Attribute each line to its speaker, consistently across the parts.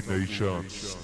Speaker 1: Generations.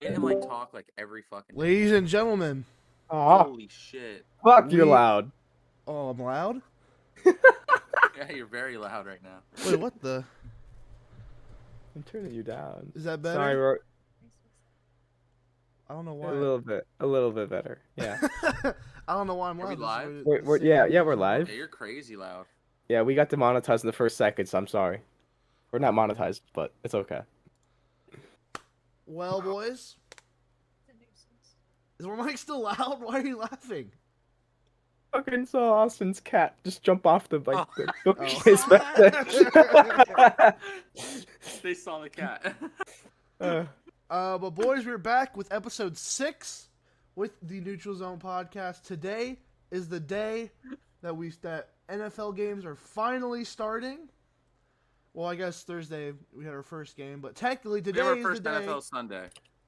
Speaker 2: Didn't I talk like every fucking
Speaker 3: Ladies and gentlemen.
Speaker 4: Aw,
Speaker 2: Holy shit.
Speaker 4: fuck, you're
Speaker 3: we-
Speaker 4: loud.
Speaker 3: Oh, I'm loud?
Speaker 2: Yeah, you're very loud right now.
Speaker 3: Wait, what the?
Speaker 4: I'm turning you down.
Speaker 3: Is that better?
Speaker 4: Sorry, Ro-
Speaker 3: I don't know
Speaker 4: a
Speaker 3: why.
Speaker 4: little bit, a little bit better. Yeah.
Speaker 3: I don't know why I'm
Speaker 2: Are we
Speaker 3: loud.
Speaker 2: live?
Speaker 4: We're, we're, yeah, yeah, we're live.
Speaker 2: Yeah, you're crazy loud.
Speaker 4: Yeah, we got demonetized in the first second, so I'm sorry. We're not monetized, but it's okay.
Speaker 3: Well, boys, is my mic still loud? Why are you laughing?
Speaker 4: Fucking saw Austin's cat just jump off the like
Speaker 2: Oh.
Speaker 4: the bookcase back there.
Speaker 2: They saw the cat.
Speaker 4: Uh,
Speaker 3: Uh, but boys, we're back with episode six with the Neutral Zone podcast. Today is the day that we that NFL games are finally starting. Well, I guess Thursday we had our first game, but technically
Speaker 2: we
Speaker 3: today
Speaker 2: have our
Speaker 3: is
Speaker 2: first
Speaker 3: the day.
Speaker 2: NFL Sunday.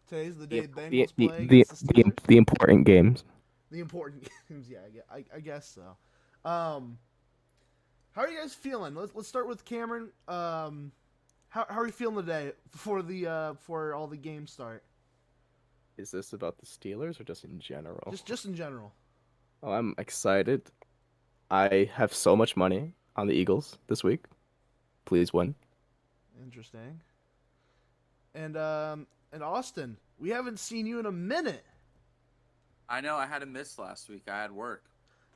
Speaker 3: Today's the day
Speaker 4: the, the,
Speaker 3: Bengals
Speaker 4: the,
Speaker 3: play
Speaker 4: the,
Speaker 3: against the
Speaker 4: the,
Speaker 3: Steelers.
Speaker 4: the important games.
Speaker 3: the important games. Yeah, I gue- I, I guess so. Um, how are you guys feeling? Let's let's start with Cameron. Um, how how are you feeling today before the uh before all the games start?
Speaker 4: Is this about the Steelers or just in general?
Speaker 3: Just just in general.
Speaker 4: Oh, I'm excited. I have so much money on the Eagles this week. Please win.
Speaker 3: Interesting. And um and Austin, we haven't seen you in a minute.
Speaker 2: I know I had a miss last week. I had work.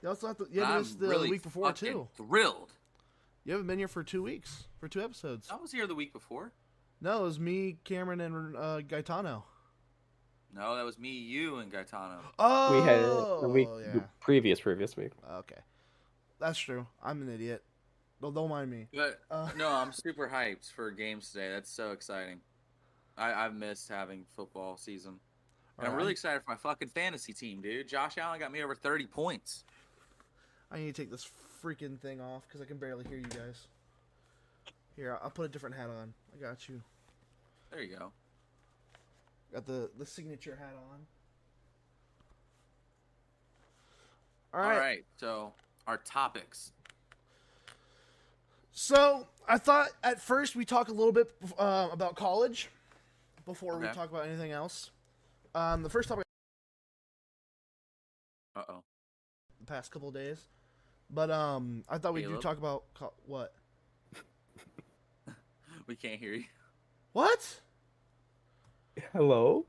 Speaker 3: You also have to, you had
Speaker 2: I'm
Speaker 3: to miss the
Speaker 2: really
Speaker 3: week before
Speaker 2: fucking
Speaker 3: too.
Speaker 2: Thrilled.
Speaker 3: You haven't been here for two weeks for two episodes.
Speaker 2: I was here the week before.
Speaker 3: No, it was me, Cameron, and uh, Gaetano.
Speaker 2: No, that was me, you, and Gaetano.
Speaker 3: Oh,
Speaker 4: we had the week
Speaker 3: yeah.
Speaker 4: the previous previous week.
Speaker 3: Okay, that's true. I'm an idiot. Don't, don't mind me.
Speaker 2: But
Speaker 3: Uh,
Speaker 2: no, I'm super hyped for games today. That's so exciting. I, I've missed having football season. And I'm
Speaker 3: alright.
Speaker 2: really excited for my fucking fantasy team, dude. Josh Allen got me over 30 points.
Speaker 3: I need to take this freaking thing off because I can barely hear you guys. Here, I'll- I'll put a different hat on. I got you.
Speaker 2: There you go.
Speaker 3: Got the the signature hat on. All right.
Speaker 2: All right. So, our topics.
Speaker 3: So I thought at first we talk a little bit uh, about college before we
Speaker 2: Okay.
Speaker 3: talk about anything else. Um, the first topic
Speaker 2: Uh oh.
Speaker 3: the past couple of days, but um, I thought we do
Speaker 2: Caleb?
Speaker 3: talk about co- what
Speaker 2: We can't hear you.
Speaker 3: what
Speaker 4: Hello?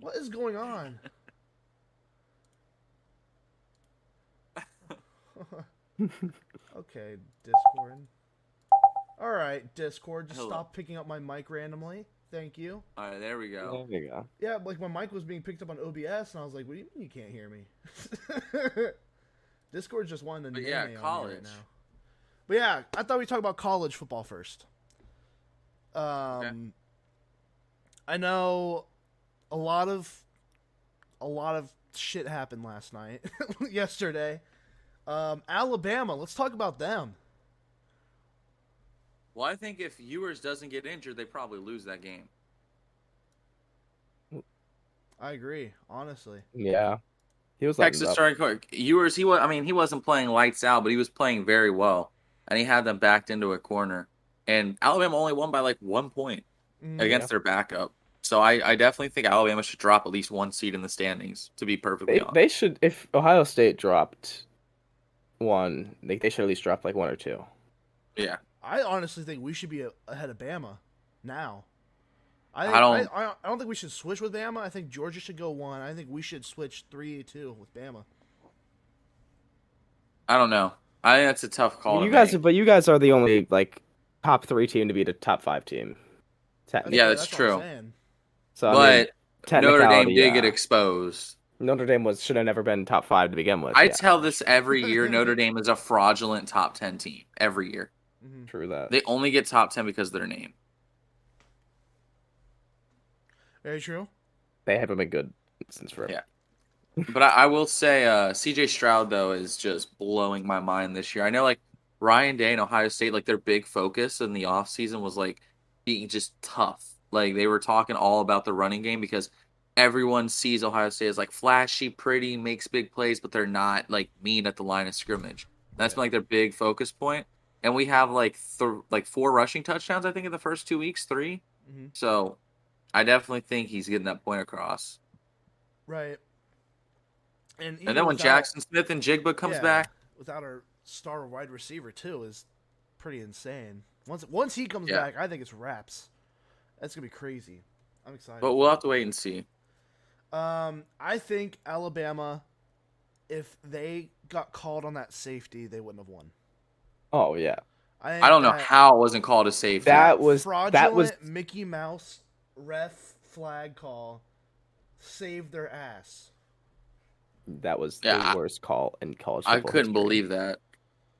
Speaker 3: what is going on. okay, Discord. All right, Discord. Just
Speaker 2: Hello.
Speaker 3: stop picking up my mic randomly. Thank you.
Speaker 2: All right, there we go.
Speaker 4: There you go.
Speaker 3: Yeah, like my mic was being picked up on OBS, and I was like, "What do you mean you can't hear me?" Discord's just wanting to
Speaker 2: But
Speaker 3: nail
Speaker 2: yeah,
Speaker 3: me on me right
Speaker 2: college.
Speaker 3: now. But yeah, I thought we'd talk about college football first. Um, I know a lot of a lot of shit happened last night, yesterday. Um, Alabama. Let's talk about them.
Speaker 2: Well, I think if Ewers doesn't get injured, they probably lose that game.
Speaker 3: I agree, honestly.
Speaker 4: Yeah. He was like
Speaker 2: Texas starting quarterback Ewers. He was. I mean, he wasn't playing lights out, but he was playing very well, and he had them backed into a corner. And Alabama only won by like one point
Speaker 3: Mm.
Speaker 2: against their backup. So I, I definitely think Alabama should drop at least one seed in the standings. To be perfectly
Speaker 4: They,
Speaker 2: honest,
Speaker 4: they should if Ohio State dropped one, like they should at least drop like one or two.
Speaker 2: yeah.
Speaker 3: I honestly think we should be a- ahead of Bama now. I,
Speaker 2: I
Speaker 3: think, I
Speaker 2: don't-
Speaker 3: I, I don't think we should switch with Bama. I think Georgia should go one. I think we should switch three two with Bama.
Speaker 2: I don't know. I think that's a tough call.
Speaker 4: you
Speaker 2: to
Speaker 4: guys,
Speaker 2: make.
Speaker 4: but you guys are the only like top three team to beat a top five team. Technically.
Speaker 2: Yeah, that's
Speaker 3: all I'm
Speaker 2: true.
Speaker 3: saying.
Speaker 4: So I mean,
Speaker 2: but Notre Dame
Speaker 4: technicality,
Speaker 2: did get
Speaker 4: yeah.
Speaker 2: exposed.
Speaker 4: Notre Dame was should have never been top five to begin with.
Speaker 2: I
Speaker 4: yeah.
Speaker 2: tell this every year. Notre Dame is a fraudulent top ten team every year.
Speaker 3: Mhm.
Speaker 4: True that.
Speaker 2: They only get top ten because of their name.
Speaker 3: Very true.
Speaker 4: They haven't been good since forever.
Speaker 2: Yeah. But I, I will say, uh, CJ Stroud though is just blowing my mind this year. I know like Ryan Day and Ohio State, like their big focus in the offseason was like being just tough. Like they were talking all about the running game because everyone sees Ohio State as like flashy, pretty, makes big plays, but they're not like mean at the line of scrimmage. That's been like their big focus point. And we have like th- like four rushing touchdowns, I think, in the first two weeks, three.
Speaker 3: Mhm.
Speaker 2: So I definitely think he's getting that point across.
Speaker 3: Right. And, even
Speaker 2: And then when
Speaker 3: without-
Speaker 2: Jackson Smith and Jigba comes
Speaker 3: yeah,
Speaker 2: back,
Speaker 3: without our star wide receiver too is pretty insane. Once once he comes
Speaker 2: Yeah.
Speaker 3: back, I think it's wraps. That's gonna be crazy. I'm excited.
Speaker 2: but we'll have to wait and see.
Speaker 3: Um, I think Alabama, if they got called on that safety, they wouldn't have won.
Speaker 4: Oh yeah.
Speaker 2: I don't know
Speaker 3: think
Speaker 2: how it wasn't called a safety.
Speaker 4: That was
Speaker 3: fraudulent
Speaker 4: that was
Speaker 3: Mickey Mouse ref flag call saved their ass.
Speaker 4: that was
Speaker 2: Yeah, I-
Speaker 4: the worst call in college.
Speaker 2: I
Speaker 4: football
Speaker 2: couldn't
Speaker 4: history.
Speaker 2: believe that.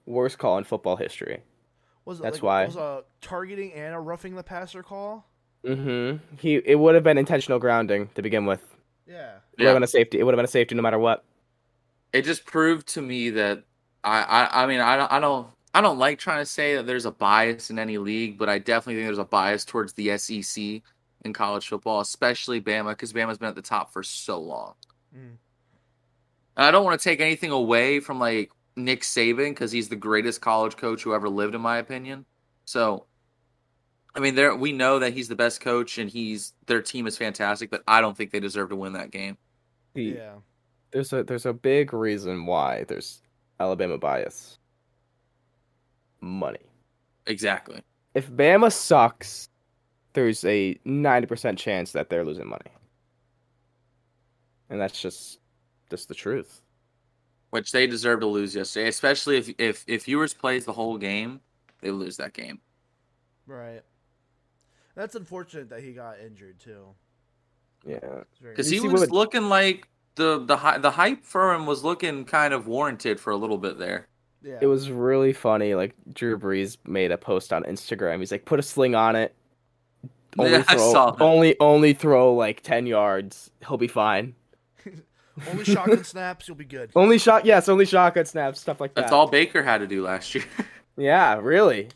Speaker 4: worst call in football history.
Speaker 3: Was it
Speaker 4: That's
Speaker 3: like,
Speaker 4: why.
Speaker 3: was a targeting and a roughing the passer call?
Speaker 4: Mm-hmm. He it would have been intentional grounding to begin with.
Speaker 3: Yeah,
Speaker 4: It would have
Speaker 2: Yeah.
Speaker 4: been a safety. It would have been a safety no matter what.
Speaker 2: It just proved to me that I, I, I mean, I don't, I don't, I don't like trying to say that there's a bias in any league, but I definitely think there's a bias towards the SEC in college football, especially Bama, because Bama's been at the top for so long.
Speaker 3: Mm.
Speaker 2: And I don't want to take anything away from like Nick Saban because he's the greatest college coach who ever lived, in my opinion. So, I mean, there we know that he's the best coach and he's their team is fantastic, but I don't think they deserve to win that game.
Speaker 4: The-
Speaker 3: yeah.
Speaker 4: There's a there's a big reason why there's Alabama bias. Money.
Speaker 2: Exactly.
Speaker 4: If Bama sucks, there's a ninety percent chance that they're losing money. And that's just just the truth.
Speaker 2: Which they deserve to lose yesterday, especially if if if Ewers plays the whole game, they lose that game.
Speaker 3: Right. That's unfortunate that he got injured too.
Speaker 4: Yeah.
Speaker 3: It's very-
Speaker 2: Because
Speaker 4: You
Speaker 2: he
Speaker 4: see
Speaker 2: was
Speaker 4: what-
Speaker 2: looking like the the hy- the hype for him was looking kind of warranted for a little bit there.
Speaker 3: yeah.
Speaker 4: It was really funny. Like Drew Brees made a post on Instagram. He's like, put a sling on it. Only
Speaker 2: Yeah, I
Speaker 4: throw,
Speaker 2: saw that.
Speaker 4: only only throw like ten yards. He'll be fine.
Speaker 3: only shotgun snaps. You'll be good.
Speaker 4: Only shot, yes, only shotgun snaps, stuff like that.
Speaker 2: That's all Baker had to do last year.
Speaker 4: Yeah, really.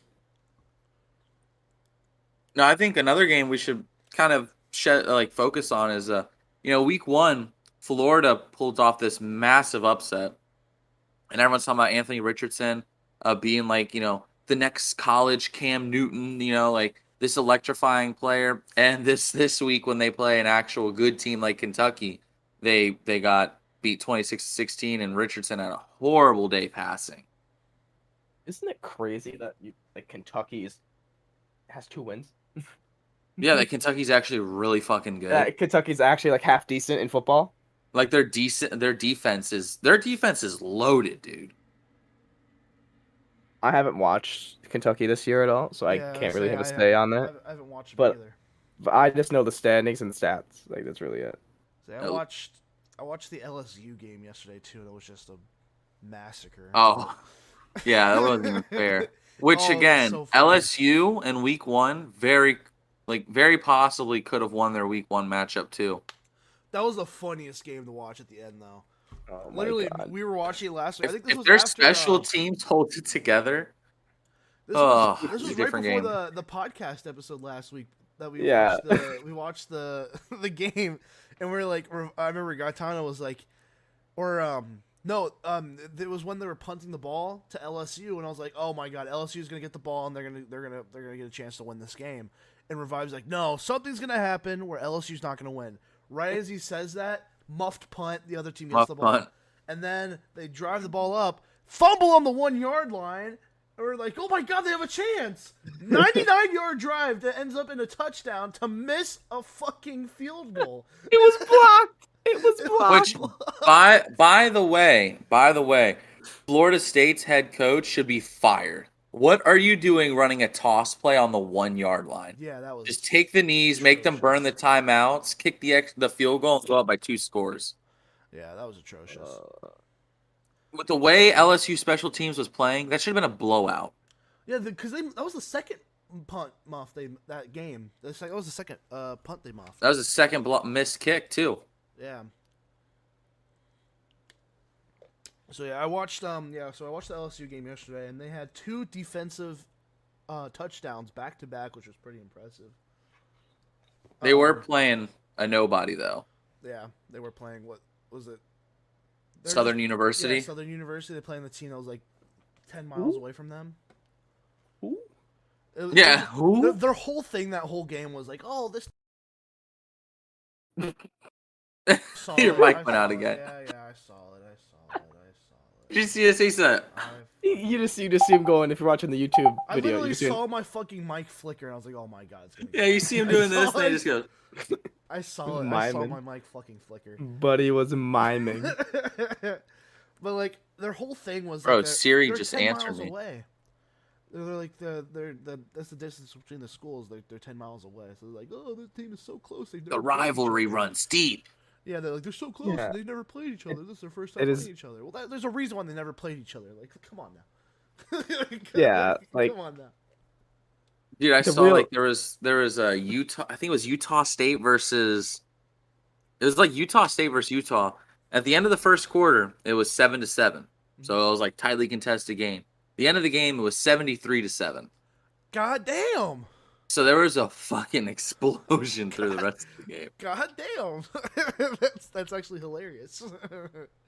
Speaker 2: No, I think another game we should kind of shed, like focus on is uh, you know, week one, Florida pulled off this massive upset, and everyone's talking about Anthony Richardson uh, being like, you know, the next college Cam Newton, you know, like this electrifying player. And this this week when they play an actual good team like Kentucky, they they got beat 26 to 16 and Richardson had a horrible day passing.
Speaker 4: Isn't it crazy that you, like Kentucky is has two wins?
Speaker 2: Yeah, that Kentucky's actually really fucking good.
Speaker 4: That Kentucky's actually like half decent in football.
Speaker 2: Like their decent, their defense is their defense is loaded, dude.
Speaker 4: I haven't watched Kentucky this year at all, so I
Speaker 3: Yeah,
Speaker 4: can't
Speaker 3: so
Speaker 4: really have a
Speaker 3: I- uh,
Speaker 4: say on
Speaker 3: I
Speaker 4: that.
Speaker 3: haven't, I haven't watched it
Speaker 4: But-
Speaker 3: either.
Speaker 4: But I just know the standings and stats. Like that's really it.
Speaker 3: See, I
Speaker 2: No.
Speaker 3: watched I watched the LSU game yesterday too, and it was just a massacre.
Speaker 2: Oh, yeah, that wasn't even fair. Which
Speaker 3: Oh, that's
Speaker 2: again,
Speaker 3: so funny.
Speaker 2: LSU and Week One very, like very possibly could have won their Week One matchup too.
Speaker 3: that was the funniest game to watch at the end, though.
Speaker 4: Oh my
Speaker 3: Literally,
Speaker 4: God.
Speaker 3: we were watching it last. I
Speaker 2: If,
Speaker 3: think this
Speaker 2: if
Speaker 3: was
Speaker 2: their
Speaker 3: after,
Speaker 2: special
Speaker 3: uh,
Speaker 2: teams holds it together,
Speaker 3: This was,
Speaker 2: Ugh,
Speaker 3: this was
Speaker 2: it's a
Speaker 3: right before
Speaker 2: different game.
Speaker 3: the the podcast episode last week that we
Speaker 4: Yeah.
Speaker 3: watched the, we watched the the game and we are like re- I remember Gaetano was like or um no um it was when they were punting the ball to LSU and I was like oh my god LSU is gonna get the ball and they're gonna they're gonna they're gonna get a chance to win this game and Revive's like no something's gonna happen where LSU's not gonna win right as he says that muffed punt the other team gets
Speaker 2: Muffed
Speaker 3: the ball
Speaker 2: punt.
Speaker 3: and then they drive the ball up fumble on the one yard line and we're like, oh my god, they have a chance. 99 yard drive that ends up in a touchdown to miss a fucking field goal.
Speaker 4: It was blocked. It was blocked.
Speaker 2: Which, by by the way, by the way, Florida State's head coach should be fired. What are you doing running a toss play on the one yard line?
Speaker 3: Yeah, that was
Speaker 2: Just take the knees, make them burn the timeouts, kick the ex- the field goal, and go up by two scores.
Speaker 3: yeah, that was atrocious.
Speaker 4: Uh,
Speaker 2: With the way LSU special teams was playing, that should have been a blowout.
Speaker 3: yeah, because they that was the second punt muff they that game. The sec- That was the second uh, punt they muffed.
Speaker 2: That was a second block missed kick too.
Speaker 3: Yeah. So yeah, I watched um yeah, so I watched the LSU game yesterday and they had two defensive uh, touchdowns back to back, which was pretty impressive.
Speaker 2: They were
Speaker 3: Um,
Speaker 2: playing a nobody though.
Speaker 3: Yeah, they were playing what was it? They're
Speaker 2: Southern
Speaker 3: just-
Speaker 2: University.
Speaker 3: Yeah, Southern University. They playing the team that was like ten miles away from them.
Speaker 4: Ooh.
Speaker 3: It was-
Speaker 2: Yeah,
Speaker 3: it
Speaker 2: who?
Speaker 3: was- Their, their whole thing that whole game was like, oh, this. Saw
Speaker 2: Your
Speaker 3: it,
Speaker 2: mic
Speaker 3: I
Speaker 2: went out
Speaker 3: saw it,
Speaker 2: again.
Speaker 3: Yeah, yeah, I saw it. I saw it. I
Speaker 2: Did you see this? He said,
Speaker 3: saw it.
Speaker 4: you, you just you just see him going. If you're watching the YouTube
Speaker 3: I, I
Speaker 4: video, you
Speaker 3: literally
Speaker 4: just see him-
Speaker 3: saw my fucking mic flicker, and I was like, oh my god, it's gonna.
Speaker 2: "Yeah, you see him doing this." And he just goes,
Speaker 3: I saw it. I saw
Speaker 4: Miming.
Speaker 3: my mic fucking flicker.
Speaker 4: buddy was miming.
Speaker 3: but like their whole thing was
Speaker 2: Mm. Bro,
Speaker 3: like, they're-
Speaker 2: Siri
Speaker 3: they're
Speaker 2: just
Speaker 3: 10
Speaker 2: answered
Speaker 3: miles
Speaker 2: me.
Speaker 3: Away. They're they're like the they're the that's the distance between the schools. They're they're ten miles away. So they're like, oh, this team is so close. They've never
Speaker 2: "The
Speaker 3: played each
Speaker 2: rivalry
Speaker 3: other."
Speaker 2: runs deep."
Speaker 3: Yeah, they're like they're so close.
Speaker 4: Yeah.
Speaker 3: They've never played each other. This is their first
Speaker 4: it
Speaker 3: time
Speaker 4: is-
Speaker 3: playing each other. Well, that, there's a reason why they never played each other. Like, come on now.
Speaker 4: Yeah, like-
Speaker 3: come on now.
Speaker 2: Dude, I
Speaker 4: The
Speaker 2: saw
Speaker 4: real-
Speaker 2: like there was there was a Utah. I think it was Utah State versus. It was like Utah State versus Utah. At the end of the first quarter, it was seven to seven. So
Speaker 3: Mm-hmm.
Speaker 2: it was like tightly contested game. The end of the game, it was seventy three to seven.
Speaker 3: God damn.
Speaker 2: So there was a fucking explosion through the rest of the game.
Speaker 3: God damn, that's that's actually hilarious.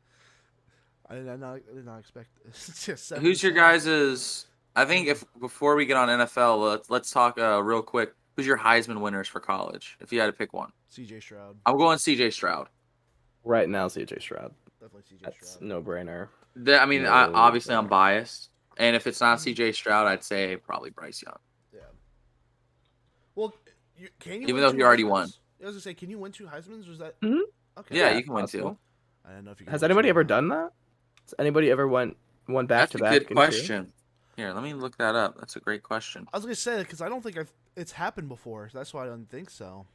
Speaker 3: I did not, I did not expect this. Just seven
Speaker 2: Who's
Speaker 3: to
Speaker 2: your
Speaker 3: seven.
Speaker 2: guys? Is I think if before we get on NFL, let's let's talk uh, real quick. Who's your Heisman winners for college? If you had to pick one,
Speaker 3: CJ Shroud,
Speaker 2: I'm going C.J. Stroud.
Speaker 4: Right now, CJ Stroud.
Speaker 3: definitely CJ
Speaker 4: That's
Speaker 3: Stroud.
Speaker 4: no brainer.
Speaker 2: The, I mean, I,
Speaker 4: No,
Speaker 2: obviously,
Speaker 4: no.
Speaker 2: I'm biased. And if it's not CJ Stroud, I'd say probably Bryce Young.
Speaker 3: Yeah. Well, you, can you
Speaker 2: Even
Speaker 3: win
Speaker 2: though
Speaker 3: two
Speaker 2: he already
Speaker 3: Heismans?
Speaker 2: won.
Speaker 3: I was gonna say, can you win two Heisman's? Was that
Speaker 4: Mhm.
Speaker 3: okay?
Speaker 2: Yeah,
Speaker 4: Yeah,
Speaker 2: you can win
Speaker 4: possible.
Speaker 2: too.
Speaker 3: I don't know if you. Can
Speaker 4: Has
Speaker 3: win two
Speaker 4: anybody
Speaker 3: or
Speaker 4: ever
Speaker 3: not.
Speaker 4: done that? Has anybody ever went one back
Speaker 2: That's
Speaker 4: to
Speaker 2: a
Speaker 4: back?
Speaker 2: good question. Here, let me look that up. That's a great question.
Speaker 3: I was gonna say because I don't think I've, it's happened before. So that's why I don't think so.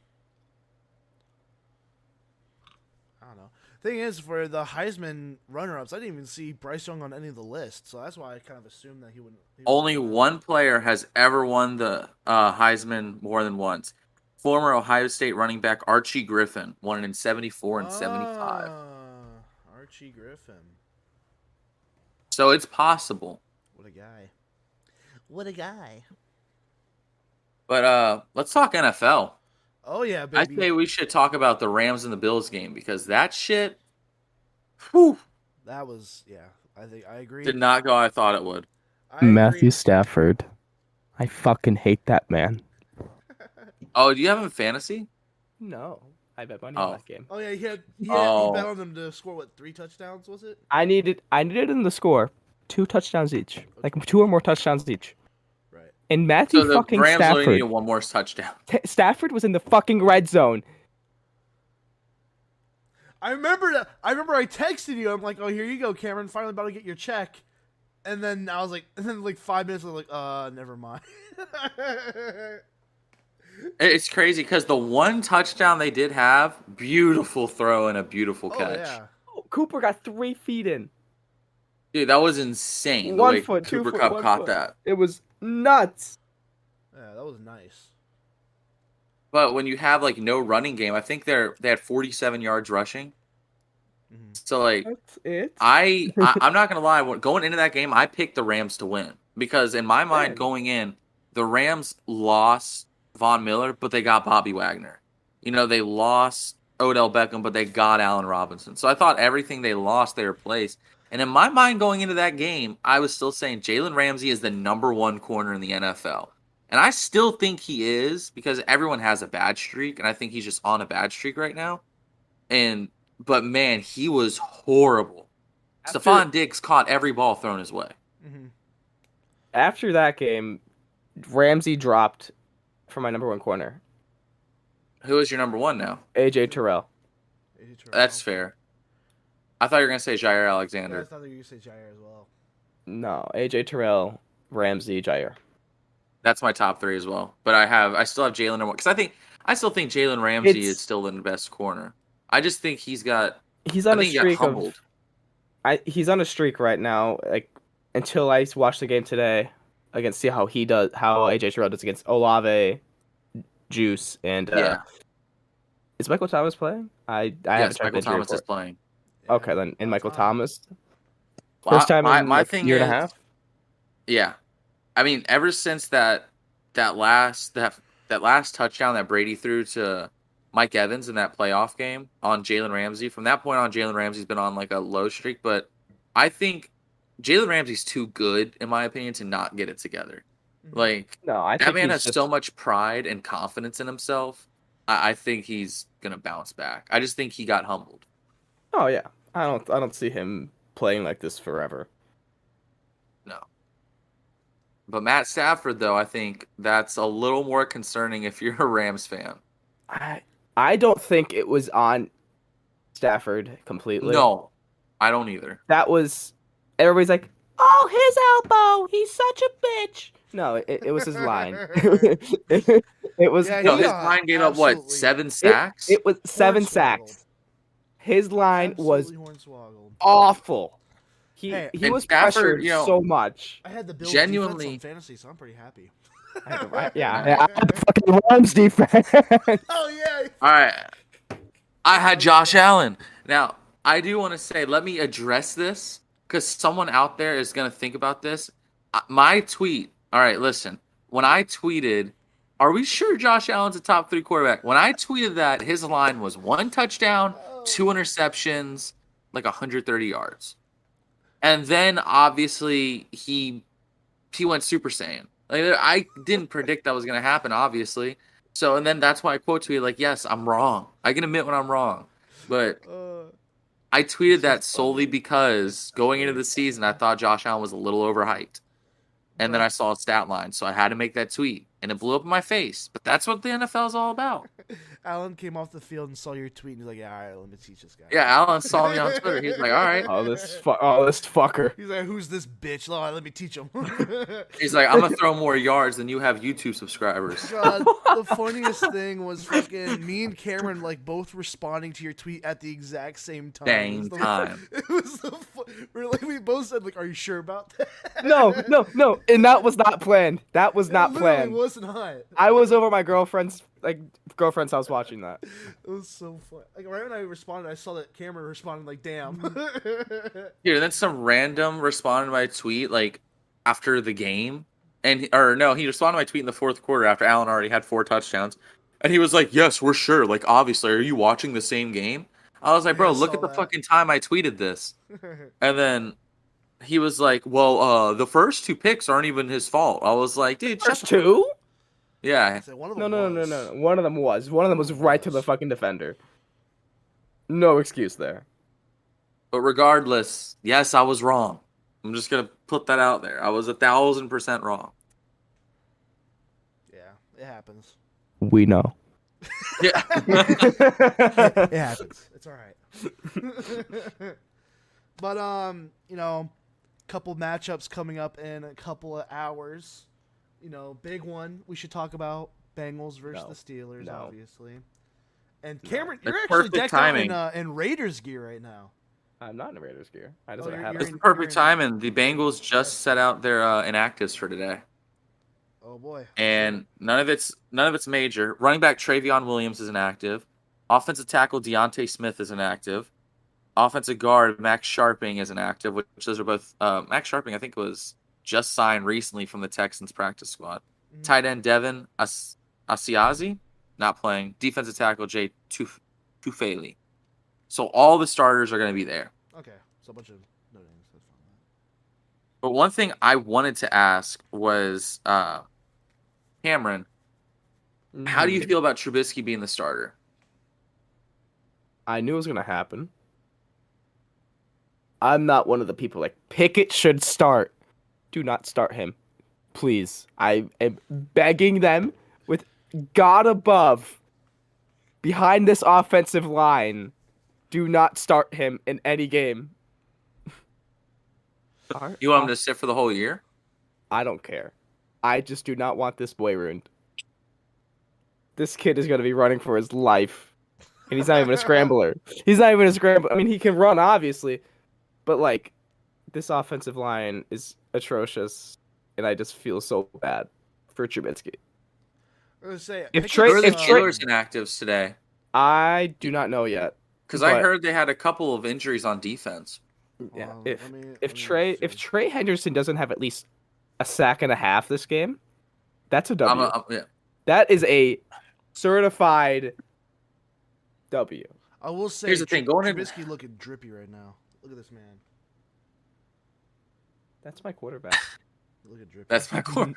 Speaker 3: I don't know. Thing is, for the Heisman runner-ups, I didn't even see Bryce Young on any of the lists, so that's why I kind of assumed that he wouldn't. He wouldn't
Speaker 2: Only
Speaker 3: be on.
Speaker 2: one player has ever won the uh, Heisman more than once. Former Ohio State running back Archie Griffin won it in 74 and 75.
Speaker 3: Ah, Archie Griffin,
Speaker 2: So it's possible.
Speaker 3: what a guy! What a guy!
Speaker 2: But uh, let's talk NFL.
Speaker 3: Oh yeah,
Speaker 2: I
Speaker 3: baby.
Speaker 2: say we should talk about the Rams and the Bills game because that shit whew,
Speaker 3: That was yeah. I think I agree.
Speaker 2: did not go how I thought it would.
Speaker 3: I agree.
Speaker 4: Stafford. I fucking hate that man.
Speaker 2: Oh, do you have him in fantasy?
Speaker 4: No, I bet money
Speaker 2: Oh.
Speaker 4: on that game.
Speaker 3: Oh yeah, he had he, had,
Speaker 2: Oh.
Speaker 3: he bet on them to score what three touchdowns was it?
Speaker 4: I needed I needed in the score two touchdowns each, like two or more touchdowns each.
Speaker 3: Right.
Speaker 4: And Matthew
Speaker 2: So the
Speaker 4: fucking
Speaker 2: Rams only
Speaker 4: Stafford.
Speaker 2: needed one more touchdown.
Speaker 4: T- Stafford was in the fucking red zone.
Speaker 3: I remember that. I remember I texted you. I'm like, oh here you go, Cameron. Finally about to get your check.
Speaker 1: And then I was like, and then like five minutes, I was like, uh, never mind.
Speaker 2: It- It's crazy because the one touchdown they did have, beautiful throw and a beautiful
Speaker 1: oh
Speaker 2: catch.
Speaker 1: yeah,
Speaker 4: Oh, Cooper got three feet in.
Speaker 2: Dude, that was insane. The
Speaker 4: One
Speaker 2: way
Speaker 4: foot, two
Speaker 2: Cooper
Speaker 4: foot,
Speaker 2: Cup
Speaker 4: one
Speaker 2: caught
Speaker 4: foot.
Speaker 2: that.
Speaker 4: It was nuts.
Speaker 1: yeah, that was nice.
Speaker 2: But when you have like no running game, I think they're they had 47 yards rushing.
Speaker 1: hmm
Speaker 2: So like
Speaker 4: That's it.
Speaker 2: I, I I'm not gonna lie. when- Going into that game, I picked the Rams to win because in my mind,
Speaker 4: Same.
Speaker 2: going in, the Rams lost Von Miller, but they got Bobby Wagner. You know, they lost Odell Beckham, but they got Allen Robinson. So I thought everything they lost, they replaced. And in my mind, going into that game, I was still saying Jalen Ramsey is the number one corner in the NFL. And I still think he is because everyone has a bad streak, and I think he's just on a bad streak right now. And but man, he was horrible.
Speaker 4: After-
Speaker 2: Stephon Diggs caught every ball thrown his way.
Speaker 1: hmm
Speaker 4: After that game, Ramsey dropped for my number one corner,
Speaker 2: Who is your number one now?
Speaker 4: AJ Terrell.
Speaker 2: That's fair. I thought you were gonna say Jair
Speaker 1: Yeah, I
Speaker 2: Alexander.
Speaker 1: thought that you say Jair as well.
Speaker 4: No, AJ Terrell, Ramsey, Jair.
Speaker 2: That's my top three as well. But I have I still have Jalen number one because I think I still think Jalen Ramsey
Speaker 4: It's-
Speaker 2: is still the best corner. I just think he's got
Speaker 4: He's
Speaker 2: I
Speaker 4: on a
Speaker 2: think he got
Speaker 4: streak of
Speaker 2: humbled.
Speaker 4: I he's on a streak right now. Like until I watch the game today against see how he does how AJ Terrell does against Olave, Juice, and uh,
Speaker 2: Yeah.
Speaker 4: is Michael Thomas playing? I I
Speaker 2: Yes,
Speaker 4: haven't checked the
Speaker 2: Michael
Speaker 4: injury
Speaker 2: Thomas is
Speaker 4: report.
Speaker 2: playing.
Speaker 1: Yeah.
Speaker 4: Okay, then and Michael Thomas
Speaker 2: Well,
Speaker 4: first
Speaker 2: I-
Speaker 4: time
Speaker 2: my,
Speaker 4: in
Speaker 2: my
Speaker 4: like,
Speaker 2: thing
Speaker 4: year
Speaker 2: is,
Speaker 4: and a half.
Speaker 2: Yeah, I mean, ever since that that last that that last touchdown that Brady threw to Mike Evans in that playoff game on Jalen Ramsey, from that point on, Jalen Ramsey's been on like a low streak. But I think Jalen Ramsey's too good, in my opinion, to not get it together.
Speaker 1: Mhm.
Speaker 2: Like
Speaker 4: No, I
Speaker 2: that
Speaker 4: think
Speaker 2: man
Speaker 4: he's
Speaker 2: has
Speaker 4: just,
Speaker 2: so much pride and confidence in himself. I, I think he's gonna bounce back. I just think he got humbled.
Speaker 4: Oh yeah, I don't I don't see him playing like this forever.
Speaker 2: But Matt Stafford, though, I think that's a little more concerning if you're a Rams fan.
Speaker 4: I I don't think it was on Stafford completely.
Speaker 2: No, I don't either.
Speaker 4: that was everybody's like, "Oh, his elbow! He's such a bitch." No, it, it was his line. it was
Speaker 1: Yeah, he
Speaker 2: No, his
Speaker 1: got
Speaker 2: line gave up what
Speaker 1: absolutely-
Speaker 2: seven sacks.
Speaker 4: it was seven
Speaker 1: Hornswoggled.
Speaker 4: sacks. His line was
Speaker 1: Absolutely hornswoggled.
Speaker 4: awful. He
Speaker 1: Hey,
Speaker 4: he
Speaker 2: and
Speaker 4: was
Speaker 2: Stafford,
Speaker 4: pressured
Speaker 2: you know-
Speaker 4: so much.
Speaker 1: I had the Bills
Speaker 2: Genuinely-
Speaker 1: genuinely on fantasy, so I'm pretty happy.
Speaker 4: I had to- I- yeah, I, I had fucking Rams defense.
Speaker 1: Oh yeah.
Speaker 2: All right, I had Josh Allen. Now I do want to say, let me address this because someone out there is going to think about this. Uh, My tweet. All right, listen. When I tweeted, "Are we sure Josh Allen's a top three quarterback?" When I tweeted that, his line was one touchdown, two interceptions, like 130 yards. And then obviously he he went Super Saiyan. Like I didn't predict that was going to happen, obviously. So and then that's why I quote tweeted like, "Yes, I'm wrong. I can admit when I'm wrong." But
Speaker 1: Uh,
Speaker 2: I tweeted that solely because going into the season, I thought Josh Allen was a little overhyped, and then I saw a stat line, so I had to make that tweet, and it blew up in my face. But that's what the NFL is all about.
Speaker 1: Alan came off the field and saw your tweet and he's like, "Yeah, all right, let me teach this guy."
Speaker 2: Yeah, Allen saw me on Twitter. He's like, "All right."
Speaker 4: oh this fu- oh this fucker.
Speaker 1: He's like, "Who's this bitch?" All right, let me teach him.
Speaker 2: He's like, "I'm gonna throw more yards than you have YouTube subscribers."
Speaker 1: God, the funniest thing was fucking me and Cameron like both responding to your tweet at the exact same time. It was
Speaker 2: Dang
Speaker 1: the-
Speaker 2: time.
Speaker 1: It was the fu- we were like we both said like, "Are you sure about that?"
Speaker 4: No, no, no, and that was not planned. That was
Speaker 1: it
Speaker 4: not
Speaker 1: literally
Speaker 4: planned.
Speaker 1: Was not.
Speaker 4: I was over my girlfriend's like girlfriend's house watching that.
Speaker 1: It was so fun. Like right when I responded, I saw that Cameron responded like, "Damn."
Speaker 2: Here, then some random responded to my tweet like after the game, and or no, he responded to my tweet in the fourth quarter after Allen already had four touchdowns, and he was like, "Yes, we're sure. Like, obviously, are you watching the same game?" I was like,
Speaker 1: Yeah,
Speaker 2: "Bro,
Speaker 1: I
Speaker 2: look
Speaker 1: saw
Speaker 2: at the
Speaker 1: that."
Speaker 2: fucking time I tweeted this." And then he was like, "Well, uh, the first two picks aren't even his fault." I was like, "Dude, shut
Speaker 4: Just
Speaker 2: the-
Speaker 4: two?
Speaker 2: yeah."
Speaker 1: So one of
Speaker 4: No,
Speaker 1: them
Speaker 4: no, no, no,
Speaker 1: was.
Speaker 4: no. no. One of them was. One of them was right to the fucking defender. No excuse there.
Speaker 2: But regardless, yes, I was wrong. I'm just gonna put that out there. I was a thousand percent wrong.
Speaker 1: Yeah, it happens.
Speaker 4: We know.
Speaker 2: Yeah.
Speaker 1: It happens. It's all right. but um, you know,
Speaker 3: couple matchups coming up in a couple of hours. You know, big one we should talk about Bengals versus
Speaker 4: No.
Speaker 3: the Steelers,
Speaker 4: No.
Speaker 3: obviously. And Cameron,
Speaker 2: That's
Speaker 3: you're actually
Speaker 2: perfect
Speaker 3: decked
Speaker 2: timing.
Speaker 3: out in, uh, in Raiders gear right now.
Speaker 4: I'm not in Raiders gear. I just
Speaker 3: Oh,
Speaker 4: don't
Speaker 3: you're-
Speaker 4: have
Speaker 3: you're
Speaker 4: it.
Speaker 2: It's
Speaker 3: in-
Speaker 2: the perfect
Speaker 3: you're in-
Speaker 2: time, and the Bengals just set out their uh, inactives for today,
Speaker 3: Oh boy.
Speaker 2: and none of it's none of it's major. Running back Travion Williams is inactive. Offensive tackle Deontay Smith is inactive. Offensive guard Max Sharping is inactive, which those are both. Uh, Max Sharping, I think, was just signed recently from the Texans practice squad.
Speaker 3: Mhm.
Speaker 2: Tight end Devin As- Asiazi, not playing. Defensive tackle Jay Tuf- Tufele. So all the starters are going to be there.
Speaker 3: Okay, so a bunch of no names. That's fine.
Speaker 2: But one thing I wanted to ask was, uh, Cameron, how do you
Speaker 4: Mm-hmm.
Speaker 2: feel about Trubisky being the starter?
Speaker 4: I knew it was gonna happen. I'm not one of the people like Pickett should start. Do not start him, please. I am begging them with God above, behind this offensive line, do not start him in any game. Start
Speaker 2: You want
Speaker 4: off-
Speaker 2: him to sit for the whole year?
Speaker 4: I don't care. I just do not want this boy ruined. This kid is going to be running for his life. And he's not even a scrambler. He's not even a scrambler. I mean, he can run, obviously. But, like, this offensive line is atrocious. And I just feel so bad for Trubisky.
Speaker 3: I was gonna say uh,
Speaker 4: If
Speaker 3: Pickett's,
Speaker 4: Trey-
Speaker 2: Who are the
Speaker 4: if Trey-
Speaker 3: um,
Speaker 2: Steelers inactives today?
Speaker 4: I do not know yet.
Speaker 2: Because I
Speaker 4: But-
Speaker 2: heard they had a couple of injuries on defense.
Speaker 4: Yeah.
Speaker 3: um,
Speaker 4: If,
Speaker 3: let me- let
Speaker 4: if
Speaker 3: me
Speaker 4: Trey if
Speaker 3: see.
Speaker 4: Trey Henderson doesn't have at least a sack and a half this game, that's a W.
Speaker 2: I'm a, I'm, yeah.
Speaker 4: That is a certified W.
Speaker 3: I will say
Speaker 2: Here's the thing, going in-
Speaker 3: Trubisky looking drippy right now. Look at this man.
Speaker 4: That's my quarterback.
Speaker 3: Look at drippy.
Speaker 2: That's my core.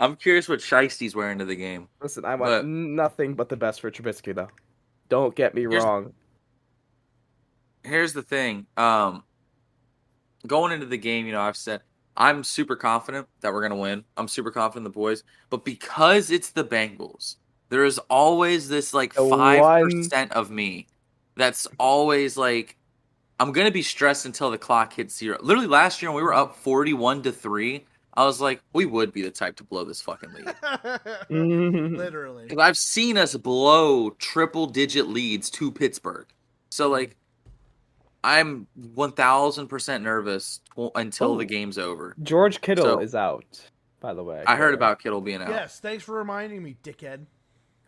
Speaker 2: I'm curious what Shiesty's wearing to the game.
Speaker 4: Listen, I want
Speaker 2: But-
Speaker 4: nothing but the best for Trubisky, though. Don't get me
Speaker 2: Here's-
Speaker 4: wrong.
Speaker 2: Here's the thing. Um, going into the game, you know, I've said I'm super confident that we're gonna win. I'm super confident in the boys, but because it's the Bengals, there is always this like
Speaker 4: The
Speaker 2: five percent of me that's always like, I'm gonna be stressed until the clock hits zero. Literally last year when we were up 41 to three, I was like, we would be the type to blow this fucking lead.
Speaker 4: Mm.
Speaker 3: Literally.
Speaker 2: Because I've seen us blow triple digit leads to Pittsburgh. So, like, I'm 1000% nervous tw- until the
Speaker 4: Oh.
Speaker 2: game's over.
Speaker 4: George Kittle
Speaker 2: So-
Speaker 4: is out, by the way.
Speaker 2: I heard about Kittle being out.
Speaker 3: Yes, thanks for reminding me, dickhead.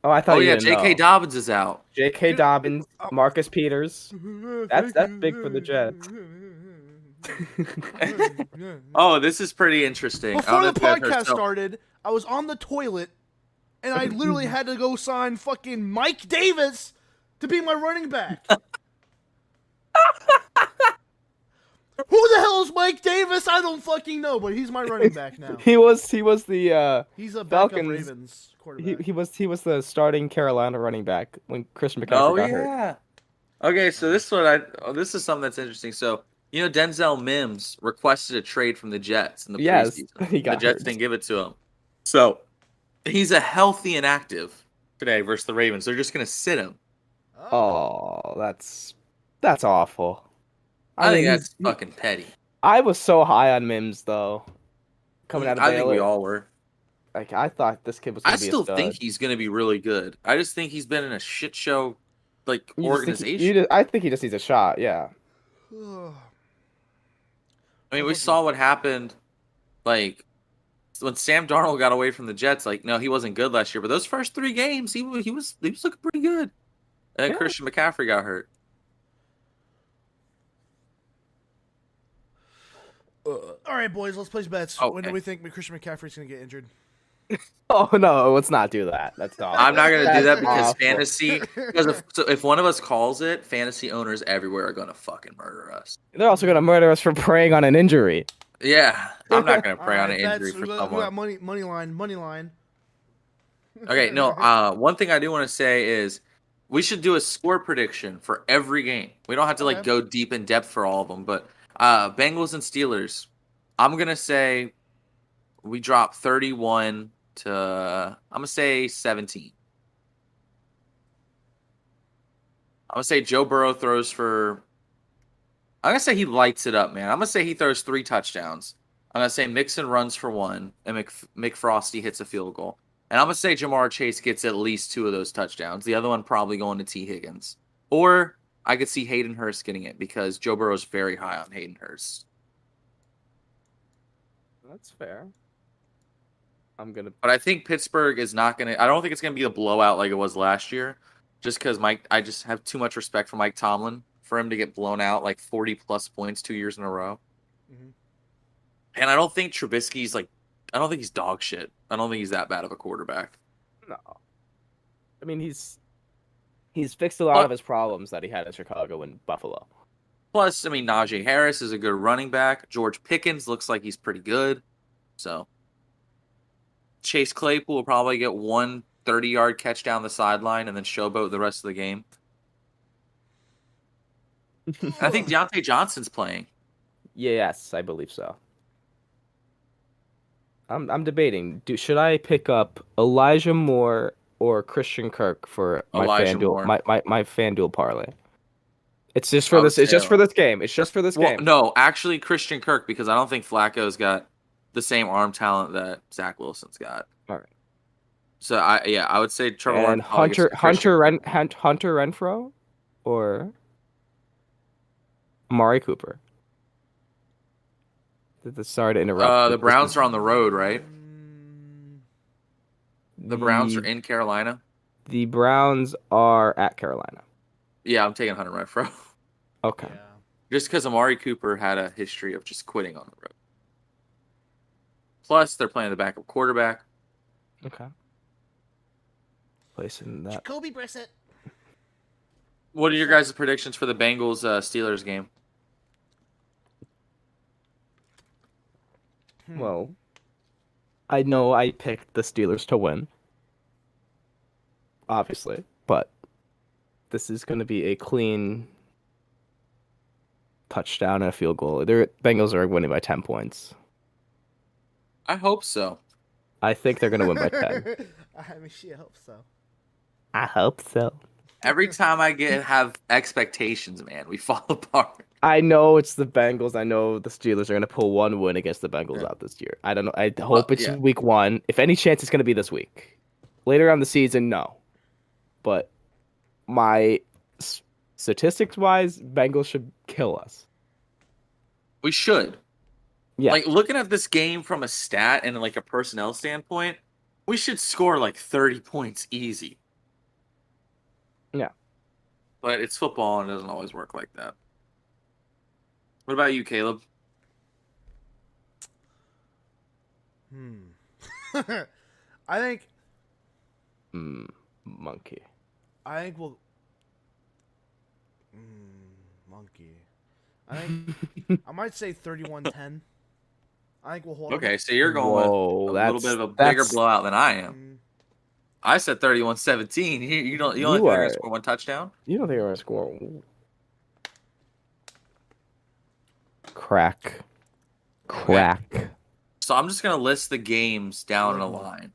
Speaker 4: Oh, I thought
Speaker 2: Oh,
Speaker 4: you
Speaker 2: yeah.
Speaker 4: didn't know.
Speaker 2: J.K. Dobbins is out.
Speaker 4: J.K. Dobbins,
Speaker 3: Oh.
Speaker 4: Marcus Peters.
Speaker 3: That's
Speaker 4: that's big for the Jets.
Speaker 2: Oh, this is pretty interesting. I don't
Speaker 3: Before
Speaker 2: know if
Speaker 3: the
Speaker 2: you guys heard-
Speaker 3: podcast
Speaker 2: so-
Speaker 3: started, I was on the toilet, and I literally had to go sign fucking Mike Davis to be my running back. Who the hell is Mike Davis? I don't fucking know, but he's my running back now.
Speaker 4: He was he was the uh
Speaker 3: He's a backup
Speaker 4: Falcons.
Speaker 3: Ravens
Speaker 4: he,
Speaker 3: quarterback.
Speaker 4: he was he was the starting Carolina running back when Christian McCaffrey
Speaker 2: Oh,
Speaker 4: got hurt.
Speaker 2: yeah. Okay. So, this one, I, oh, this is something that's interesting. So, you know, Denzel Mims requested a trade from the Jets in the
Speaker 4: Yes,
Speaker 2: preseason.
Speaker 4: he got
Speaker 2: the Jets
Speaker 4: hurt.
Speaker 2: didn't give it to him. So he's a healthy inactive today versus the Ravens. They're just going to sit him.
Speaker 4: Oh, that's that's awful.
Speaker 2: I, think
Speaker 4: mean,
Speaker 2: that's
Speaker 4: he's-
Speaker 2: fucking petty.
Speaker 4: I was so high on Mims though, coming out of
Speaker 2: Mm, I think we
Speaker 4: Baylor.
Speaker 2: all were.
Speaker 4: Like I thought this kid was. Gonna
Speaker 2: I
Speaker 4: be
Speaker 2: still
Speaker 4: a stud.
Speaker 2: think he's going to be really good. I just think he's been in a shit show, like
Speaker 4: You just think he-
Speaker 2: organization.
Speaker 4: you just- I think he just needs a shot. Yeah.
Speaker 3: Oh.
Speaker 2: I mean, we saw what happened, like when Sam Darnold got away from the Jets. Like, no, he wasn't good last year, but those first three games, he wa- he was he was looking pretty good. And then
Speaker 4: Yeah.
Speaker 2: Christian McCaffrey got hurt.
Speaker 3: all right, boys, let's place bets.
Speaker 2: Oh,
Speaker 3: when do
Speaker 2: okay.
Speaker 3: we think Christian McCaffrey's gonna get injured?
Speaker 4: Oh no, let's not do that. That's not.
Speaker 2: I'm not gonna do that
Speaker 4: That's
Speaker 2: because
Speaker 4: awful.
Speaker 2: fantasy. Because if so if one of us calls it, fantasy owners everywhere are gonna fucking murder us.
Speaker 4: They're also gonna murder us for preying on an injury.
Speaker 2: Yeah, I'm not gonna
Speaker 3: All
Speaker 2: prey on
Speaker 3: right,
Speaker 2: an injury
Speaker 3: bets.
Speaker 2: for
Speaker 3: we got, we
Speaker 2: someone.
Speaker 3: got money, money line, money line.
Speaker 2: Okay, no. Uh, one thing I do want to say is we should do a score prediction for every game. We don't have to like
Speaker 3: Okay.
Speaker 2: go deep in depth for all of them, but uh, Bengals and Steelers. I'm gonna say we drop 31 to. I'm gonna say 17. I'm gonna say Joe Burrow throws for I'm gonna say he lights it up, man. I'm gonna say he throws three touchdowns. I'm gonna say Mixon runs for one, and Mc, McFrosty hits a field goal. And I'm gonna say Jamar Chase gets at least two of those touchdowns. The other one probably going to T. Higgins, or I could see Hayden Hurst getting it because Joe Burrow's very high on Hayden Hurst.
Speaker 4: That's fair. I'm gonna.
Speaker 2: But I think Pittsburgh is not gonna. I don't think it's gonna be a blowout like it was last year, just because Mike. I just have too much respect for Mike Tomlin for him to get blown out like 40 plus points two years in a row.
Speaker 1: Mhm.
Speaker 2: And I don't think Trubisky's like. I don't think he's dog shit. I don't think he's that bad of a quarterback.
Speaker 4: I mean, he's he's fixed a lot
Speaker 2: But-
Speaker 4: of his problems that he had in Chicago and Buffalo.
Speaker 2: Plus, I mean, Najee Harris is a good running back. George Pickens looks like he's pretty good. So, Chase Claypool will probably get one 30 yard catch down the sideline and then showboat the rest of the game. And I think Deontay Johnson's playing.
Speaker 4: Yes, I believe so. I'm I'm debating. Do should I pick up Elijah Moore or Christian Kirk for my
Speaker 2: Elijah Moore.
Speaker 4: FanDuel my, my, my FanDuel parlay? It's just for
Speaker 2: I would
Speaker 4: this it's
Speaker 2: say
Speaker 4: just for this game. It's just for this
Speaker 2: Well,
Speaker 4: game.
Speaker 2: no, actually, Christian Kirk, because I don't think Flacco's got the same arm talent that Zach Wilson's got.
Speaker 4: All right.
Speaker 2: So, I yeah, I would say Trevor Lawrence
Speaker 4: and
Speaker 2: probably gets
Speaker 4: Hunter
Speaker 2: Christian
Speaker 4: Hunter Ren, Hunt, Hunter Renfro or Amari Cooper. Th- th- Sorry to interrupt.
Speaker 2: Uh,
Speaker 4: but
Speaker 2: the
Speaker 4: this
Speaker 2: Browns
Speaker 4: is-
Speaker 2: are on the road, right?
Speaker 1: Mm,
Speaker 2: The Browns are
Speaker 4: the-
Speaker 2: in Carolina.
Speaker 4: The Browns are at Carolina.
Speaker 2: Yeah, I'm taking Hunter Renfro.
Speaker 4: Okay.
Speaker 1: yeah.
Speaker 2: Just because Amari Cooper had a history of just quitting on the road. Plus, they're playing the backup quarterback.
Speaker 4: Okay. Placing that.
Speaker 1: Jacoby Brissett.
Speaker 2: What are your guys' predictions for the Bengals uh, Steelers game?
Speaker 1: Hmm.
Speaker 4: Well, I know I picked the Steelers to win. Obviously, but this is going to be a clean touchdown and a field goal. The Bengals are winning by 10 points.
Speaker 2: I hope so.
Speaker 4: I think they're going to win by 10.
Speaker 1: I mean, she hopes so.
Speaker 4: I hope so.
Speaker 2: Every time I get have expectations, man, we fall apart.
Speaker 4: I know it's the Bengals. I know the Steelers are going to pull one win against the Bengals
Speaker 2: Yeah.
Speaker 4: out this year. I don't know. I hope
Speaker 2: Well,
Speaker 4: it's
Speaker 2: yeah.
Speaker 4: week one. If any chance, it's going to be this week. Later on the season, no. But my s- statistics wise, Bengals should kill us.
Speaker 2: We should.
Speaker 4: Yeah.
Speaker 2: Like looking at this game from a stat and like a personnel standpoint, we should score like 30 points easy.
Speaker 4: Yeah.
Speaker 2: But it's football and it doesn't always work like that. What about you, Caleb?
Speaker 1: Hmm. I think
Speaker 4: Mm, monkey.
Speaker 1: I think we'll. Mm, monkey. I think I might say 31-10. I think we'll hold. 'em.
Speaker 2: Okay, so you're going with
Speaker 4: Whoa,
Speaker 2: a
Speaker 4: that's,
Speaker 2: little bit of a bigger
Speaker 4: that's-
Speaker 2: blowout than I am.
Speaker 1: Mm,
Speaker 2: I said 31-17. You, you don't. You only think
Speaker 4: You
Speaker 2: they're gonna
Speaker 4: are-
Speaker 2: score one touchdown?
Speaker 4: You don't think I'm going to score? Crack. Crack.
Speaker 2: So I'm just gonna list the games down in a
Speaker 1: Mhm.
Speaker 2: line.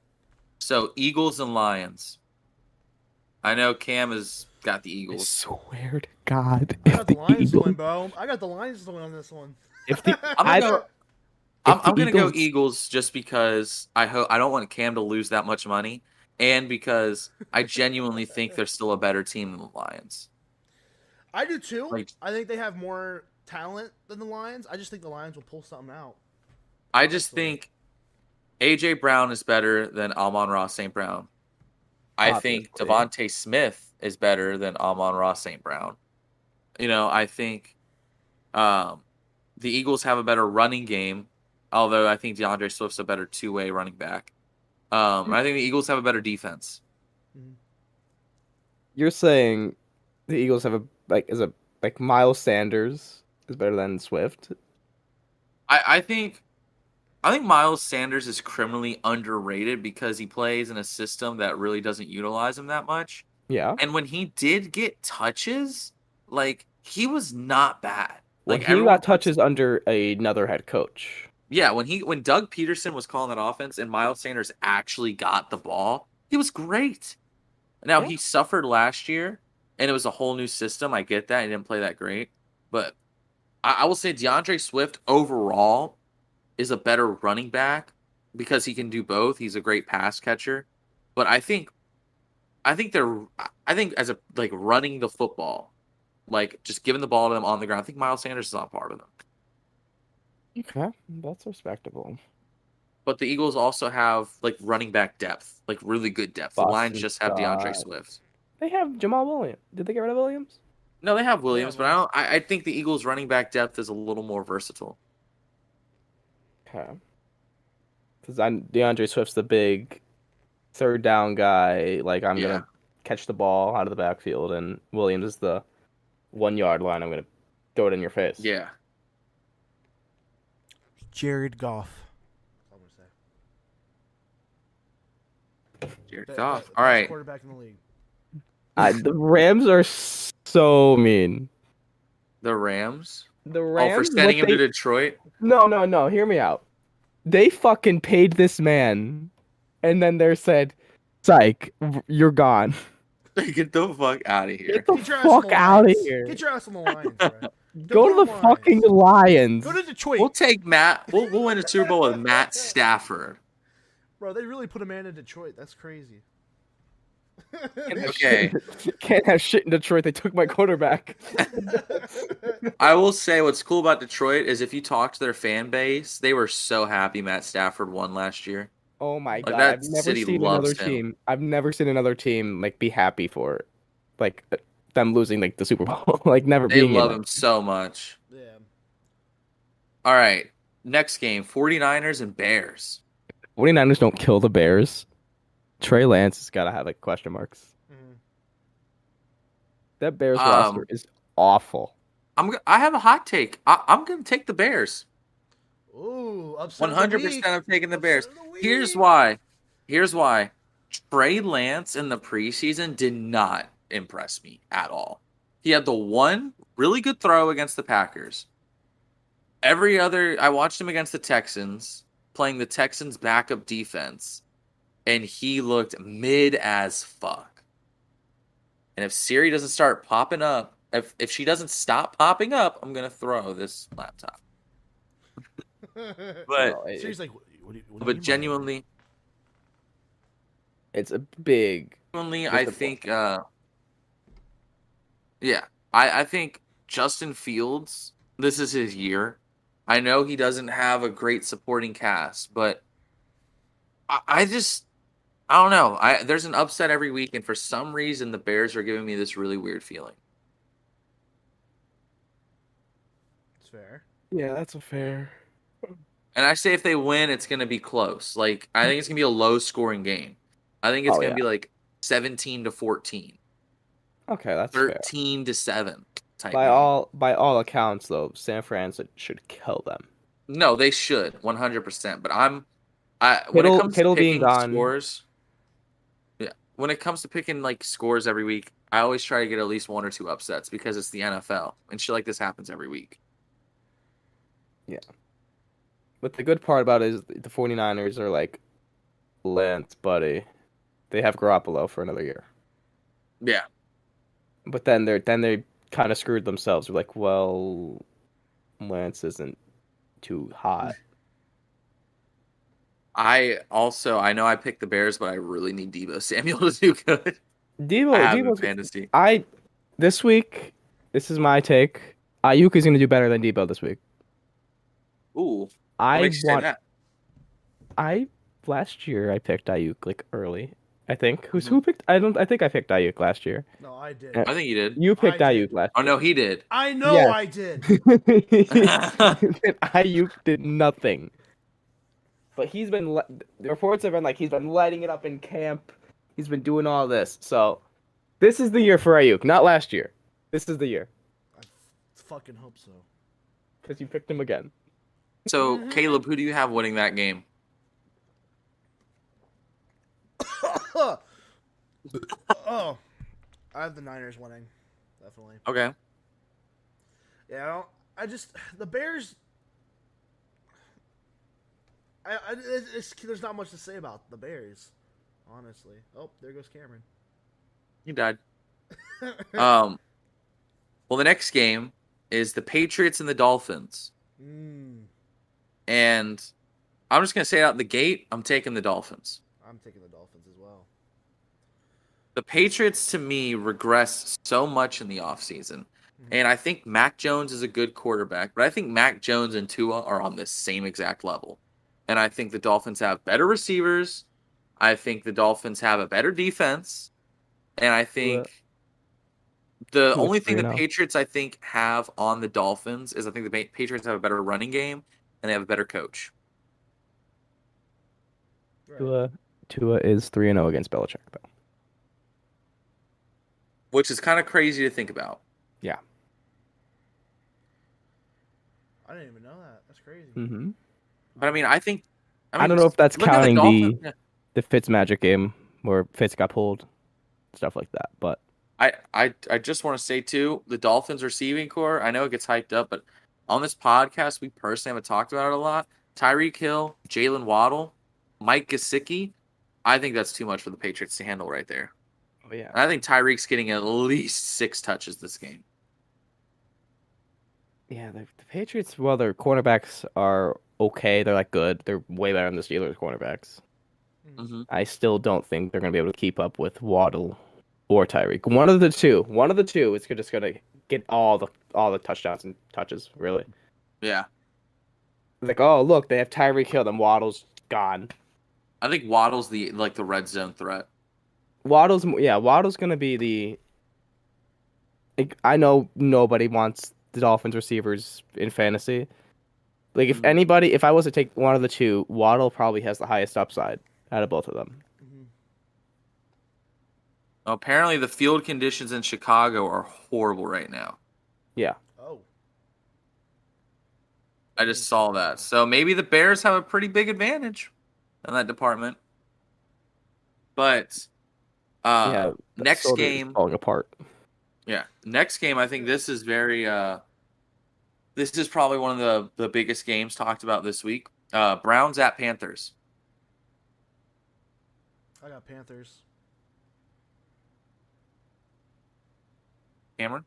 Speaker 2: So Eagles and Lions. I know Cam has got the
Speaker 4: I
Speaker 2: Eagles.
Speaker 4: swear to God.
Speaker 1: I
Speaker 4: if
Speaker 1: got the Lions to
Speaker 4: Eagles-
Speaker 1: win, bro. I got the Lions to win on this one.
Speaker 4: If the
Speaker 2: I'm gonna
Speaker 4: I-
Speaker 2: go.
Speaker 1: If
Speaker 2: I'm,
Speaker 4: the
Speaker 2: I'm gonna
Speaker 4: Eagles-
Speaker 2: go Eagles just because I hope I don't want Cam to lose that much money, and because I genuinely think they're still a better team than the Lions.
Speaker 1: I do too.
Speaker 2: Like-
Speaker 1: I think they have more talent than the Lions. I just think the Lions will pull something out.
Speaker 2: I just
Speaker 1: Absolutely.
Speaker 2: think AJ Brown is better than Amon Ross St. Brown. I think
Speaker 4: Obviously.
Speaker 2: Devontae Smith is better than Amon Ross St. Brown. You know, I think um, the Eagles have a better running game, although I think DeAndre Swift's a better two way running back. Um, and I think the Eagles have a better defense.
Speaker 4: You're saying the Eagles have a like is a like Miles Sanders is better than Swift.
Speaker 2: I, I think I think Miles Sanders is criminally underrated because he plays in a system that really doesn't utilize him that much.
Speaker 4: Yeah.
Speaker 2: And when he did get touches, like he was not bad.
Speaker 4: Like
Speaker 2: Like
Speaker 4: he
Speaker 2: everyone-
Speaker 4: got touches under another head coach.
Speaker 2: Yeah, when he when Doug Peterson was calling that offense and Miles Sanders actually got the ball, he was great. Now
Speaker 1: Yeah.
Speaker 2: he suffered last year and it was a whole new system. I get that. He didn't play that great, but I, I will say DeAndre Swift overall is a better running back because he can do both. He's a great pass catcher, but I think, I think they're, I think as a like running the football, like just giving the ball to them on the ground. I think Miles Sanders is on par with them.
Speaker 4: Okay, that's respectable.
Speaker 2: But the Eagles also have like running back depth, like really good depth. the Lions
Speaker 4: Boston
Speaker 2: just have DeAndre
Speaker 4: Scott.
Speaker 2: Swift.
Speaker 4: They have Jamal Williams. Did they get rid of Williams?
Speaker 2: No, they have Williams,
Speaker 1: Yeah,
Speaker 2: but I don't. I, I think the Eagles' running back depth is a little more versatile.
Speaker 4: Okay. Because I'm DeAndre Swift's the big third down guy. Like I'm
Speaker 2: Yeah.
Speaker 4: gonna catch the ball out of the backfield, and Williams is the one yard line. I'm gonna throw it in your face.
Speaker 2: Yeah,
Speaker 3: Jared Goff.
Speaker 1: That's all I'm gonna say.
Speaker 2: Jared
Speaker 1: That-
Speaker 2: Goff.
Speaker 1: that-
Speaker 2: All
Speaker 1: best
Speaker 2: right,
Speaker 1: Quarterback in the league.
Speaker 4: I, the Rams are so mean.
Speaker 2: the Rams.
Speaker 4: The
Speaker 2: oh, for
Speaker 4: Rams.
Speaker 2: sending him
Speaker 4: what they-
Speaker 2: to Detroit.
Speaker 4: No, no, no. Hear me out. They fucking paid this man, and then they said, "Psych, you're gone.
Speaker 2: Get the fuck out of here.
Speaker 4: Get the
Speaker 1: Get your ass on
Speaker 4: fuck
Speaker 1: the
Speaker 4: out of
Speaker 1: Lions.
Speaker 4: here.
Speaker 1: Get your ass on the Lions, bro.
Speaker 4: Go to the
Speaker 1: Lions.
Speaker 4: fucking Lions."
Speaker 1: Go to Detroit,
Speaker 2: We'll take Matt. We'll we'll win a Super Bowl with Matt Stafford.
Speaker 1: bro. They really put a man in Detroit. That's crazy.
Speaker 2: Okay,
Speaker 4: Can't have shit in Detroit. They took my quarterback.
Speaker 2: I will say what's cool about Detroit is if you talk to their fan base, they were so happy Matt Stafford won last year.
Speaker 4: Oh my
Speaker 2: Like,
Speaker 4: god!
Speaker 2: that
Speaker 4: I've never
Speaker 2: city
Speaker 4: seen
Speaker 2: loves
Speaker 4: another
Speaker 2: him.
Speaker 4: team. I've never seen another team like be happy for, it. like uh, them losing like the Super Bowl. like never
Speaker 2: They
Speaker 4: being in
Speaker 2: love
Speaker 4: it.
Speaker 2: him so much.
Speaker 1: yeah.
Speaker 2: All right, next game: 49ers and Bears.
Speaker 4: 49ers don't kill the Bears. Trey Lance has got to have like question marks.
Speaker 1: Mhm.
Speaker 4: That Bears
Speaker 2: Um,
Speaker 4: roster is awful.
Speaker 2: I'm go- I have a hot take. I- I'm gonna take the Bears.
Speaker 1: Ooh, upset.
Speaker 2: One
Speaker 1: of
Speaker 2: hundred
Speaker 1: week.
Speaker 2: percent. I'm taking the
Speaker 1: Upset
Speaker 2: Bears.
Speaker 1: of the
Speaker 2: Here's
Speaker 1: week.
Speaker 2: why. Here's why. Trey Lance in the preseason did not impress me at all. He had the one really good throw against the Packers. Every other, I watched him against the Texans playing the Texans backup defense, and he looked mid as fuck. And if Siri doesn't start popping up, if if she doesn't stop popping up, I'm gonna throw this laptop. But
Speaker 4: No, it-
Speaker 1: Siri's like, what, do you- what do you mean by
Speaker 2: but
Speaker 1: that?
Speaker 2: genuinely,
Speaker 4: it's a big.
Speaker 2: Only
Speaker 4: Just
Speaker 2: I
Speaker 4: a book.
Speaker 2: think, uh, yeah, I, I think Justin Fields, this is his year. I know he doesn't have a great supporting cast, but I, I just, I don't know. I there's an upset every week, and for some reason, the Bears are giving me this really weird feeling.
Speaker 1: It's fair.
Speaker 4: Yeah, that's a fair.
Speaker 2: And I say if they win, it's going to be close. Like I think it's going to be a low scoring game. I think it's
Speaker 4: Oh,
Speaker 2: going to
Speaker 4: yeah.
Speaker 2: be like 17 to 14,
Speaker 4: Okay, that's fair.
Speaker 2: 13 to 7 type.
Speaker 4: By
Speaker 2: game.
Speaker 4: all by all accounts, though, San Fran should kill them.
Speaker 2: No, they should 100%. But I'm, I when
Speaker 4: Kittle-
Speaker 2: it comes
Speaker 4: Kittle
Speaker 2: to picking
Speaker 4: being gone.
Speaker 2: scores, yeah, when it comes to picking like scores every week, I always try to get at least one or two upsets because it's the NFL and shit like this happens every week.
Speaker 4: But the good part about it is the 49ers are like, Lance, buddy, they have Garoppolo for another year.
Speaker 2: Yeah,
Speaker 4: But then they're then they kind of screwed themselves. They're like, well, Lance isn't too hot.
Speaker 2: I also I know I picked the Bears, but I really need Debo Samuel to do good.
Speaker 4: Debo,
Speaker 2: I have him in
Speaker 4: Debo's,
Speaker 2: fantasy.
Speaker 4: I this week, this is my take. Ayuk is going to do better than Debo this week.
Speaker 2: Ooh, what
Speaker 4: I
Speaker 2: makes you say
Speaker 4: want.
Speaker 2: that?
Speaker 4: I last year I picked Ayuk like early. I think who's who picked? I don't. I think I picked Ayuk last year.
Speaker 1: No, I did.
Speaker 4: Uh,
Speaker 2: I think you did.
Speaker 4: You picked
Speaker 1: I
Speaker 4: Ayuk
Speaker 1: did.
Speaker 4: last.
Speaker 2: Oh no, he did.
Speaker 1: I know
Speaker 4: Yes.
Speaker 1: I did.
Speaker 4: and Ayuk did nothing. But he's been le- the reports have been like he's been lighting it up in camp. He's been doing all this. So this is the year for Ayuk, not last year. This is the year
Speaker 1: I fucking hope so.
Speaker 4: because you picked him again.
Speaker 2: So
Speaker 1: Mhm.
Speaker 2: Caleb, who do you have winning that game?
Speaker 1: oh, I have the Niners winning, definitely.
Speaker 2: Okay,
Speaker 1: Yeah, I, don't, I just the Bears. I, I it's, it's- there's not much to say about the Bears, honestly. Oh, there goes Cameron.
Speaker 2: Uh. he died. Um, well, the next game is the Patriots and the Dolphins.
Speaker 3: Mm,
Speaker 2: And I'm just gonna say out the gate, I'm taking the Dolphins.
Speaker 3: I'm taking the Dolphins as well.
Speaker 2: The Patriots to me regress so much in the offseason.
Speaker 4: Mm-hmm.
Speaker 2: And I think Mac Jones is a good quarterback, but I think Mac Jones and Tua are on the same exact level. And I think the Dolphins have better receivers. I think the Dolphins have a better defense. And I think the
Speaker 4: That's
Speaker 2: only thing
Speaker 4: fair
Speaker 2: the
Speaker 4: enough.
Speaker 2: Patriots I think have on the Dolphins is I think the Pa- Patriots have a better running game and they have a better coach.
Speaker 3: Right.
Speaker 4: Tua, Tua is 3 0 against Belichick, though.
Speaker 2: which is kind of crazy to think about.
Speaker 3: I didn't even know that. That's crazy.
Speaker 4: Mm-hmm.
Speaker 2: But I mean, I think
Speaker 4: I don't know if that's
Speaker 2: look at
Speaker 4: counting the-
Speaker 2: Dolphins. Yeah.
Speaker 4: The Fitz Magic game where Fitz got pulled, stuff like that. But
Speaker 2: I I I just want to say too, the Dolphins receiving core. I know it gets hyped up, but on this podcast, we personally haven't talked about it a lot. Tyreek Hill, Jalen Waddle, Mike Gesicki. I think that's too much for the Patriots to handle right there.
Speaker 4: oh, yeah.
Speaker 2: And I think Tyreek's getting at least six touches this game.
Speaker 4: Yeah, the, the Patriots, well, their cornerbacks are okay. They're like good. They're way better than the Steelers' cornerbacks.
Speaker 2: Mhm.
Speaker 4: I still don't think they're going to be able to keep up with Waddle or Tyreek. One of the two. One of the two is just going to get all the all the touchdowns and touches. Really,
Speaker 2: Yeah,
Speaker 4: like oh look, they have Tyreek Hill, then Waddle's gone.
Speaker 2: I think Waddle's the like the red zone threat.
Speaker 4: Waddle's mo- yeah, Waddle's going to be the. Like, I know nobody wants the Dolphins receivers in fantasy. Like if
Speaker 2: Mhm.
Speaker 4: anybody, if I was to take one of the two, Waddle probably has the highest upside out of both of them.
Speaker 3: Mhm.
Speaker 2: Apparently, the field conditions in Chicago are horrible right now.
Speaker 3: Oh,
Speaker 2: I just saw that. So maybe the Bears have a pretty big advantage in that department. But uh
Speaker 4: yeah, the
Speaker 2: next
Speaker 4: shoulder is
Speaker 2: game-
Speaker 4: falling apart.
Speaker 2: yeah, next game I think this is very uh this is probably one of the the biggest games talked about this week. Uh Browns at Panthers.
Speaker 3: I got Panthers.
Speaker 2: Cameron?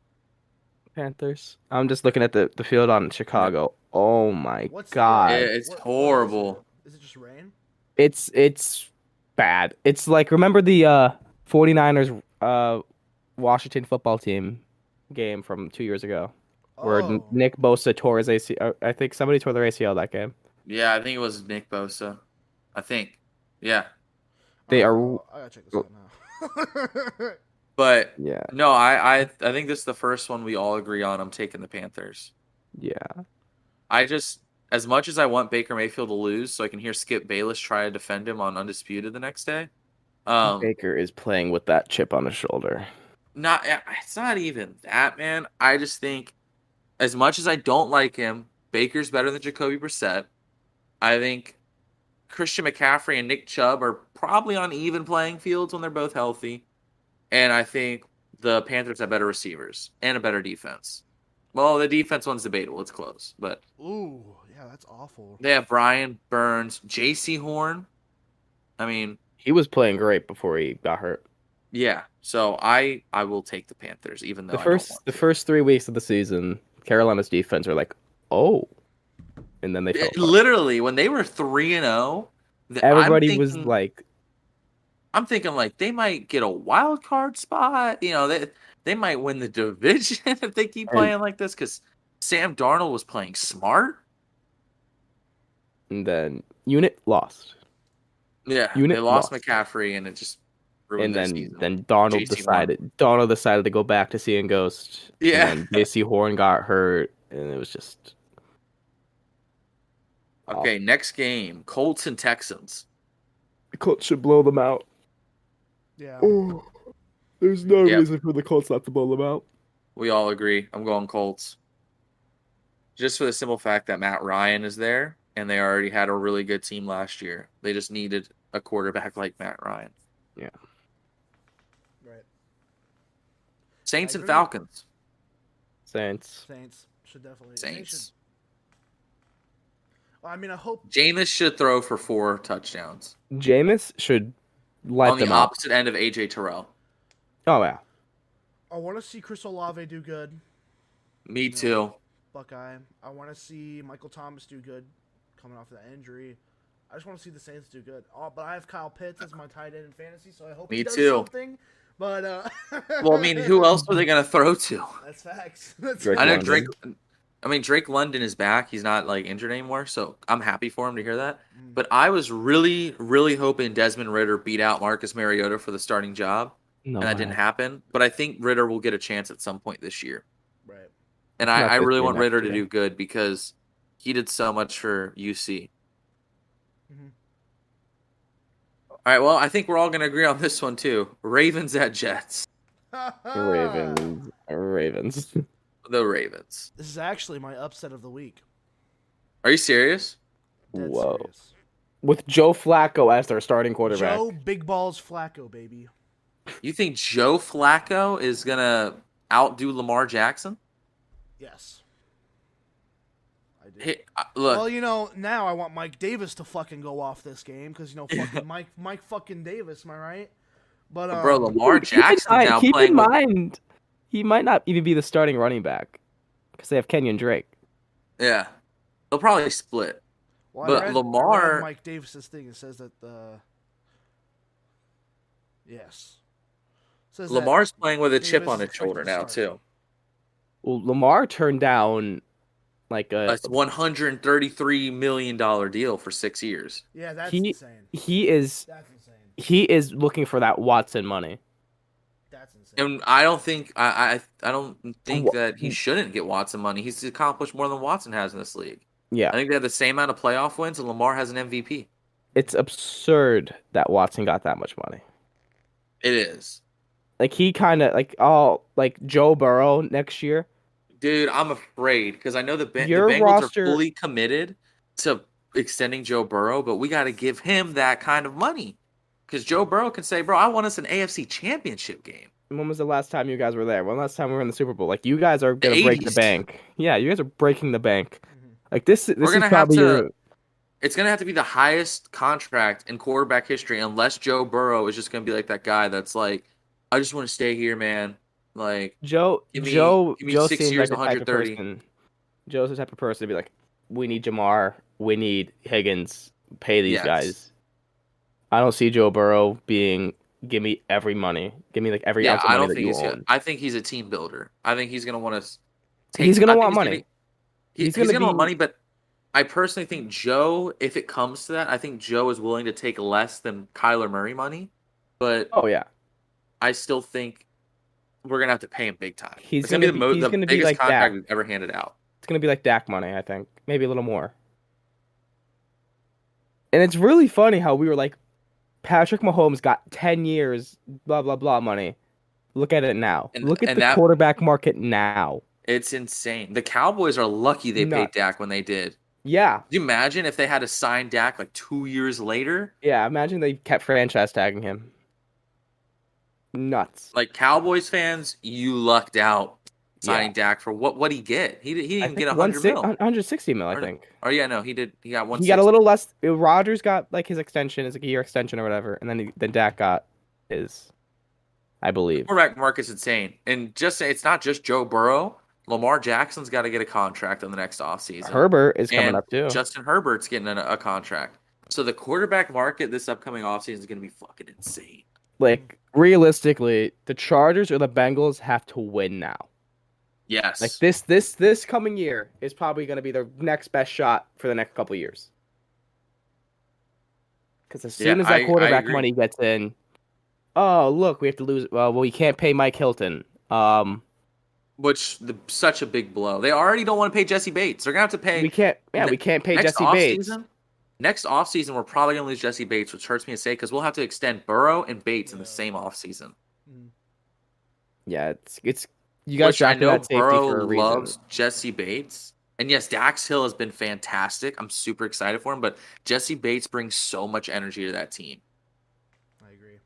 Speaker 4: Panthers. I'm just looking at the, the field on Chicago. Oh my
Speaker 3: What's the-
Speaker 4: god.
Speaker 2: Yeah, it's
Speaker 3: what- what is it?
Speaker 2: horrible.
Speaker 3: Is it just rain?
Speaker 4: It's it's bad. It's like remember the uh 49ers uh Washington football team game from 2 years ago where N-
Speaker 3: Oh.
Speaker 4: Nick Bosa tore his ACL. I think somebody tore their ACL that game.
Speaker 2: Yeah, I think it was Nick Bosa. I think. Yeah.
Speaker 4: They are-
Speaker 3: Oh, I gotta check this out now.
Speaker 2: But
Speaker 4: Yeah.
Speaker 2: no, I I I think this is the first one we all agree on. I'm taking the Panthers.
Speaker 4: Yeah.
Speaker 2: I just, as much as I want Baker Mayfield to lose, so I can hear Skip Bayless try to defend him on Undisputed the next day. Um,
Speaker 4: Baker is playing with that chip on his shoulder.
Speaker 2: not eh, it's not even that, man. I just think, as much as I don't like him, Baker's better than Jacoby Brissett. I think Christian McCaffrey and Nick Chubb are probably on even playing fields when they're both healthy, and I think the Panthers have better receivers and a better defense. Well, the defense one's debatable; it's close, but
Speaker 3: Ooh, yeah, that's awful.
Speaker 2: They have Brian Burns, J.C. Horn. I mean,
Speaker 4: He was playing great before he got hurt.
Speaker 2: yeah. So I I will take the Panthers, even though
Speaker 4: the
Speaker 2: I
Speaker 4: first
Speaker 2: Don't want
Speaker 4: the
Speaker 2: to.
Speaker 4: first 3 weeks of the season, Carolina's defense were like, "Oh." And then they fell
Speaker 2: It-
Speaker 4: apart.
Speaker 2: literally when they were three and zero, th- I'm
Speaker 4: Everybody was
Speaker 2: thinking-
Speaker 4: like,
Speaker 2: I'm thinking like they might get a wild card spot. You know, they they might win the division if they keep
Speaker 4: And-
Speaker 2: playing like this because Sam Darnold was playing smart.
Speaker 4: and then unit lost,
Speaker 2: Yeah,
Speaker 4: Unit
Speaker 2: they lost,
Speaker 4: lost.
Speaker 2: McCaffrey, and it just ruined
Speaker 4: and
Speaker 2: their
Speaker 4: then
Speaker 2: season.
Speaker 4: then Donald
Speaker 2: JC
Speaker 4: decided Donald decided to go back to seeing Ghost.
Speaker 2: Yeah.
Speaker 4: and then JC Horn got hurt, and it was just
Speaker 2: okay, next game, Colts and Texans.
Speaker 4: the Colts should blow them out.
Speaker 3: Yeah.
Speaker 4: Oh, there's no
Speaker 2: Yeah.
Speaker 4: reason for the Colts not to blow them out.
Speaker 2: We all agree. I'm going Colts. Just for the simple fact that Matt Ryan is there and they already had a really good team last year. They just needed a quarterback like Matt Ryan.
Speaker 3: Right.
Speaker 2: Saints and
Speaker 3: agree.
Speaker 2: Falcons.
Speaker 4: Saints.
Speaker 3: Saints should definitely. they
Speaker 2: Saints.
Speaker 3: should- well, I mean, I hope.
Speaker 2: Jameis should throw for four touchdowns
Speaker 4: Jameis should light
Speaker 2: on the
Speaker 4: them up.
Speaker 2: opposite end of AJ Terrell.
Speaker 4: Oh yeah,
Speaker 3: I want to see Chris Olave do good.
Speaker 2: Me too.
Speaker 3: Buckeye. I want to see Michael Thomas do good coming off of that injury. I just want to see the Saints do good. Oh, but I have Kyle Pitts as my tight end in fantasy, so I hope
Speaker 2: Me
Speaker 3: he does
Speaker 2: too.
Speaker 3: something. But uh,
Speaker 2: Well, I mean, who else were they gonna throw to?
Speaker 3: That's facts. That's
Speaker 2: I know
Speaker 3: facts.
Speaker 2: Drake. I mean, Drake London is back. He's not like injured anymore, so I'm happy for him to hear that.
Speaker 3: Mm.
Speaker 2: But I was really, really hoping Desmond Ritter beat out Marcus Mariota for the starting job,
Speaker 4: No,
Speaker 2: and that didn't happen. But I think Ritter will get a chance at some point this year,
Speaker 3: Right.
Speaker 2: and
Speaker 4: If
Speaker 2: I,
Speaker 4: not
Speaker 2: I
Speaker 4: this
Speaker 2: really
Speaker 4: year,
Speaker 2: want
Speaker 4: next
Speaker 2: Ritter to
Speaker 4: year.
Speaker 2: do good because he did so much for UC.
Speaker 3: Mhm.
Speaker 2: All right, well, I think we're all gonna agree on this one too. Ravens at Jets.
Speaker 3: Mm,
Speaker 4: Ah. Ravens. Ravens.
Speaker 2: The Ravens.
Speaker 3: This is actually my upset of the week.
Speaker 2: Are you serious?
Speaker 3: Dead
Speaker 4: Whoa.
Speaker 3: serious.
Speaker 4: With Joe Flacco as their starting quarterback.
Speaker 3: Joe Big Balls Flacco, baby.
Speaker 2: You think Joe Flacco is gonna outdo Lamar Jackson?
Speaker 3: Yes. I do.
Speaker 2: Hey, uh, look,
Speaker 3: Well, you know, now I want Mike Davis to fucking go off this game because you know, fucking Mike, Mike fucking Davis. Am I right? But um,
Speaker 2: bro, Lamar
Speaker 4: Keep in
Speaker 2: Jackson
Speaker 4: mind-
Speaker 2: now
Speaker 4: keep
Speaker 2: playing.
Speaker 4: in
Speaker 2: with-
Speaker 4: mind, he might not even be the starting running back because they have Kenyon Drake.
Speaker 2: yeah, they'll probably split.
Speaker 3: well, I
Speaker 2: but
Speaker 3: read- I read
Speaker 2: Lamar-
Speaker 3: Mike Davis's thing. It says that the yes, says that-
Speaker 2: Lamar's playing with a chip
Speaker 3: Davis
Speaker 2: on
Speaker 3: is
Speaker 2: his shoulder now
Speaker 3: expected to
Speaker 2: too.
Speaker 3: start.
Speaker 4: Well, Lamar turned down like a,
Speaker 2: A 133 million dollar deal for six years.
Speaker 3: Yeah, that's
Speaker 4: He-
Speaker 3: insane.
Speaker 4: he is
Speaker 3: That's insane.
Speaker 4: he is looking for that Watson money.
Speaker 3: That's insane.
Speaker 2: And I don't think I I, I don't think
Speaker 4: Wa-
Speaker 2: that he shouldn't get Watson money. He's accomplished more than Watson has in this league. I
Speaker 4: Yeah,
Speaker 2: think they have the same amount of playoff wins, and Lamar has an MVP.
Speaker 4: it's absurd that Watson got that much money.
Speaker 2: It is,
Speaker 4: Like he kind of like oh like Joe Burrow next year.
Speaker 2: dude. I'm afraid because I know the, ben- the
Speaker 4: Your
Speaker 2: Bengals
Speaker 4: roster-
Speaker 2: are fully committed to extending Joe Burrow, but we got to give him that kind of money because Joe Burrow can say, "Bro, I want us an AFC Championship game."
Speaker 4: When was the last time you guys were there? When last time we were in the Super Bowl? Like you guys are gonna break the
Speaker 2: 80s.
Speaker 4: bank. Yeah, you guys are breaking the bank.
Speaker 3: Mhm.
Speaker 4: Like this this
Speaker 2: Mm-hmm. gonna
Speaker 4: is
Speaker 2: have
Speaker 4: probably
Speaker 2: to-
Speaker 4: your
Speaker 2: It's gonna have to be the highest contract in quarterback history, unless Joe Burrow is just gonna be like that guy that's like, "I just want to stay here, man." Like,
Speaker 4: Joe
Speaker 2: Give me-
Speaker 4: Joe
Speaker 2: give me
Speaker 4: Joe
Speaker 2: six
Speaker 4: seems
Speaker 2: years,
Speaker 4: like the type of
Speaker 2: 130.
Speaker 4: person. Joe's the type of person to be like, we need Jamar, we need Higgins, pay these
Speaker 2: Yes.
Speaker 4: guys. I don't see Joe Burrow being give me every money, give me like every
Speaker 2: yeah,
Speaker 4: ounce of
Speaker 2: I
Speaker 4: money
Speaker 2: don't
Speaker 4: that
Speaker 2: think
Speaker 4: you
Speaker 2: he's.
Speaker 4: own.
Speaker 2: Gonna, I think he's a team builder. I think he's gonna want to.
Speaker 4: He's gonna want money.
Speaker 2: He's,
Speaker 4: He's
Speaker 2: he's
Speaker 4: gonna
Speaker 2: gonna want money,
Speaker 4: be-
Speaker 2: but I personally think Joe, if it comes to that, I think Joe is willing to take less than Kyler Murray money, but
Speaker 4: Oh yeah,
Speaker 2: I still think we're gonna have to pay him big time.
Speaker 4: He's
Speaker 2: It's gonna,
Speaker 4: gonna
Speaker 2: be
Speaker 4: be- he's
Speaker 2: the, mo- the
Speaker 4: gonna be
Speaker 2: biggest
Speaker 4: like
Speaker 2: contract
Speaker 4: that.
Speaker 2: we've ever handed out.
Speaker 4: it's gonna be like Dak money, I think, maybe a little more. And it's really funny how we were like, Patrick Mahomes got ten years, blah blah blah money. Look at it now.
Speaker 2: And-
Speaker 4: Look at
Speaker 2: and
Speaker 4: the
Speaker 2: that-
Speaker 4: quarterback market now.
Speaker 2: It's insane. The Cowboys are lucky they paid
Speaker 4: Nuts.
Speaker 2: Dak when they did.
Speaker 4: Yeah,
Speaker 2: Could you imagine if they had to sign Dak like two years later?
Speaker 4: Yeah, imagine they kept franchise tagging him. Nuts.
Speaker 2: Like Cowboys fans, you lucked out
Speaker 4: Yeah.
Speaker 2: signing Dak for what? What he get? He, he
Speaker 4: I
Speaker 2: didn't even
Speaker 4: think
Speaker 2: get a
Speaker 4: 160
Speaker 2: hundred mil.
Speaker 4: 160 mil, I
Speaker 2: Or-
Speaker 4: think.
Speaker 2: Oh yeah, no, he did. He got one.
Speaker 4: He got a little less. Rogers got like his extension, his like a year extension or whatever, and then he, then Dak got his, I believe.
Speaker 2: quarterback market's insane, and just it's not just Joe Burrow. Lamar Jackson's got to get a contract in the next offseason.
Speaker 4: Herbert is coming
Speaker 2: And
Speaker 4: up too.
Speaker 2: Justin Herbert's getting a, a contract. So the quarterback market this upcoming offseason is going to be fucking insane.
Speaker 4: Like realistically, the Chargers or the Bengals have to win now.
Speaker 2: Yes.
Speaker 4: Like this, this, this coming year is probably going to be their next best shot for the next couple years. Because as
Speaker 2: Yeah,
Speaker 4: soon as that
Speaker 2: I- I
Speaker 4: quarterback
Speaker 2: agree.
Speaker 4: money gets in, oh look, we have to lose. Well, well, we can't pay Mike Hilton. Um,
Speaker 2: Which the, such a big blow. They already don't want to pay Jesse Bates. They're going to have to pay
Speaker 4: we can't. Yeah,
Speaker 2: ne-
Speaker 4: we can't pay
Speaker 2: next
Speaker 4: Jesse
Speaker 2: offseason.
Speaker 4: Bates.
Speaker 2: Next offseason, we're probably going to lose Jesse Bates, which hurts me to say because we'll have to extend Burrow and Bates in the
Speaker 3: Yeah.
Speaker 2: same offseason.
Speaker 4: Yeah, it's it's you guys
Speaker 2: which I
Speaker 4: drafted
Speaker 2: know
Speaker 4: that safety
Speaker 2: Burrow
Speaker 4: for a reason.
Speaker 2: loves Jesse Bates. And yes, Dax Hill has been fantastic. I'm super excited for him, but Jesse Bates brings so much energy to that team.
Speaker 3: I agree.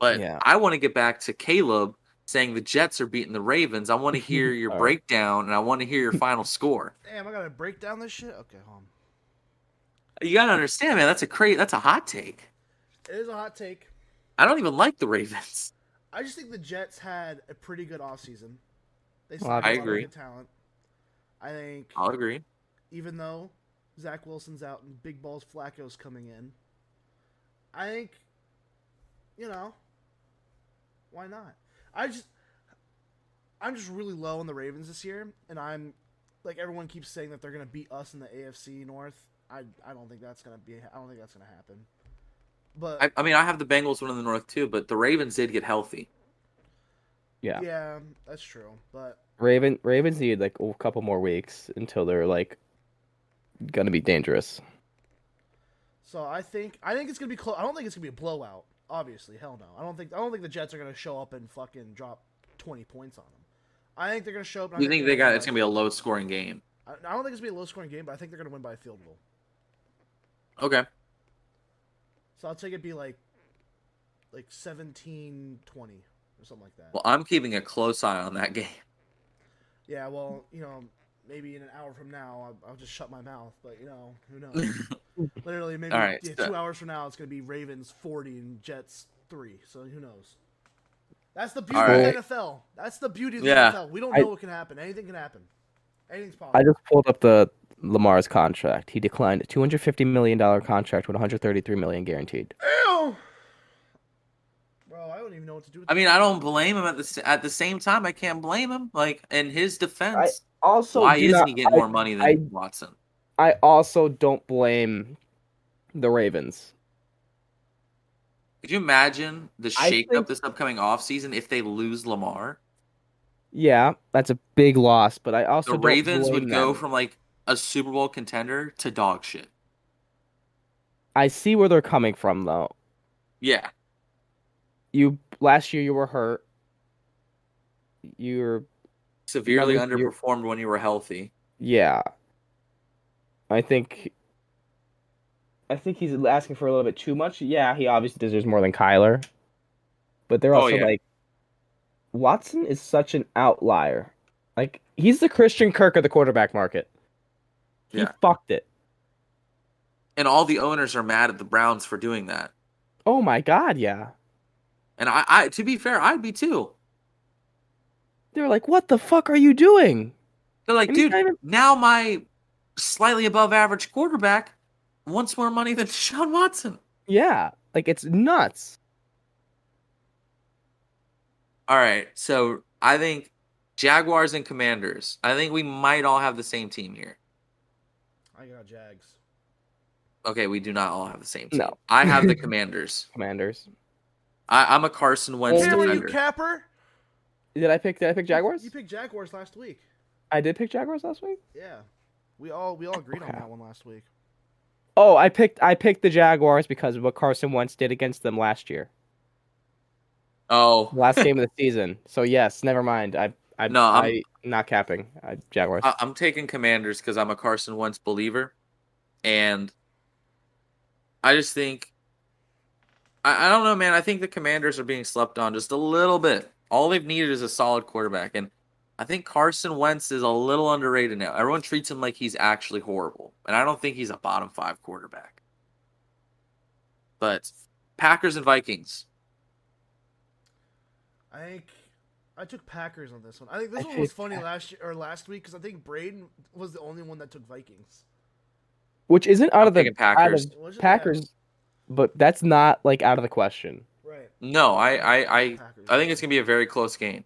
Speaker 2: But
Speaker 4: Yeah.
Speaker 2: I want to get back to Caleb saying the Jets are beating the Ravens. I want to hear your
Speaker 4: All right.
Speaker 2: breakdown and I want to hear your final score.
Speaker 3: Damn, I gotta break down this shit. Okay, hold on.
Speaker 2: You gotta understand, man. That's a crazy. That's a hot take.
Speaker 3: It is a hot take.
Speaker 2: I don't even like the Ravens.
Speaker 3: I just think the Jets had a pretty good offseason. They
Speaker 4: Well,
Speaker 3: signed a
Speaker 2: I
Speaker 3: lot of
Speaker 2: agree.
Speaker 3: good talent. I think
Speaker 2: I'll agree.
Speaker 3: even though Zach Wilson's out and Big Balls Flacco's coming in, I think, you know, why not? I just, I'm just really low on the Ravens this year, and I'm, like everyone keeps saying that they're gonna beat us in the AFC North. I, I don't think that's gonna be. I don't think that's gonna happen. But
Speaker 2: I, I mean, I have the Bengals winning the North too, but the Ravens did get healthy.
Speaker 4: Yeah.
Speaker 3: yeah, that's true. But
Speaker 4: Raven Ravens need like a couple more weeks until they're like gonna be dangerous.
Speaker 3: So I think I think it's gonna be close. I don't think it's gonna be a blowout. Obviously, hell no. I don't think I don't think the Jets are gonna show up and fucking drop twenty points on them. I think they're gonna show up. And I
Speaker 2: You think they got? It's gonna
Speaker 3: gonna
Speaker 2: be a low scoring game.
Speaker 3: win by- I I don't think it's gonna be a low scoring game, but I think they're gonna win by a field goal.
Speaker 2: Okay.
Speaker 3: So I'll take it be like like 17-20 or something like that.
Speaker 2: Well, I'm keeping a close eye on that game.
Speaker 3: yeah, well, you know, maybe in an hour from now, I'll, I'll just shut my mouth. But you know, who knows? Literally, maybe
Speaker 2: All right,
Speaker 3: yeah,
Speaker 2: so-
Speaker 3: two hours from now, it's gonna be Ravens forty and Jets three. So who knows? That's the beauty
Speaker 4: right.
Speaker 3: of the NFL. That's the beauty of
Speaker 2: Yeah.
Speaker 3: the NFL. We don't
Speaker 4: I-
Speaker 3: know what can happen. Anything can happen. Anything's possible.
Speaker 4: I just pulled up the Lamar's contract. He declined a two hundred fifty million dollar contract with one hundred thirty three million guaranteed.
Speaker 3: Ew. Bro, I don't even know what to do. With
Speaker 2: I mean, I don't blame him at the s- at the same time. I can't blame him. Like in his defense,
Speaker 4: Also,
Speaker 2: why
Speaker 4: do
Speaker 2: isn't
Speaker 4: not-
Speaker 2: he getting
Speaker 4: I-
Speaker 2: more money than
Speaker 4: I-
Speaker 2: Watson?
Speaker 4: I also don't blame the Ravens.
Speaker 2: Could you imagine the
Speaker 4: I
Speaker 2: shakeup
Speaker 4: think-
Speaker 2: this upcoming offseason if they lose Lamar?
Speaker 4: Yeah, that's a big loss, but I also
Speaker 2: The
Speaker 4: don't
Speaker 2: Ravens
Speaker 4: blame
Speaker 2: would go
Speaker 4: them.
Speaker 2: from like a Super Bowl contender to dog shit.
Speaker 4: I see where they're coming from though.
Speaker 2: Yeah.
Speaker 4: You last year you were hurt. You're
Speaker 2: Severely
Speaker 4: Remember, you-
Speaker 2: underperformed when you were healthy.
Speaker 4: Yeah. I think I think he's asking for a little bit too much. Yeah, he obviously deserves more than Kyler. But they're
Speaker 2: Oh,
Speaker 4: also
Speaker 2: yeah.
Speaker 4: like Watson is such an outlier. Like he's the Christian Kirk of the quarterback market. He
Speaker 2: Yeah.
Speaker 4: fucked it.
Speaker 2: And all the owners are mad at the Browns for doing that.
Speaker 4: Oh my god, yeah.
Speaker 2: And I, I to be fair, I'd be too.
Speaker 4: They were like, "What the fuck are you doing?"
Speaker 2: They're like,
Speaker 4: And he's
Speaker 2: dude,
Speaker 4: not even-
Speaker 2: now my slightly above average quarterback wants more money than Deshaun Watson.
Speaker 4: Yeah, like it's nuts.
Speaker 2: All right. So I think Jaguars and Commanders. I think we might all have the same team here.
Speaker 3: I got Jags.
Speaker 2: Okay, we do not all have the same team.
Speaker 4: No.
Speaker 2: I have the Commanders.
Speaker 4: Commanders.
Speaker 2: I, I'm a Carson Wentz
Speaker 4: Only
Speaker 3: Damn, you
Speaker 2: defender.
Speaker 3: capper.
Speaker 4: Did I pick did I pick Jaguars?
Speaker 3: You picked Jaguars last week.
Speaker 4: I did pick Jaguars last week?
Speaker 3: Yeah, we all we all agreed on
Speaker 4: Okay.
Speaker 3: that one last week.
Speaker 4: Oh, I picked I picked the Jaguars because of what Carson Wentz did against them last year,
Speaker 2: Oh,
Speaker 4: last game of the season. So yes, never mind. I I
Speaker 2: No,
Speaker 4: I'm
Speaker 2: I'm- Uh,
Speaker 4: not capping. I, Jaguars.
Speaker 2: I, I'm taking Commanders because I'm a Carson Wentz believer, and I just think I, I don't know, man. I think the Commanders are being slept on just a little bit. All they've needed is a solid quarterback, and I think Carson Wentz is a little underrated now. Everyone treats him like he's actually horrible, and I don't think he's a bottom five quarterback. But Packers and Vikings.
Speaker 3: I think I took Packers on this one. I think this
Speaker 4: I
Speaker 3: one was
Speaker 4: took
Speaker 3: funny
Speaker 4: Pack-
Speaker 3: last year or last week because I think Braden was the only one that took Vikings.
Speaker 4: Which isn't out
Speaker 2: I'm
Speaker 4: of the
Speaker 2: taking Packers.
Speaker 4: out
Speaker 3: It wasn't
Speaker 4: of Packers, but that's not like out of the question.
Speaker 3: bad. Right.
Speaker 2: No, I, I, I,
Speaker 3: Packers.
Speaker 2: I think it's gonna be a very close game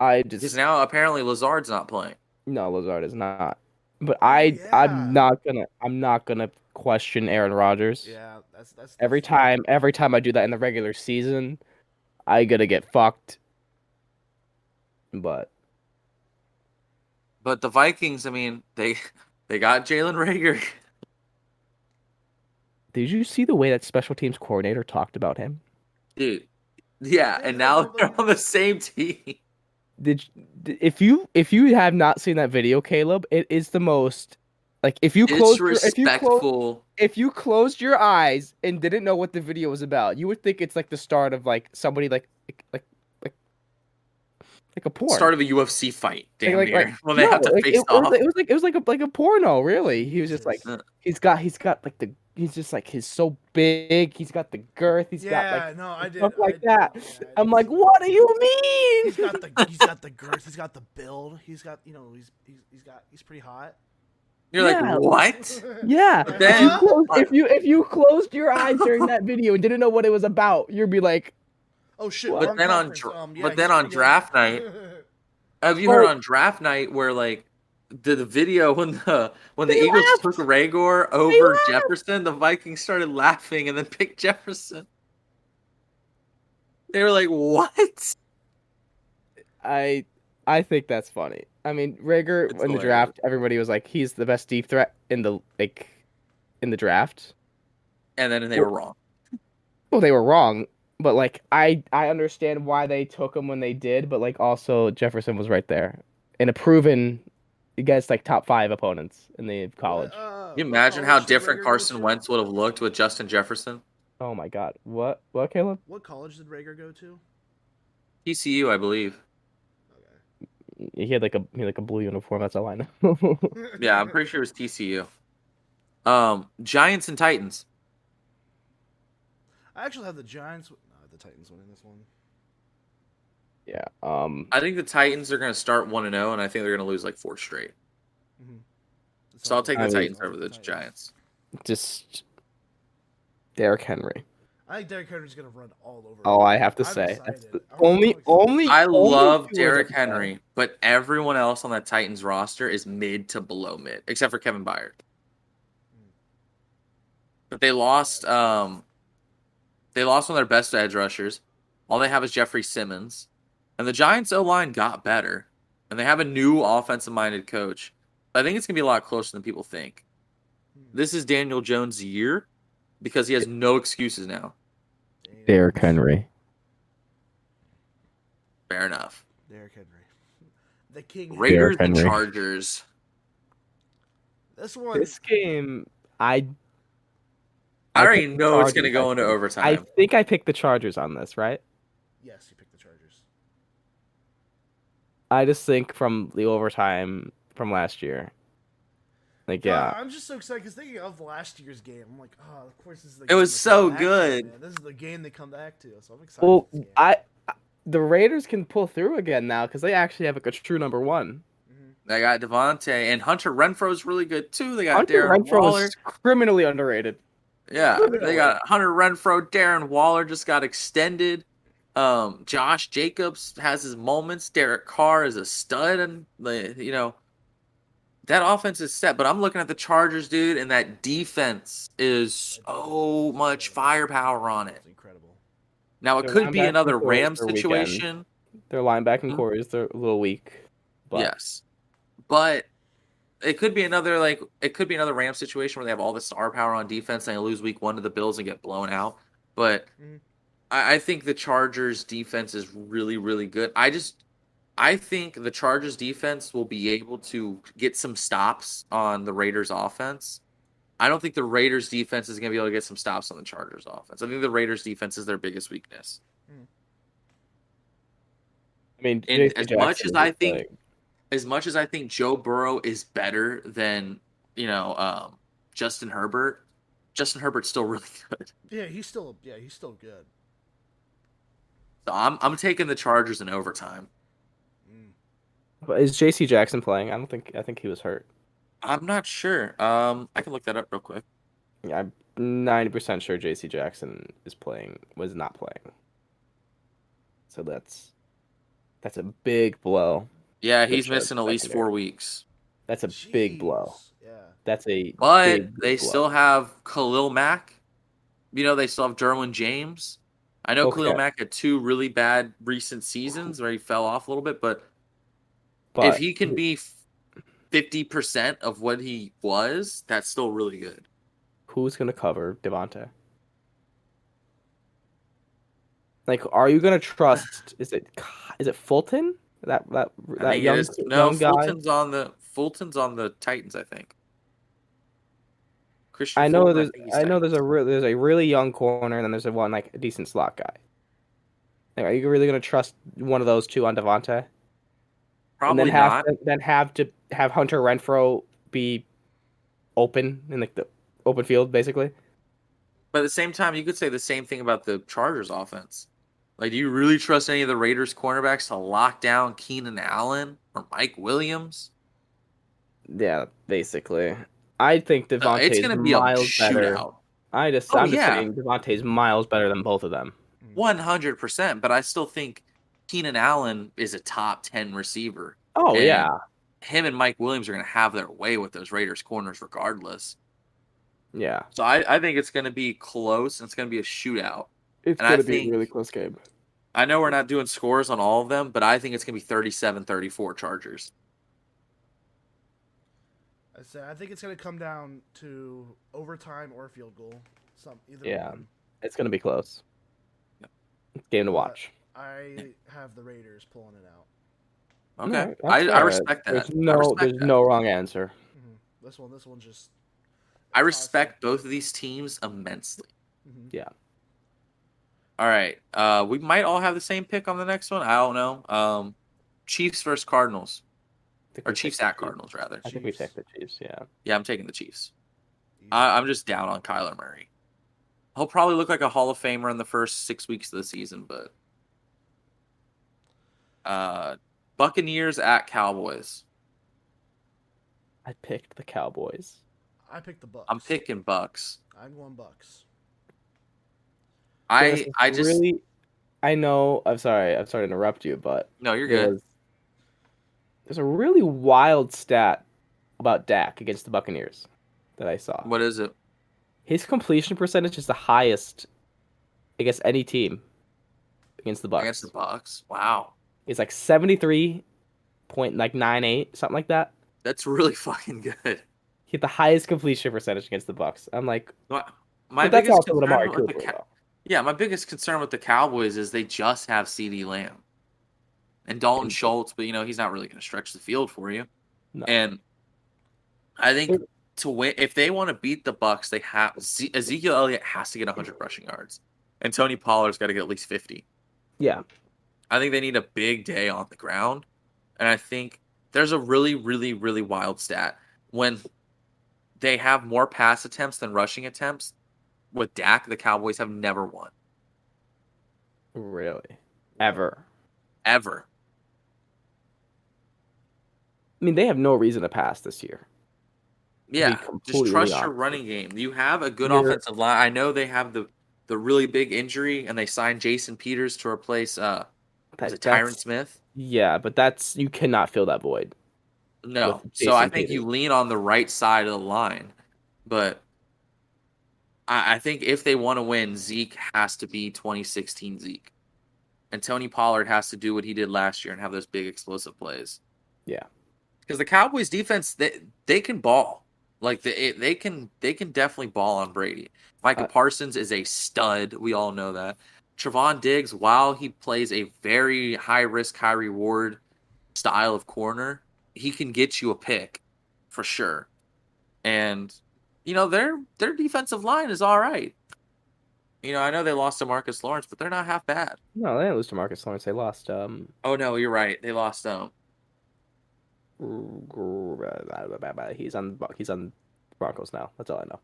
Speaker 4: I
Speaker 2: because
Speaker 4: just
Speaker 2: now apparently Lazard's not playing.
Speaker 4: no Lazard is not. But I
Speaker 3: Yeah.
Speaker 4: I'm not gonna I'm not gonna question Aaron Rodgers.
Speaker 3: Yeah, that's that's
Speaker 4: Every
Speaker 3: that's-
Speaker 4: time every time I do that in the regular season, I gotta get fucked. But
Speaker 2: But the Vikings, I mean, they they got Jalen Rager.
Speaker 4: Did you see the way that special teams coordinator talked about him?
Speaker 2: Dude. Yeah,
Speaker 3: Yeah,
Speaker 2: and now
Speaker 3: well,
Speaker 2: they're
Speaker 3: they-
Speaker 2: on the same team.
Speaker 4: Did d- if you if you have not seen that video, Caleb, it is the most like if you closed your, if you closed,
Speaker 2: Disrespectful.
Speaker 4: if you closed your eyes and didn't know what the video was about, you would think it's like the start of like somebody like like like like, like a porn.
Speaker 2: Start of a UFC fight, damn
Speaker 4: like,
Speaker 2: near.
Speaker 4: like-
Speaker 2: when they
Speaker 4: No,
Speaker 2: have to
Speaker 4: like,
Speaker 2: face
Speaker 4: it,
Speaker 2: off.
Speaker 4: Was, it was like it was like a like a porno, really. He was just like
Speaker 2: Yeah.
Speaker 4: he's got he's got like the he's just like he's so big. He's got the girth. He's
Speaker 3: yeah,
Speaker 4: got like
Speaker 3: no, I did
Speaker 4: stuff like
Speaker 3: I-
Speaker 4: that.
Speaker 3: yeah, I
Speaker 4: I'm
Speaker 3: did
Speaker 4: like,
Speaker 3: see
Speaker 4: what do you
Speaker 3: that. He's
Speaker 4: mean?
Speaker 3: got the he's got the girth. He's got the build. He's got you know he's he's, he's got he's pretty hot.
Speaker 2: You're
Speaker 4: Yeah.
Speaker 2: like, what?
Speaker 4: Yeah.
Speaker 3: But
Speaker 4: If you,
Speaker 2: then-
Speaker 4: closed, if you if you closed your eyes during that video and didn't know what it was about, you'd be like,
Speaker 3: Oh shit!
Speaker 4: But
Speaker 3: wrong
Speaker 2: then on
Speaker 3: conference.
Speaker 2: dra-
Speaker 3: Um, yeah,
Speaker 2: but
Speaker 3: he's
Speaker 2: then on
Speaker 3: pretty-
Speaker 2: draft night- Have you heard
Speaker 4: Well-
Speaker 2: on draft night where like the, the video when the when the
Speaker 4: They
Speaker 2: Eagles
Speaker 4: laughed.
Speaker 2: took Ragor over
Speaker 4: laughed.
Speaker 2: Jefferson, the Vikings started laughing and then picked Jefferson. They were like, "What?"
Speaker 4: I I think that's funny. I mean, Rager
Speaker 2: It's
Speaker 4: in the
Speaker 2: hilarious.
Speaker 4: draft, everybody was like, he's the best deep threat in the like in the draft.
Speaker 2: And then they were wrong.
Speaker 4: Well, they were wrong, but like I I understand why they took him when they did, but like also Jefferson was right there and a proven against like top five opponents in the college.
Speaker 3: Uh,
Speaker 2: Can you imagine how
Speaker 3: college did Rager
Speaker 2: different
Speaker 3: go
Speaker 2: Carson
Speaker 3: to?
Speaker 2: Wentz would have looked with Justin Jefferson?
Speaker 4: Oh my God, what what Caleb?
Speaker 3: What college did Rager go to?
Speaker 2: TCU, I believe.
Speaker 4: He had like a he had like a blue uniform. That's all I know.
Speaker 3: Okay.
Speaker 2: Yeah, I'm pretty sure it was TCU. Um, Giants and Titans.
Speaker 3: I actually have the Giants. No, I have the Titans winning this one.
Speaker 4: yeah. Um.
Speaker 2: I think the Titans are going to start one and zero, and I think they're going to lose like four straight.
Speaker 3: That's
Speaker 2: So
Speaker 3: how
Speaker 2: I'll take
Speaker 4: I
Speaker 2: the
Speaker 4: would-
Speaker 2: Titans over the Giants.
Speaker 4: Just Derrick Henry.
Speaker 3: I think Derrick Henry's gonna run all over.
Speaker 4: Oh,
Speaker 3: him.
Speaker 4: I have to
Speaker 3: I'm
Speaker 4: say,
Speaker 3: excited.
Speaker 4: that's the
Speaker 3: I'm so
Speaker 4: only,
Speaker 3: excited.
Speaker 4: only.
Speaker 2: I
Speaker 4: only
Speaker 2: love
Speaker 4: two
Speaker 2: Derrick
Speaker 4: of them.
Speaker 2: Henry, but everyone else on that Titans roster is mid to below mid, except for Kevin Byard. But they lost. Um, they lost one of their best edge rushers. All they have is Jeffrey Simmons, and the Giants O line got better, and they have a new offensive minded coach. I think it's gonna be a lot closer than people think. This is Daniel Jones' year because he has no excuses now.
Speaker 3: Damn.
Speaker 4: Derrick Henry.
Speaker 2: Fair enough.
Speaker 3: Derrick Henry. The King.
Speaker 2: Raiders and
Speaker 4: Henry.
Speaker 2: Chargers.
Speaker 3: This one.
Speaker 4: This game, I
Speaker 2: I
Speaker 4: I
Speaker 2: already
Speaker 4: picked the
Speaker 2: know it's gonna
Speaker 4: Chargers, I
Speaker 2: go into
Speaker 4: think.
Speaker 2: overtime.
Speaker 4: I think I picked the Chargers on this, right?
Speaker 3: Yes, you picked the Chargers.
Speaker 4: I just think from the overtime from last year. Like
Speaker 3: Yeah,
Speaker 4: yeah,
Speaker 3: Uh, I'm just so excited because thinking of last year's game, I'm like, oh, of course this is the.
Speaker 2: It
Speaker 3: game
Speaker 2: was
Speaker 3: they
Speaker 2: so
Speaker 3: come back
Speaker 2: good.
Speaker 3: To, man. This is the game they come back to, so I'm excited.
Speaker 4: well,
Speaker 3: for this game.
Speaker 4: I, I the Raiders can pull through again now because they actually have like a true number one.
Speaker 3: Mhm.
Speaker 2: They got Devontae and Hunter Renfro's really good too. They got
Speaker 4: Hunter
Speaker 2: Darren
Speaker 4: Renfro
Speaker 2: Waller.
Speaker 4: is criminally underrated.
Speaker 2: Yeah,
Speaker 3: criminal.
Speaker 2: they got Hunter Renfro. Darren Waller just got extended. Um, Josh Jacobs has his moments. Derek Carr is a stud, and the you know that offense is set. But I'm looking at the Chargers, dude, and that defense is so much firepower on it.
Speaker 3: It's incredible.
Speaker 2: Now it
Speaker 4: Their
Speaker 2: could be
Speaker 4: linebacker
Speaker 2: another
Speaker 4: core
Speaker 2: Ram
Speaker 4: for weekend.
Speaker 2: situation.
Speaker 4: Their linebacking
Speaker 2: Mhm.
Speaker 4: core is they're a little weak. But
Speaker 2: Yes. But it could be another like it could be another Ram situation where they have all the star power on defense and they lose week one to the Bills and get blown out. But
Speaker 3: Mhm.
Speaker 2: I, I think the Chargers defense is really, really good. I just I think the Chargers defense will be able to get some stops on the Raiders offense. I don't think the Raiders defense is going to be able to get some stops on the Chargers offense. I think the Raiders defense is their biggest weakness.
Speaker 4: I mean,
Speaker 2: And
Speaker 4: J.C.
Speaker 2: as much
Speaker 4: Jackson
Speaker 2: as I
Speaker 4: is,
Speaker 2: think-
Speaker 4: like-
Speaker 2: as much as I think Joe Burrow is better than you know um, Justin Herbert, Justin Herbert's still really good.
Speaker 3: Yeah, he's still. Yeah, he's still good.
Speaker 2: So I'm I'm taking the Chargers in overtime.
Speaker 3: Mm.
Speaker 4: But is J.C. Jackson playing? I don't think. I think he was hurt.
Speaker 2: I'm not sure. Um, I can look that up real quick.
Speaker 4: Yeah, I'm ninety percent sure J.C. Jackson is playing. Was not playing. So that's that's a big blow.
Speaker 2: Yeah,
Speaker 4: The
Speaker 2: he's
Speaker 4: Chargers
Speaker 2: missing at least
Speaker 4: secondary.
Speaker 2: four weeks,
Speaker 4: That's a big blow.
Speaker 3: Jeez. Yeah.
Speaker 4: That's a
Speaker 2: but
Speaker 4: big
Speaker 2: they
Speaker 4: blow.
Speaker 2: still have Khalil Mack. You know, they still have Derwin James. I know Khalil
Speaker 4: Okay.
Speaker 2: Mack had two really bad recent seasons where he fell off a little bit, but
Speaker 4: But
Speaker 2: if he can be fifty percent of what he was, that's still really good.
Speaker 4: who's gonna cover Devonta? Like, are you gonna trust? Is it Ki- is it Fulton? That that
Speaker 2: I
Speaker 4: that
Speaker 2: think it
Speaker 4: young,
Speaker 2: is- no,
Speaker 4: young guy.
Speaker 2: Fulton's on the Fulton's on the Titans, I think. Christian.
Speaker 4: I know
Speaker 2: Fulton,
Speaker 4: there's
Speaker 2: think he's
Speaker 4: I know
Speaker 2: Titans.
Speaker 4: there's a re- there's a really young corner and then there's a one like a decent slot guy. Like, are you really gonna trust one of those two on Devonta?
Speaker 2: probably
Speaker 4: and then have
Speaker 2: not.
Speaker 4: to- then have to have Hunter Renfro be open in like the open field basically.
Speaker 2: But at the same time, you could say the same thing about the Chargers offense. Like, do you really trust any of the Raiders cornerbacks to lock down Keenan Allen or Mike Williams?
Speaker 4: Yeah, basically. I think
Speaker 2: Uh,
Speaker 4: Devontae's
Speaker 2: it's going to be a
Speaker 4: miles better.
Speaker 2: shootout.
Speaker 4: I just,
Speaker 2: Oh,
Speaker 4: I'm just
Speaker 2: yeah.
Speaker 4: saying Devontae's miles better than both of them.
Speaker 2: One hundred percent, but I still think Keenan Allen is a top ten receiver.
Speaker 4: Oh
Speaker 2: And
Speaker 4: yeah,
Speaker 2: Him and Mike Williams are going to have their way with those Raiders corners, regardless.
Speaker 4: yeah.
Speaker 2: So I, I think it's going to be close, and it's going to be a shootout.
Speaker 4: It's
Speaker 2: And I
Speaker 4: gonna be a
Speaker 2: think-
Speaker 4: really close game.
Speaker 2: I know we're not doing scores on all of them, but I think it's going to be 37-34 Chargers.
Speaker 3: I say I think it's gonna come down to overtime or field goal. Some either
Speaker 4: Yeah.
Speaker 3: one.
Speaker 4: It's gonna be close. Game to watch.
Speaker 3: I have the Raiders pulling it out.
Speaker 2: Okay,
Speaker 4: All right,
Speaker 2: I,
Speaker 4: that's
Speaker 2: I
Speaker 4: all right.
Speaker 2: respect that.
Speaker 4: There's
Speaker 2: Uh, I
Speaker 4: no,
Speaker 2: respect
Speaker 4: there's
Speaker 2: that.
Speaker 4: no wrong answer.
Speaker 3: hmm This one, this one just.
Speaker 2: I respect both of these teams immensely.
Speaker 3: hmm
Speaker 2: All right, uh, we might all have the same pick on the next one. I don't know. Um, Chiefs versus Cardinals,
Speaker 4: I think
Speaker 2: or
Speaker 4: we
Speaker 2: Chiefs
Speaker 4: picked the
Speaker 2: at Cardinals, rather.
Speaker 4: I think we
Speaker 3: Chiefs.
Speaker 4: picked the Chiefs. Yeah.
Speaker 2: Yeah, I'm taking the Chiefs. I, uh, I'm just down on Kyler Murray. He'll probably look like a Hall of Famer in the first six weeks of the season, but uh, Buccaneers at Cowboys.
Speaker 4: I picked the Cowboys.
Speaker 3: I picked the Bucks.
Speaker 2: I'm picking Bucks.
Speaker 3: I'm going Bucks.
Speaker 2: I
Speaker 4: Dennis, it's
Speaker 2: I just
Speaker 4: really. I know. I'm sorry. I'm sorry to interrupt you, but
Speaker 2: no, you're
Speaker 4: there
Speaker 2: good.
Speaker 4: was- there's a really wild stat about Dak against the Buccaneers that I saw.
Speaker 2: What is it?
Speaker 4: His completion percentage is the highest against any team against the Bucks.
Speaker 2: Against the Bucks. Wow,
Speaker 4: It's like 73 point like 98 something like that.
Speaker 2: that's really fucking good.
Speaker 4: He had the highest completion percentage against the Bucks. I'm like,
Speaker 2: My, my
Speaker 4: but that's
Speaker 2: biggest
Speaker 4: also what
Speaker 2: concern
Speaker 4: Amari
Speaker 2: with
Speaker 4: Cooper.
Speaker 2: the Cow-
Speaker 4: though.
Speaker 2: yeah, my biggest concern with the Cowboys is they just have C.D. Lamb and Dalton
Speaker 4: And-
Speaker 2: Schultz, but you know he's not really going to stretch the field for you.
Speaker 4: Mm. No.
Speaker 2: And I think
Speaker 4: It-
Speaker 2: to win, if they want to beat the Bucks, they have Ze- Ezekiel Elliott has to get 100 rushing yards, and Tony Pollard's got to get at least 50.
Speaker 4: Yeah,
Speaker 2: I think they need a big day on the ground. And I think there's a really, really, really wild stat when they have more pass attempts than rushing attempts. With Dak, the Cowboys have never won
Speaker 4: really. Ever.
Speaker 2: ever.
Speaker 4: I mean, they have no reason to pass this year.
Speaker 2: Yeah, just
Speaker 4: completely
Speaker 2: trust your
Speaker 4: opposite.
Speaker 2: running game. You have a good
Speaker 4: You're-
Speaker 2: offensive line. I know they have the the really big injury, and they signed Jason Peters to replace uh was
Speaker 4: That-
Speaker 2: it Tyron
Speaker 4: that's-
Speaker 2: Smith.
Speaker 4: Yeah, but that's you cannot fill that void.
Speaker 2: No.
Speaker 4: with
Speaker 2: So I
Speaker 4: Jason
Speaker 2: think you
Speaker 4: Peters.
Speaker 2: lean on the right side of the line. But I, I think if they want to win, Zeke has to be 2016 Zeke. And Tony Pollard has to do what he did last year and have those big explosive plays.
Speaker 4: Yeah.
Speaker 2: Because the Cowboys defense, they they can ball. Like they it- they can they can definitely ball on Brady. Micah
Speaker 4: Uh,
Speaker 2: Parsons is a stud. We all know that. Trevon Diggs, while he plays a very high risk, high reward style of corner, he can get you a pick for sure. And you know, their their defensive line is all right. You know, I know they lost to Marcus Lawrence, but they're not half bad.
Speaker 4: No, they didn't lose to Marcus Lawrence. They lost um
Speaker 2: Oh no, you're right. They lost um
Speaker 4: he's on he's on Broncos now. That's all I know.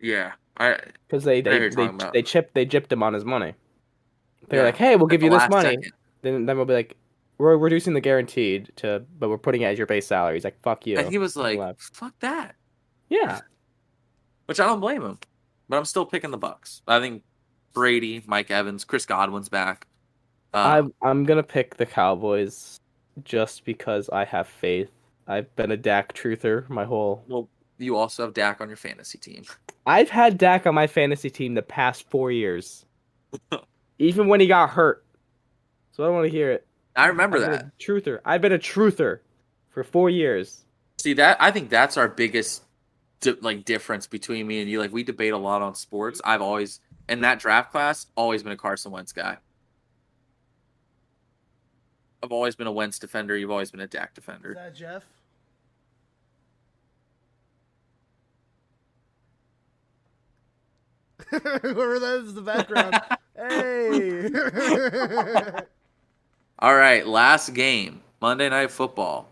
Speaker 2: yeah. I
Speaker 4: Because they
Speaker 2: know who
Speaker 4: they
Speaker 2: you're
Speaker 4: they,
Speaker 2: talking about.
Speaker 4: they chipped they gypped him on his money. They're
Speaker 2: Yeah,
Speaker 4: like, hey, we'll give
Speaker 2: the
Speaker 4: you this
Speaker 2: last
Speaker 4: money.
Speaker 2: second.
Speaker 4: Then then we'll be like, we're reducing the guaranteed to, but we're putting it as your base salary. He's like, fuck you.
Speaker 2: And he was like,
Speaker 4: left.
Speaker 2: fuck that.
Speaker 4: yeah,
Speaker 2: Which I don't blame him. But I'm still picking the Bucks. I think Brady, Mike Evans, Chris Godwin's back. Uh,
Speaker 4: I'm I'm gonna pick the Cowboys just because I have faith. I've been a Dak truther my whole.
Speaker 2: well, you also have Dak on your fantasy team.
Speaker 4: I've had Dak on my fantasy team the past four years, even when he got hurt. So I don't want to hear it.
Speaker 2: I remember
Speaker 4: I've
Speaker 2: that.
Speaker 4: been a truther. I've been a truther for four years.
Speaker 2: See that I think that's our biggest di- like difference between me and you. Like we debate a lot on sports. I've always in that draft class always been a Carson Wentz guy. I've always been a Wentz defender. You've always been a Dak
Speaker 3: Is
Speaker 2: defender.
Speaker 3: that Jeff? Whoever that is in the background. hey.
Speaker 2: All right, last game Monday Night Football.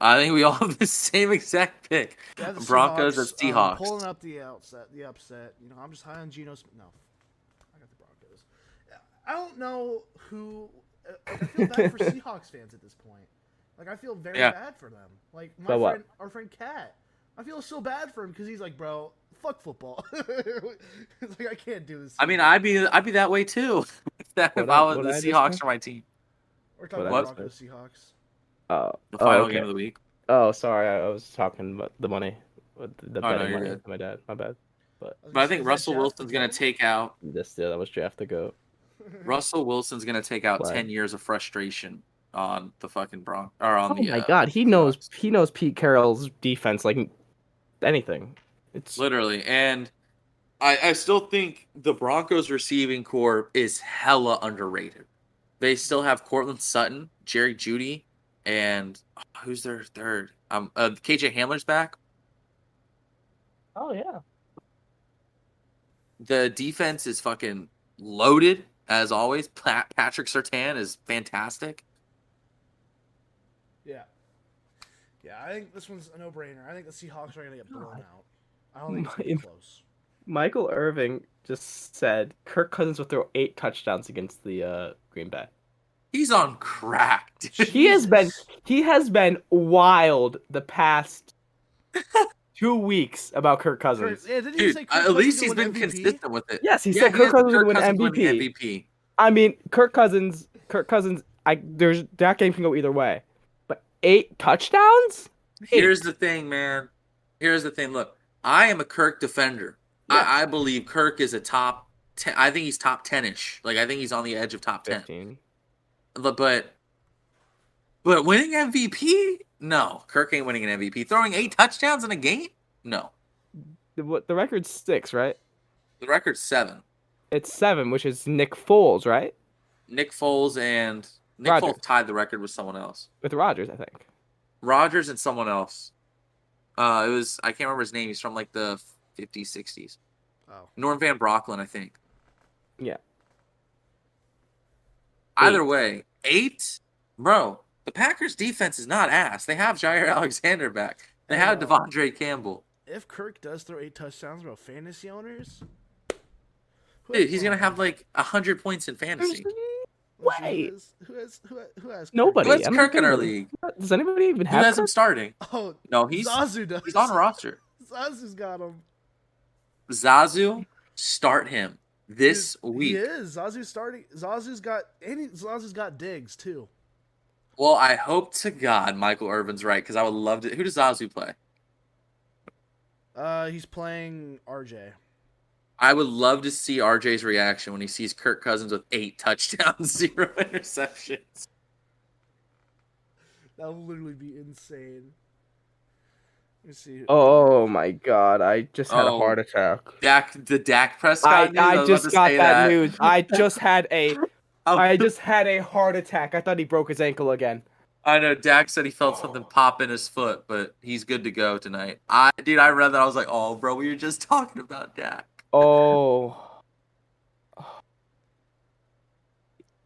Speaker 2: I think we all have the same exact pick.
Speaker 3: Yeah, the
Speaker 2: Broncos or
Speaker 3: um,
Speaker 2: Seahawks?
Speaker 3: pulling up the outset, the upset. You know, I'm just high on Geno. Smith. No, I got the Broncos. I don't know who. uh, Like, I feel bad for Seahawks fans at this point. Like I feel very
Speaker 2: Yeah.
Speaker 3: bad for them. Like my
Speaker 4: About what?
Speaker 3: friend, our friend Cat. I feel so bad for him because he's like, bro, fuck football. it's like I can't do this.
Speaker 2: I mean,
Speaker 3: anymore."
Speaker 2: I'd be I'd be that way too. if that, if
Speaker 4: What
Speaker 2: I
Speaker 4: I-
Speaker 2: was
Speaker 4: what
Speaker 2: the
Speaker 4: I just
Speaker 2: Seahawks
Speaker 4: said?
Speaker 2: or my team,
Speaker 3: We're talking
Speaker 2: What?
Speaker 3: about Broncos Seahawks.
Speaker 4: Oh,
Speaker 2: the
Speaker 4: oh,
Speaker 2: final
Speaker 4: okay.
Speaker 2: game of the week.
Speaker 4: Oh, sorry, I, I was talking about the money, with the, the
Speaker 2: Oh, no,
Speaker 4: betting
Speaker 2: you're
Speaker 4: money.
Speaker 2: good.
Speaker 4: My dad, my bad.
Speaker 3: was
Speaker 2: But I
Speaker 3: gonna say,
Speaker 2: think
Speaker 3: is that
Speaker 2: Russell
Speaker 3: Jeff
Speaker 2: Wilson's gonna
Speaker 3: McDermott?
Speaker 2: take out
Speaker 4: This yeah, that was draft to
Speaker 2: Um,
Speaker 4: go.
Speaker 2: Russell Wilson's gonna take out
Speaker 4: Mm-hmm. Right.
Speaker 2: ten years of frustration on the fucking Bron or on
Speaker 4: Oh
Speaker 2: the.
Speaker 4: my
Speaker 2: uh,
Speaker 4: god, he knows he knows Pete Carroll's defense like anything. It's
Speaker 2: Literally. And I, I still think the Broncos receiving core is hella underrated. They still have Cortland Sutton, Jerry Judy, and oh, who's their third? Um, uh, KJ Hamler's back.
Speaker 4: oh yeah,
Speaker 2: The defense is fucking loaded as always. Pa- Patrick Sertan is fantastic.
Speaker 3: Yeah. Yeah, I think this one's a no-brainer. I think the Seahawks are going to get blown out. I don't think it's gonna be
Speaker 4: My-
Speaker 3: close.
Speaker 4: Michael Irving just said Kirk Cousins will throw eight touchdowns against the uh, Green Bay.
Speaker 2: He's on crack. dude.
Speaker 4: He has been
Speaker 3: Jesus.
Speaker 4: he has been wild the past two weeks about Kirk Cousins.
Speaker 3: Yeah, didn't you
Speaker 2: Dude,
Speaker 3: say Kirk
Speaker 2: at least he's
Speaker 3: Cousins
Speaker 2: been
Speaker 3: won MVP?
Speaker 2: consistent with it.
Speaker 4: Yes, he
Speaker 2: Yeah,
Speaker 4: said Kirk
Speaker 2: is-
Speaker 4: Cousins would win
Speaker 2: Cousins
Speaker 4: MVP.
Speaker 2: winning MVP.
Speaker 4: I mean, Kirk Cousins, Kirk Cousins. I there's that game can go either way, but eight touchdowns. Hey.
Speaker 2: Here's the thing, man. Here's the thing. Look, I am a Kirk defender. I, I believe Kirk is a top ten. I think he's top ten ish. Like I think he's on the edge of top ten.
Speaker 4: Fifteen.
Speaker 2: But but, but winning MVP? No, Kirk ain't winning an MVP. Throwing eight touchdowns in a game? No,
Speaker 4: The, what the record's six, right?
Speaker 2: the record's seven.
Speaker 4: It's seven, which is Nick Foles, right?
Speaker 2: Nick Foles and Nick
Speaker 4: Rodgers.
Speaker 2: Foles tied the record with someone else.
Speaker 4: With Rogers, I think.
Speaker 2: Rogers and someone else. Uh, it was I can't remember his name. He's from like the 50s, 60s.
Speaker 3: Oh.
Speaker 2: Norm Van Brocklin, I think.
Speaker 4: Yeah.
Speaker 2: Either way, eight, bro. The Packers' defense is not ass. They have Jair Alexander back. They have
Speaker 3: Yeah.
Speaker 2: Devondre Campbell.
Speaker 3: If Kirk does throw eight touchdowns, bro, fantasy owners? Who
Speaker 2: Dude,
Speaker 3: has
Speaker 2: he's gonna
Speaker 3: Broncos?
Speaker 2: have like hundred points in fantasy.
Speaker 3: Who has-
Speaker 4: Wait.
Speaker 3: Who has, who has, who has Kirk?
Speaker 4: Nobody.
Speaker 2: Who has
Speaker 4: I'm
Speaker 2: Kirk in our
Speaker 4: thinking-
Speaker 2: league?
Speaker 4: Does anybody even
Speaker 2: Who
Speaker 4: have?
Speaker 2: has him
Speaker 4: Kirk?
Speaker 2: starting?
Speaker 3: Oh,
Speaker 2: No, he's
Speaker 3: Zazu does.
Speaker 2: he's on roster.
Speaker 3: Zazu's got him.
Speaker 2: Zazu, start him this
Speaker 3: Dude,
Speaker 2: week.
Speaker 3: He is. Zazu's starting. Zazu's got, and he, Zazu's got digs, too.
Speaker 2: Well, I hope to God Michael Irvin's right because I would love to. Who does Zazu play?
Speaker 3: Uh, he's playing RJ.
Speaker 2: I would love to see RJ's reaction when he sees Kirk Cousins with eight touchdowns, zero interceptions.
Speaker 3: That would literally be insane. Let me see.
Speaker 4: Oh my god! I just had
Speaker 2: Oh.
Speaker 4: a heart attack.
Speaker 2: Dak, the Dak
Speaker 4: I,
Speaker 2: Prescott. news,
Speaker 4: I
Speaker 2: was about
Speaker 4: just
Speaker 2: to
Speaker 4: got
Speaker 2: say
Speaker 4: that, news. I just had a
Speaker 2: Oh,
Speaker 4: I just had a heart attack. I thought he broke his ankle again.
Speaker 2: I know Dak said he felt
Speaker 4: Oh.
Speaker 2: something pop in his foot, but he's good to go tonight. I, dude, I read that. I was like, oh, bro, we were just talking about Dak.
Speaker 4: Oh.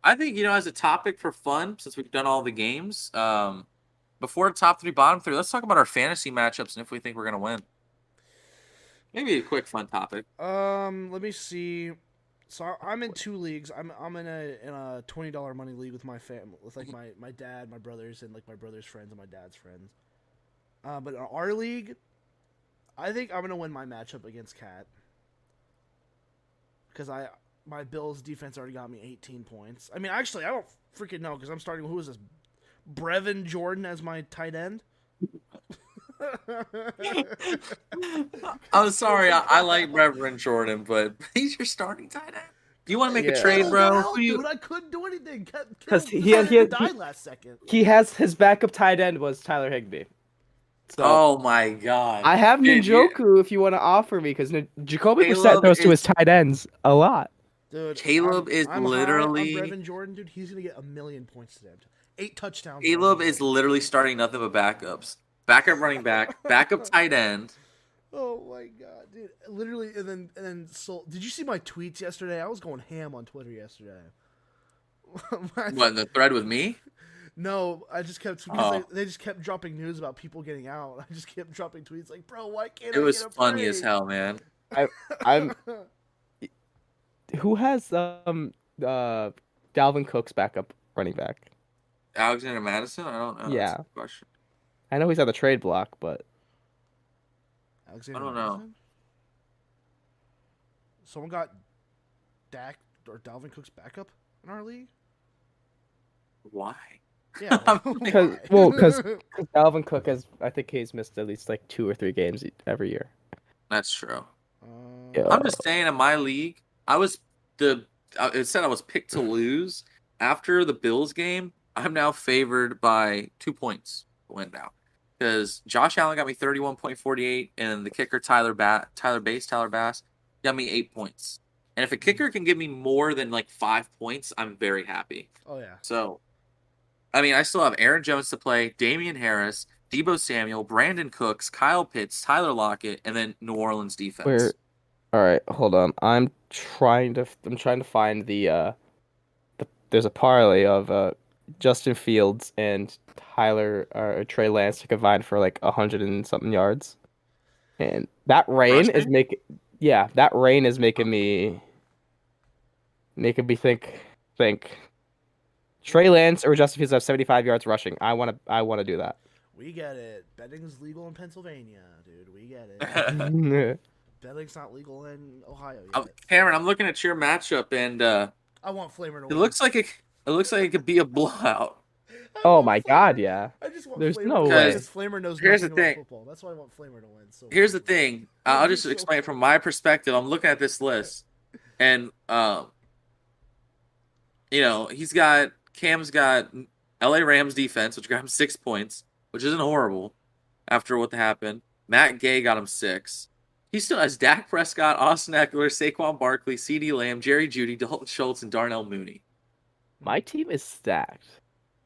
Speaker 2: I think you know, as a topic for fun, since we've done all the games, um, before top three, bottom three, let's talk about our fantasy matchups and if we think we're gonna win. Maybe a quick fun topic.
Speaker 3: Um, let me see. So I- I'm in two leagues. I'm I'm in a in a twenty dollar money league with my family, with like my my dad, my brothers, and like my brother's friends and my dad's friends. Uh, but in our league, I think I'm gonna win my matchup against Cat because I my Bills defense already got me 18 points. I mean, actually, I don't freaking know because I'm starting. Who is this? Brevin Jordan as my tight end.
Speaker 2: I'm Oh, sorry, I, I like Reverend Jordan, but he's your starting tight end. Do you want to make a
Speaker 4: Yeah.
Speaker 2: trade,
Speaker 3: Oh,
Speaker 2: bro?
Speaker 3: no,
Speaker 2: Who you-
Speaker 3: dude, I couldn't do anything. Cat- Kittle
Speaker 4: 'Cause he- he-
Speaker 3: decided
Speaker 4: he-
Speaker 3: to die
Speaker 4: he-
Speaker 3: last second.
Speaker 4: He has his backup tight end was Tyler Higby. So
Speaker 2: oh my god!
Speaker 4: I have
Speaker 2: Dude, you-
Speaker 4: Ninjoku if you want to offer me because N- Jacoby
Speaker 2: Caleb
Speaker 4: Brissett throws to
Speaker 2: is-
Speaker 4: his tight ends a lot.
Speaker 3: Dude,
Speaker 2: Caleb is
Speaker 3: high on
Speaker 2: literally-
Speaker 3: Brevin Jordan, dude. He's gonna get a million points today. Eight touchdowns.
Speaker 2: Caleb is literally starting nothing but backups. Backup running back, backup tight end.
Speaker 3: Oh my god, dude! Literally, and then and then. Sol- Did you see my tweets yesterday? I was going ham on Twitter yesterday. My-
Speaker 2: What in the thread with me?
Speaker 3: No, I just kept because
Speaker 2: Oh.
Speaker 3: they, they just kept dropping news about people getting out. I just kept dropping tweets like, "Bro, why can't
Speaker 2: It
Speaker 3: I
Speaker 2: was
Speaker 3: get a
Speaker 2: funny as
Speaker 3: break?"
Speaker 2: hell, man.
Speaker 4: I'm who has um uh Dalvin Cook's backup running back.
Speaker 2: Alexander Madison? I don't know. That's
Speaker 4: Yeah.
Speaker 2: a question.
Speaker 4: I know he's on the trade block, but
Speaker 3: Alexander
Speaker 2: I don't know.
Speaker 3: Madison? Someone got Dak or Dalvin Cook's backup in our league.
Speaker 2: Why?
Speaker 3: Yeah,
Speaker 2: I'm like-
Speaker 4: because well, because Dalvin Cook has I think he's missed at least like two or three games e- every year.
Speaker 2: That's true.
Speaker 3: Um,
Speaker 4: Yeah.
Speaker 2: I'm just saying, in my league, I was the. I- It said I was picked to lose after the Bills game. I'm now favored by two points to win now because Josh Allen got me 31.48, and the kicker Tyler ba- Tyler Bass Tyler Bass got me eight points. And if a kicker can give me more than like five points, I'm very happy.
Speaker 3: oh yeah,
Speaker 2: So, I mean, I still have Aaron Jones to play, Damian Harris, Debo Samuel, Brandon Cooks, Kyle Pitts, Tyler Lockett, and then New Orleans defense.
Speaker 4: Where? All right, hold on. I'm trying to f- I'm trying to find the uh the there's a parlay of uh Justin Fields and Tyler or Trey Lance to combine for like a hundred and something yards, and that rain is
Speaker 2: Rushing?
Speaker 4: making yeah that rain is making me making me think think. Trey Lance or Justin Fields have 75 yards rushing. I want to I want to do that.
Speaker 3: we get it. Betting's legal in Pennsylvania, dude. We get it. Betting's not legal in Ohio yet.
Speaker 2: Um, Cameron, I'm looking at your matchup, and uh,
Speaker 3: I want Flamer to
Speaker 2: it
Speaker 3: win.
Speaker 2: looks like it. It looks like it could be a blowout.
Speaker 3: I
Speaker 4: oh
Speaker 3: want
Speaker 4: my
Speaker 3: Flamer-
Speaker 4: god, yeah.
Speaker 3: I just want
Speaker 4: There's
Speaker 3: Flamer
Speaker 4: no
Speaker 3: to
Speaker 2: way.
Speaker 3: win because Flamer knows
Speaker 2: Here's the
Speaker 3: nothing about
Speaker 2: thing.
Speaker 3: football. That's why I want Flamer to win. So
Speaker 2: Here's the
Speaker 3: badly.
Speaker 2: thing. I- I'll just explain it from my perspective. I'm looking at this list, and um, you know, he's got Cam's got L.A. Rams defense, which got him six points, which isn't horrible after what happened. Matt Gay got him six. He still has Dak Prescott, Austin Eckler, Saquon Barkley, C.D. Lamb, Jerry Judy, Dalton Schultz, and Darnell Mooney.
Speaker 4: My team is stacked.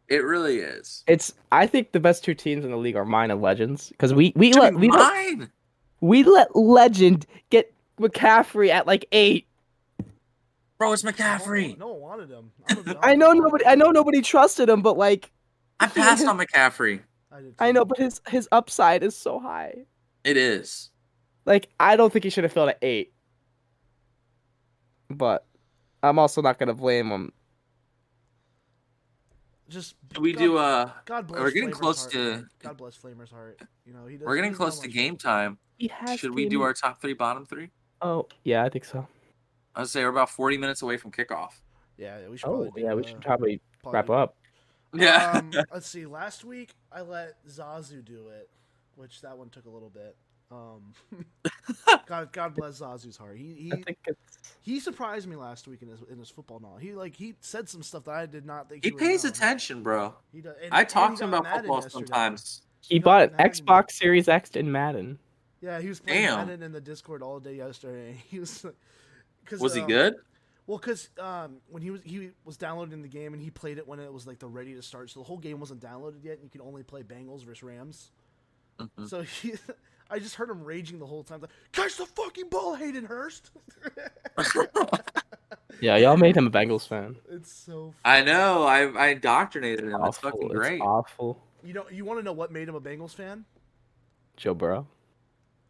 Speaker 2: It really is.
Speaker 4: It's I think the best two teams in the league are mine and Legends because we we let we let,
Speaker 2: Mine.
Speaker 4: we let Legend get McCaffrey at like eight.
Speaker 2: Bro, it's
Speaker 3: No one-
Speaker 2: McCaffrey.
Speaker 3: Oh, No one wanted him. I'm a-
Speaker 4: I know nobody I know nobody trusted him, but like
Speaker 2: I passed on McCaffrey.
Speaker 3: I, did
Speaker 4: I
Speaker 3: too.
Speaker 4: know, but his his upside is so high.
Speaker 2: It is.
Speaker 4: Like I don't think he should have filled at eight. But I'm also not gonna blame him.
Speaker 3: just
Speaker 2: Should we
Speaker 3: God-
Speaker 2: do uh
Speaker 3: God bless.
Speaker 2: we're getting
Speaker 3: Flamer's
Speaker 2: close
Speaker 3: heart,
Speaker 2: to-
Speaker 3: man. God bless Flamer's heart. You know he. doesn't-
Speaker 2: we're getting
Speaker 3: he doesn't
Speaker 2: close
Speaker 3: have
Speaker 2: to
Speaker 3: much
Speaker 2: game time.
Speaker 4: He has
Speaker 2: Should we do our top three, bottom three?
Speaker 4: Oh yeah, I think so.
Speaker 2: I would say we're about forty minutes away from kickoff.
Speaker 3: Yeah, we should.
Speaker 4: Oh
Speaker 3: probably do,
Speaker 4: yeah, we
Speaker 3: uh,
Speaker 4: should probably
Speaker 3: probably
Speaker 4: wrap
Speaker 3: do-
Speaker 4: up.
Speaker 2: Yeah.
Speaker 3: Um, let's see. Last week I let Zazu do it, which that one took a little bit. Um, God, God bless Zazu's heart. He he,
Speaker 4: I think it's
Speaker 3: he surprised me last week in his in his football knowledge. He like he said some stuff that I did not think
Speaker 2: he
Speaker 3: would
Speaker 2: pays
Speaker 3: know.
Speaker 2: attention, bro.
Speaker 3: He does, and-
Speaker 2: I
Speaker 3: and
Speaker 2: talk
Speaker 3: he
Speaker 2: to him
Speaker 3: got
Speaker 2: about
Speaker 3: Madden
Speaker 2: football
Speaker 3: yesterday.
Speaker 2: sometimes.
Speaker 4: he
Speaker 3: got
Speaker 4: bought an
Speaker 3: Madden.
Speaker 4: Xbox Series X in Madden.
Speaker 3: Yeah, he was playing
Speaker 2: Damn.
Speaker 3: Madden in the Discord all day yesterday. And he was like, cause,
Speaker 2: Was he
Speaker 3: um,
Speaker 2: good?
Speaker 3: Well, because um, when he was he was downloading the game and he played it when it was like the ready to start, so the whole game wasn't downloaded yet. And you could only play Bengals versus Rams.
Speaker 2: Mhm.
Speaker 3: So he, I just heard him raging the whole time. Like, catch the fucking ball, Hayden Hurst.
Speaker 2: Mm-hmm.
Speaker 4: Yeah, y'all made him a Bengals fan.
Speaker 3: it's so. Funny.
Speaker 2: I know. I I indoctrinated him. That's
Speaker 4: awful.
Speaker 2: fucking
Speaker 4: It's
Speaker 2: great.
Speaker 4: awful.
Speaker 3: You know, you want to know what made him a Bengals fan?
Speaker 4: Joe Burrow.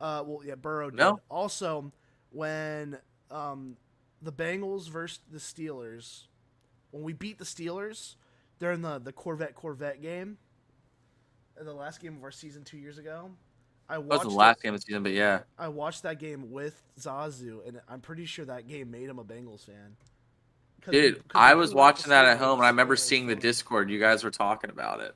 Speaker 3: Uh, well, yeah, Burrow. Did.
Speaker 2: No.
Speaker 3: Also, when um, the Bengals versus the Steelers, when we beat the Steelers during the the Corvette Corvette game, in the last game of our season two years ago, I
Speaker 2: That was
Speaker 3: watched
Speaker 2: the last game of the season, but yeah.
Speaker 3: I watched that game with Zazu, and I'm pretty sure that game made him a Bengals fan. 'Cause we-
Speaker 2: Dude,
Speaker 3: 'cause we
Speaker 2: I was
Speaker 3: blew out the
Speaker 2: watching that at
Speaker 3: Steelers,
Speaker 2: home, and I remember
Speaker 3: so-
Speaker 2: seeing the Discord. You guys were talking about it,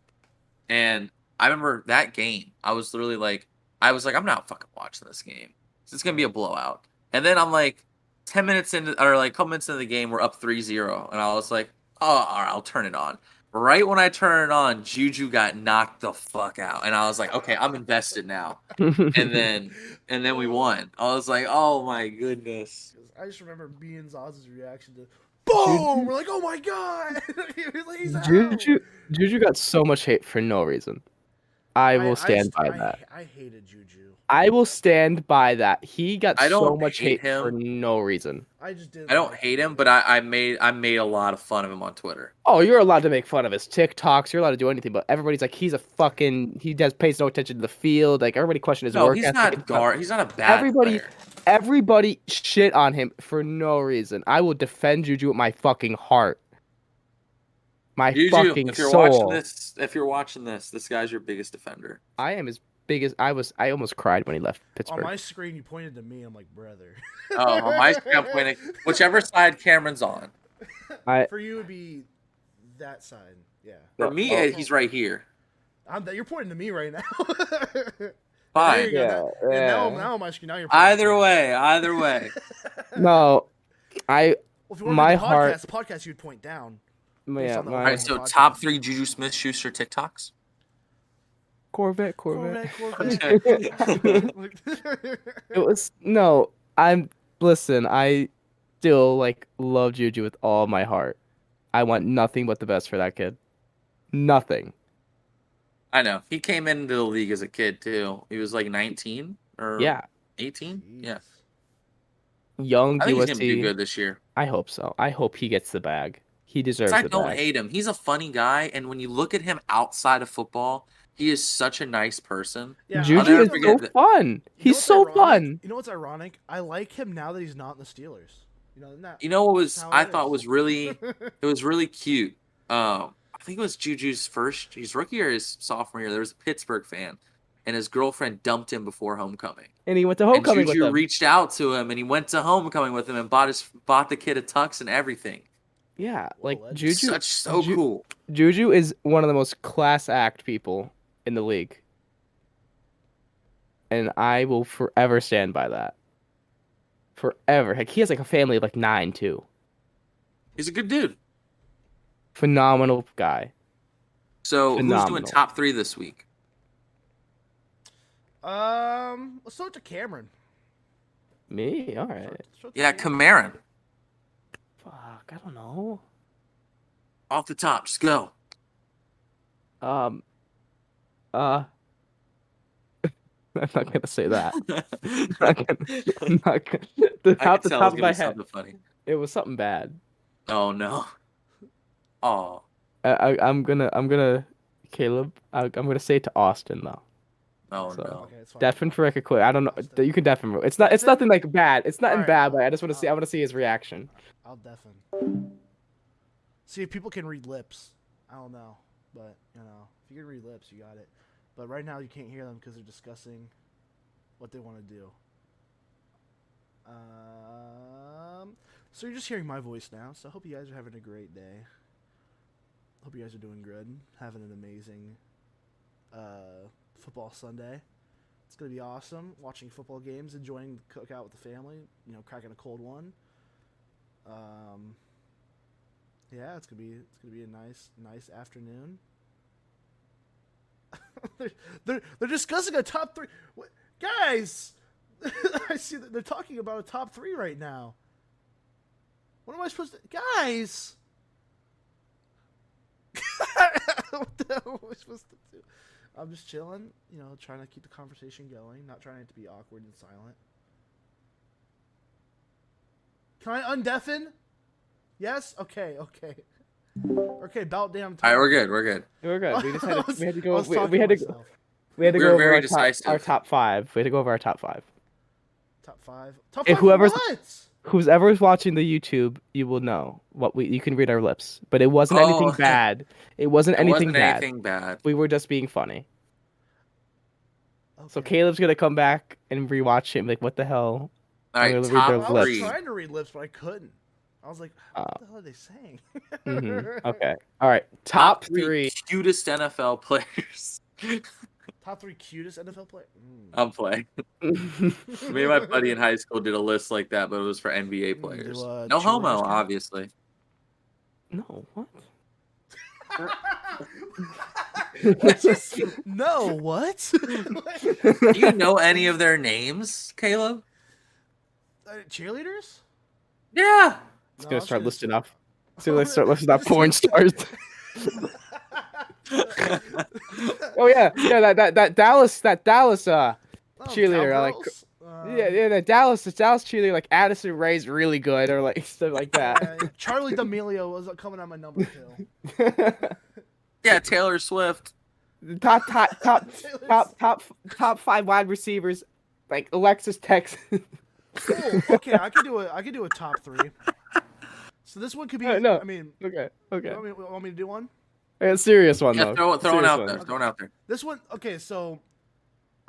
Speaker 2: and I remember that game. I was literally like, I was like, I'm not fucking watching this game. It's gonna be a blowout. And then I'm like, ten minutes into, or like a couple minutes into the game, we're up 3-0. and I was like, oh, all right, I'll turn it on. Right when I turn it on, Juju got knocked the fuck out, and I was like, okay, I'm invested now. And then, and then we won. I was like, oh my goodness.
Speaker 3: 'Cause I just remember being Zazu's reaction to boom. We're like, oh my god, He was like, he's out.
Speaker 4: Juju, Juju got so much hate for no reason. I will stand by
Speaker 3: I-
Speaker 4: that.
Speaker 3: I hated Juju.
Speaker 4: I will stand by that. He got
Speaker 2: I
Speaker 4: so
Speaker 2: don't
Speaker 4: much hate
Speaker 2: hate
Speaker 4: for no reason.
Speaker 3: I just didn't.
Speaker 2: I don't
Speaker 3: like
Speaker 2: hate him, but I, I made I made a lot of fun of him on Twitter.
Speaker 4: Oh, you're allowed to make fun of his TikToks. You're allowed to do anything, but everybody's like, he's a fucking. He does pays no attention to the field. Like everybody questioned his
Speaker 2: No,
Speaker 4: work.
Speaker 2: he's
Speaker 4: ethic and
Speaker 2: not
Speaker 4: stuff.
Speaker 2: guard. He's not a bad
Speaker 4: Everybody-
Speaker 2: player.
Speaker 4: Everybody shit on him for no reason. I will defend Juju with my fucking heart. My
Speaker 2: Juju,
Speaker 4: fucking
Speaker 2: if you're
Speaker 4: soul.
Speaker 2: watching this, if you're watching this, this guy's your biggest defender.
Speaker 4: I am as big as I was. I almost cried when he left
Speaker 3: On
Speaker 4: Pittsburgh.
Speaker 3: Oh, my screen, you pointed to me. I'm like, brother.
Speaker 2: Oh, on my I'm pointing whichever side Cameron's on.
Speaker 4: I-
Speaker 3: For you, it'd be that side. Yeah.
Speaker 2: For me,
Speaker 4: Oh.
Speaker 2: he's right here.
Speaker 3: I'm, you're pointing to me right now. There you
Speaker 2: Fine.
Speaker 3: go.
Speaker 4: Yeah,
Speaker 3: And now,
Speaker 4: yeah.
Speaker 3: now on my screen, now you're pointing to
Speaker 2: Either
Speaker 3: me.
Speaker 2: way, either way.
Speaker 4: No, I
Speaker 3: Well, if you want
Speaker 4: My
Speaker 3: to do the
Speaker 4: heart-
Speaker 3: podcast, the podcast, you'd point down.
Speaker 4: yeah.
Speaker 3: on the
Speaker 4: My,
Speaker 2: All right, so top three Juju Smith Schuster TikToks.
Speaker 4: Corvette, Corvette.
Speaker 3: Corvette, Corvette.
Speaker 4: It was no. I'm listen. I still like love Juju with all my heart. I want nothing but the best for that kid. Nothing.
Speaker 2: I know he came into the league as a kid too. He was like 19 or
Speaker 4: Yeah,
Speaker 2: 18. Yeah,
Speaker 3: Jeez.
Speaker 4: young
Speaker 2: I think he's gonna do
Speaker 4: USC.
Speaker 2: good this year.
Speaker 4: I hope so. I hope he gets the bag. He deserves
Speaker 2: I
Speaker 4: the
Speaker 2: don't
Speaker 4: bag.
Speaker 2: hate him. He's a funny guy, and when you look at him outside of football, he is such a nice person.
Speaker 3: Yeah,
Speaker 2: I'll never
Speaker 4: Juju is
Speaker 3: you know
Speaker 4: so
Speaker 2: forget that-
Speaker 4: fun. He's
Speaker 3: what's
Speaker 4: so
Speaker 3: ironic?
Speaker 4: fun.
Speaker 3: You know what's ironic? I like him now that he's not in the Steelers. You know, not,
Speaker 2: You know what was
Speaker 3: How
Speaker 2: I
Speaker 3: it
Speaker 2: thought
Speaker 3: is.
Speaker 2: was really it was really cute. Um, I think it was Juju's first his rookie or his sophomore year. There was a Pittsburgh fan, and his girlfriend dumped him before homecoming.
Speaker 4: And he went to homecoming
Speaker 2: and
Speaker 4: with
Speaker 2: Juju
Speaker 4: them.
Speaker 2: reached out to him, and he went to homecoming with him, and bought his bought the kid a tux and everything.
Speaker 4: yeah,
Speaker 3: What a
Speaker 4: like
Speaker 3: legend.
Speaker 4: Juju.
Speaker 2: Such so
Speaker 4: Ju-
Speaker 2: cool.
Speaker 4: Juju is one of the most class act people in the league. And I will forever stand by that. Forever. Heck, he has like a family of like nine too.
Speaker 2: He's a good dude.
Speaker 4: Phenomenal guy.
Speaker 2: So who's doing
Speaker 4: Phenomenal.
Speaker 2: top three this week?
Speaker 3: um, let's throw it to Cameron.
Speaker 4: Me?
Speaker 3: Let's throw
Speaker 4: Alright.
Speaker 3: it- let's throw it to
Speaker 2: Yeah,
Speaker 3: Cameron.
Speaker 2: Kamaran.
Speaker 4: Fuck, I don't know.
Speaker 2: Off the top, just go.
Speaker 4: Um uh I'm not gonna say that. I'm not gonna, I'm not gonna,
Speaker 2: I could
Speaker 4: off the
Speaker 2: tell it was
Speaker 4: top of
Speaker 2: gonna
Speaker 4: my
Speaker 2: be
Speaker 4: head,
Speaker 2: something funny.
Speaker 4: it was something bad.
Speaker 2: Oh no. Oh,
Speaker 4: I, I, I'm gonna, I'm gonna, Caleb, I, I'm gonna say it to Austin though.
Speaker 2: oh
Speaker 4: So,
Speaker 2: no.
Speaker 3: Okay, it's fine.
Speaker 4: Deafen for like a quick. I don't know.
Speaker 3: Austin.
Speaker 4: You can deafen. It's not. It's
Speaker 3: Deafen?
Speaker 4: nothing like bad. It's nothing
Speaker 3: Alright,
Speaker 4: bad. But
Speaker 3: I'll-
Speaker 4: I just want to see. I want to see his reaction.
Speaker 3: I'll deafen. See if people can read lips. I don't know, but you know, if you can read lips, you got it. But right now, you can't hear them because they're discussing what they want to do. Um, so you're just hearing my voice now. So I hope you guys are having a great day. Hope you guys are doing good, having an amazing uh, football Sunday. It's gonna be awesome. Watching football games, enjoying the cookout with the family. You know, cracking a cold one. Um, yeah, it's gonna be it's gonna be a nice nice afternoon. they're, they're they're discussing a top three. What, guys, I see that they're talking about a top three right now. What am I supposed to? Guys, what the hell am I supposed to do? I'm just chilling, you know, trying to keep the conversation going, not trying it to be awkward and silent. Can I undeafen? Yes. Okay. Okay. Okay. About damn
Speaker 2: All
Speaker 3: time.
Speaker 2: right, we're good. We're good.
Speaker 4: We were good. We just
Speaker 3: I
Speaker 4: had to,
Speaker 3: was-
Speaker 4: we had to
Speaker 3: I
Speaker 4: go.
Speaker 3: was
Speaker 4: We, we
Speaker 3: talking
Speaker 4: had
Speaker 3: to
Speaker 4: to. Go,
Speaker 3: myself.
Speaker 4: we had to
Speaker 2: We
Speaker 4: go
Speaker 2: were
Speaker 4: over
Speaker 2: very
Speaker 4: our top, our
Speaker 2: decisive.
Speaker 4: top five. We had to go over our top five.
Speaker 3: Top five. Top
Speaker 4: Hey,
Speaker 3: five.
Speaker 4: whoever's-
Speaker 3: What?
Speaker 4: Whoever is watching the YouTube, you will know what we. You can read our lips, but it wasn't anything
Speaker 2: Oh.
Speaker 4: bad. It wasn't
Speaker 2: It
Speaker 4: anything
Speaker 2: wasn't
Speaker 4: bad.
Speaker 2: anything bad.
Speaker 4: We were just being funny. So
Speaker 3: Okay.
Speaker 4: Caleb's gonna come back and rewatch it. And be like, what the hell?
Speaker 2: All
Speaker 4: I'm
Speaker 2: right,
Speaker 4: gonna read their
Speaker 2: top
Speaker 3: I was
Speaker 4: lips.
Speaker 2: three.
Speaker 3: trying to read lips, but I couldn't. I was like, what
Speaker 4: Oh.
Speaker 3: the hell are they saying?
Speaker 2: Mm-hmm.
Speaker 4: Mhm. Okay. All right. Top three.
Speaker 2: cutest NFL players.
Speaker 3: Top three cutest NFL player. Mm.
Speaker 2: I'm playing. Oh, Me and my buddy in high school did a list like that, but it was for NBA
Speaker 3: Mm,
Speaker 2: players.
Speaker 3: do, uh,
Speaker 2: no homo,
Speaker 3: cheerleaders count?
Speaker 2: obviously.
Speaker 4: no. What?
Speaker 3: no, what?
Speaker 2: Do you know any of their names, Caleb?
Speaker 3: Uh, cheerleaders?
Speaker 2: Yeah.
Speaker 3: No, I
Speaker 4: It's gonna
Speaker 3: was
Speaker 4: start
Speaker 3: gonna
Speaker 4: listing
Speaker 3: say-
Speaker 4: off. So let's start listing off porn stars. Oh yeah, yeah. That, that that Dallas that Dallas uh
Speaker 3: Oh,
Speaker 4: Cheerleader, I like-
Speaker 3: Cowgirls? Uh,
Speaker 4: yeah yeah that Dallas the Dallas cheerleader like Addison Ray's really good or like stuff like that.
Speaker 3: yeah, yeah. Charlie D'Amelio was coming on my number two.
Speaker 2: yeah, Taylor Swift.
Speaker 4: top top top
Speaker 3: Taylor
Speaker 4: top top top five wide receivers like Alexis Texas.
Speaker 3: Cool. Okay, I could do a I could do a top three. So this one could be.
Speaker 4: Uh, no.
Speaker 3: I mean,
Speaker 4: okay, okay.
Speaker 3: you want, me, you want me to do one?
Speaker 4: A serious one
Speaker 2: Yeah,
Speaker 4: though.
Speaker 2: throw, throw it
Speaker 4: Serious
Speaker 2: out
Speaker 4: one.
Speaker 2: there. Throw it out there.
Speaker 3: This one. Okay, so.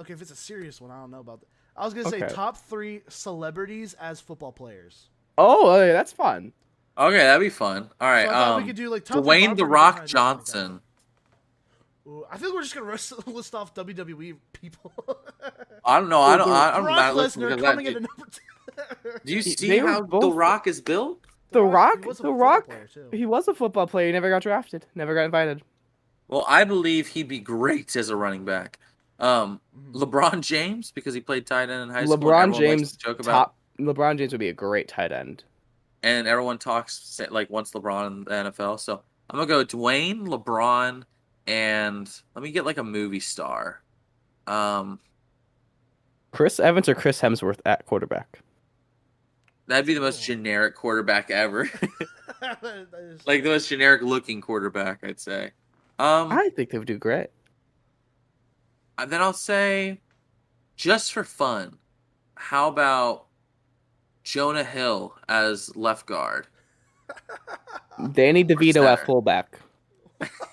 Speaker 3: Okay, if it's a serious one, I don't know about that. I was gonna say
Speaker 4: Okay.
Speaker 3: top three celebrities as football players.
Speaker 4: Oh, okay, that's fun.
Speaker 2: Okay, that'd be fun. All right.
Speaker 3: So I thought
Speaker 2: um,
Speaker 3: we could do like top three
Speaker 2: Dwayne the
Speaker 3: Robert
Speaker 2: Rock
Speaker 3: Downey Jr. like that.
Speaker 2: Johnson.
Speaker 3: Ooh, I think we're just gonna rest, list off WWE people.
Speaker 2: I don't know. I don't. I, I'm
Speaker 3: Brock
Speaker 2: not listening
Speaker 3: Lesnar
Speaker 2: to that.
Speaker 3: coming in at
Speaker 2: dude.
Speaker 3: number two.
Speaker 2: Do you
Speaker 4: He-
Speaker 2: see
Speaker 4: they were
Speaker 2: how The
Speaker 4: both-
Speaker 2: Rock is built?
Speaker 4: The Rock,
Speaker 3: he was a
Speaker 4: The
Speaker 3: football
Speaker 4: Rock,
Speaker 3: player, too.
Speaker 4: he was a football player. He never got drafted. Never got invited.
Speaker 2: Well, I believe he'd be great as a running back. Um,
Speaker 3: Mhm.
Speaker 2: LeBron James because he played tight end in high school. and everyone
Speaker 4: LeBron
Speaker 2: likes
Speaker 4: James,
Speaker 2: to joke about,
Speaker 4: top. LeBron James would be a great tight end.
Speaker 2: and everyone talks say- like once LeBron in the NFL. So I'm gonna go Dwayne, LeBron, and let me get like a movie star. Um,
Speaker 4: Chris Evans or Chris Hemsworth at quarterback.
Speaker 2: that'd be the most
Speaker 3: Cool.
Speaker 2: generic quarterback ever,
Speaker 3: That is-
Speaker 2: like the most generic looking quarterback, I'd say. Um,
Speaker 4: I think they would do great.
Speaker 2: And Uh, then I'll say, just for fun, how about Jonah Hill as left guard? Oh.
Speaker 4: Danny DeVito at
Speaker 2: center.
Speaker 4: fullback.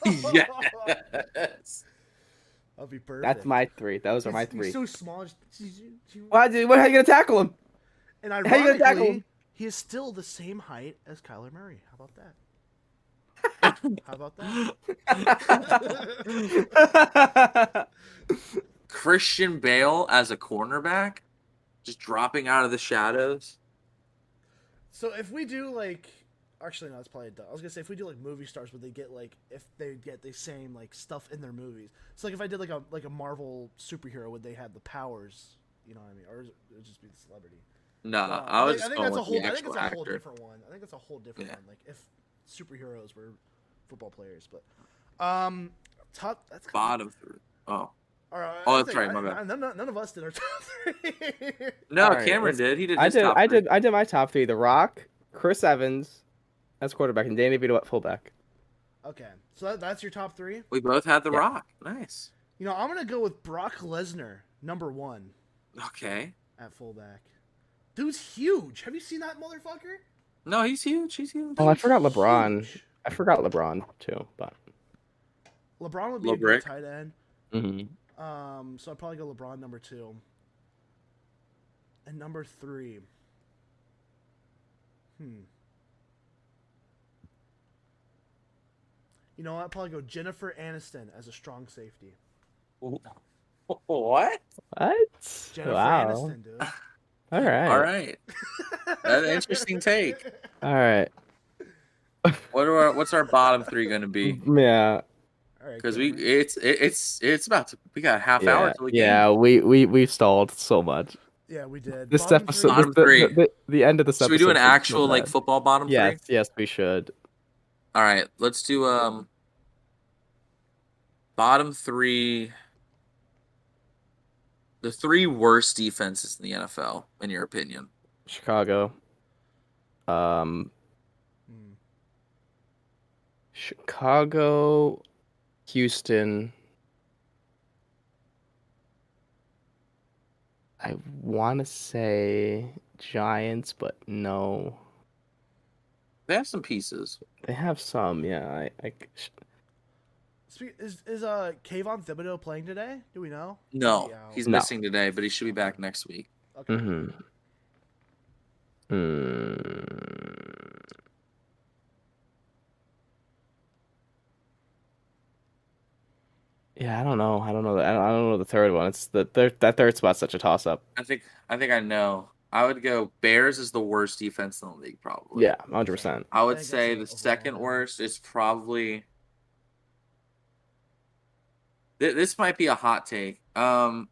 Speaker 2: yes.
Speaker 3: That'd be perfect.
Speaker 4: That's my three. Those are my
Speaker 3: He's-
Speaker 4: three.
Speaker 3: He's so small. just-
Speaker 4: Why, dude, what, how you gonna tackle him?
Speaker 3: And
Speaker 4: you gonna tackle
Speaker 3: ironically,
Speaker 4: him?
Speaker 3: he is still the same height as Kyler Murray. How about that? How about that?
Speaker 2: Christian Bale as a cornerback, just dropping out of the shadows.
Speaker 3: So if we do like, actually no, that's probably dumb. I was gonna say if we do like movie stars, would they get like if they get the same like stuff in their movies? So like if I did like a like a Marvel superhero, would they have the powers? You know what I mean? Or is it, it would just be the celebrity?
Speaker 2: Nah,
Speaker 3: No,
Speaker 2: Uh, I was
Speaker 3: think-
Speaker 2: just
Speaker 3: I think
Speaker 2: going
Speaker 3: that's a
Speaker 2: with
Speaker 3: whole.
Speaker 2: the
Speaker 3: I think
Speaker 2: actual
Speaker 3: it's a whole
Speaker 2: actor.
Speaker 3: different one. I think it's a whole different
Speaker 2: Yeah.
Speaker 3: one. Like if superheroes were football players, but um, top. That's kinda-
Speaker 2: Bottom three. Oh
Speaker 3: All right,
Speaker 2: Oh,
Speaker 3: I
Speaker 2: that's
Speaker 3: think-
Speaker 2: right, my
Speaker 3: I-
Speaker 2: bad.
Speaker 3: I- none, none of us did our top three.
Speaker 2: no,
Speaker 4: All right,
Speaker 2: Cameron
Speaker 4: let's-
Speaker 2: did. He did.
Speaker 4: I
Speaker 2: his
Speaker 4: did.
Speaker 2: top
Speaker 4: I
Speaker 2: three.
Speaker 4: did. I did my top three: The Rock, Chris Evans, as quarterback, and Danny DeVito at fullback.
Speaker 3: okay, so that, that's your top three.
Speaker 2: We both had the
Speaker 4: Yeah.
Speaker 2: Rock. Nice.
Speaker 3: You know, I'm gonna go with Brock Lesnar, number one
Speaker 2: Okay.
Speaker 3: at fullback. Dude's huge. Have you seen that motherfucker?
Speaker 2: No, he's huge. He's huge.
Speaker 4: Oh, I
Speaker 3: Dude's
Speaker 4: forgot LeBron.
Speaker 3: huge.
Speaker 4: I forgot LeBron too, but
Speaker 3: LeBron would be a
Speaker 2: LeBrick.
Speaker 3: good tight end.
Speaker 2: Mm-hmm.
Speaker 3: Um, so I'd probably go LeBron number two. And number three. Hmm. You know, I'd probably go Jennifer Aniston as a strong safety.
Speaker 2: What?
Speaker 4: what?
Speaker 3: Jennifer
Speaker 4: wow.
Speaker 3: Aniston, dude.
Speaker 4: All right.
Speaker 2: All right. That's an interesting take.
Speaker 4: All right.
Speaker 2: What are our, what's our bottom three going to be?
Speaker 4: Yeah.
Speaker 3: All right.
Speaker 2: Because we
Speaker 3: Cameron.
Speaker 2: it's it, it's it's about to we got a half
Speaker 4: yeah.
Speaker 2: hour till we
Speaker 4: yeah. We we we've stalled so much.
Speaker 3: yeah, we did.
Speaker 4: This
Speaker 3: Bottom
Speaker 4: episode.
Speaker 3: three-
Speaker 4: this-
Speaker 2: Bottom
Speaker 4: the,
Speaker 2: three.
Speaker 4: The, the, the end of this
Speaker 2: Should
Speaker 4: episode.
Speaker 2: we do an
Speaker 4: was
Speaker 2: actual
Speaker 4: so
Speaker 2: like
Speaker 4: bad.
Speaker 2: football bottom
Speaker 4: Yes.
Speaker 2: three?
Speaker 4: Yes, we should.
Speaker 2: All right, let's do um bottom three. The three worst defenses in the NFL, in your opinion.
Speaker 4: Chicago. Um.
Speaker 3: Hmm.
Speaker 4: Chicago, Houston. I want to say Giants, but no.
Speaker 2: They have some pieces.
Speaker 4: They have some, yeah. I, I c-
Speaker 3: Spe- Is is uh Kayvon Thibodeau playing today? Do we know?
Speaker 2: No,
Speaker 3: Yeah.
Speaker 2: he's
Speaker 4: No.
Speaker 2: missing today, but he should be back next week.
Speaker 3: Okay.
Speaker 2: Mm-hmm.
Speaker 4: Mhm. Mm. Yeah, I don't know. I don't know. The, I don't, I don't know the third one. It's the third, that third spot's such a toss up.
Speaker 2: I think I think I know. I would go Bears is the worst defense in the league, probably.
Speaker 4: Yeah, hundred percent.
Speaker 2: I would
Speaker 3: think that's
Speaker 2: say
Speaker 3: it
Speaker 2: the
Speaker 3: overall,
Speaker 2: second
Speaker 3: yeah.
Speaker 2: worst is probably. Th- This might be a hot take, um,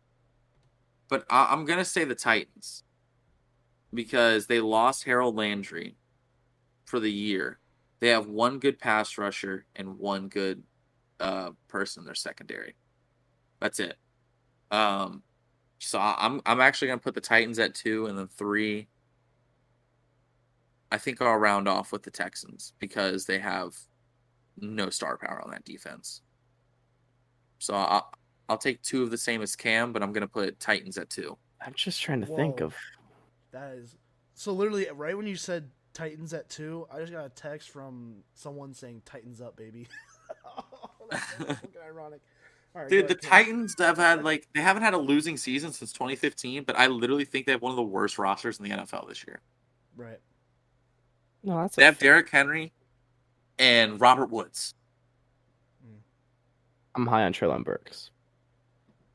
Speaker 2: but I- I'm gonna say the Titans because they lost Harold Landry for the year. They have one good pass rusher and one good uh, person in their secondary. That's it. Um, so I- I'm I'm actually gonna put the Titans at two and then three. I think I'll round off with the Texans because they have no star power on that defense. So I'll, I'll take two of the same as Cam, but I'm gonna put Titans at two.
Speaker 4: I'm just trying to think
Speaker 3: Whoa.
Speaker 4: of.
Speaker 3: That is so literally right when you said Titans at two, I just got a text from someone saying Titans up, baby. Oh, That's fucking ironic. All right, go
Speaker 2: Dude, the
Speaker 3: ahead, Cam.
Speaker 2: Titans have had like they haven't had a losing season since 2015, but I literally think they have one of the worst rosters in the NFL this year.
Speaker 3: Right.
Speaker 4: No, that's
Speaker 2: They
Speaker 4: a,
Speaker 2: have Derrick Henry and Robert Woods.
Speaker 4: I'm high on Traylon Burks.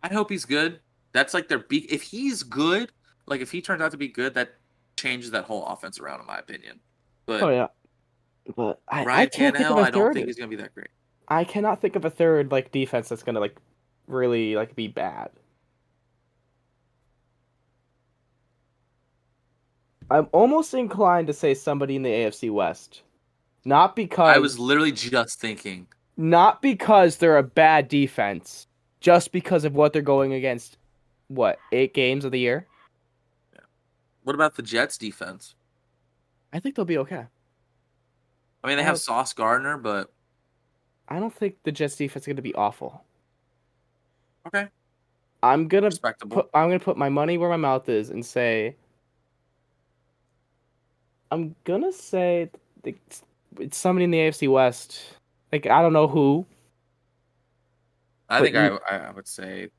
Speaker 2: I hope he's good. That's like their big. If he's good, like if he turns out to be good, that changes that whole offense around, in my opinion. But
Speaker 4: Oh yeah, but I, I
Speaker 2: Ryan
Speaker 4: can't think of
Speaker 2: Tannehill,
Speaker 4: a
Speaker 2: I don't
Speaker 4: third.
Speaker 2: think he's gonna be that great.
Speaker 4: I cannot think of a third like defense that's gonna like really like be bad. I'm almost inclined to say somebody in the AFC West, not because
Speaker 2: I was literally just thinking.
Speaker 4: not because they're a bad defense, just because of what they're going against. What eight games of the year?
Speaker 2: What about the Jets defense?
Speaker 4: I think they'll be okay.
Speaker 2: I mean, they
Speaker 4: Oh.
Speaker 2: have Sauce Gardner, but
Speaker 4: I don't think the Jets defense is gonna be awful.
Speaker 2: okay,
Speaker 4: I'm gonna
Speaker 2: respectable.
Speaker 4: put I'm gonna put my money where my mouth is and say I'm gonna say it's, it's somebody in the AFC West. Like I don't know who.
Speaker 2: I
Speaker 4: but
Speaker 2: think
Speaker 4: you-
Speaker 2: I, I would say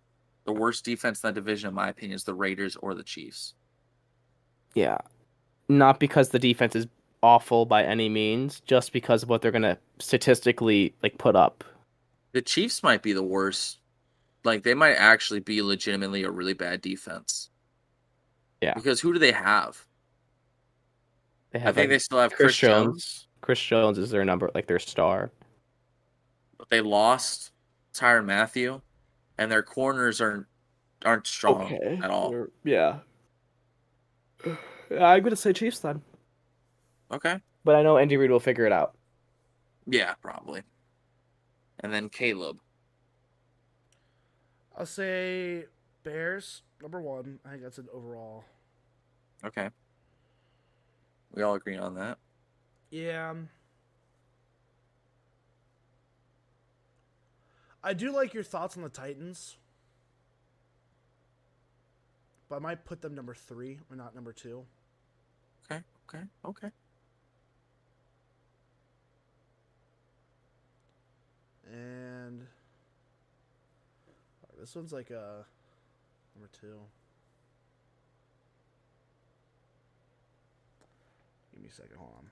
Speaker 2: the worst defense in that division, in my opinion, is the Raiders or the Chiefs.
Speaker 4: Yeah. Not because the defense is awful by any means, just because of what they're gonna statistically like put up.
Speaker 2: The Chiefs might be the worst. Like they might actually be legitimately a really bad defense.
Speaker 4: Yeah.
Speaker 2: Because who do they have?
Speaker 4: They
Speaker 2: I
Speaker 4: have
Speaker 2: think
Speaker 4: like,
Speaker 2: they still have
Speaker 4: Chris
Speaker 2: Chris Jones.
Speaker 4: Chris Jones is their number like their star.
Speaker 2: but they lost Tyron Matthew, and their corners aren't aren't strong at all.
Speaker 4: Yeah. I'm gonna say Chiefs then.
Speaker 2: Okay,
Speaker 4: But I know Andy Reid will figure it out.
Speaker 2: yeah, probably. And then Caleb.
Speaker 3: I'll say Bears number one. I think that's an overall.
Speaker 2: Okay, we all agree on that.
Speaker 3: Yeah. um, I do like your thoughts on the Titans. But I might put them number three or not number two.
Speaker 2: Okay, okay, okay.
Speaker 3: And Alright, this one's like a number two. Give me a second. Hold on.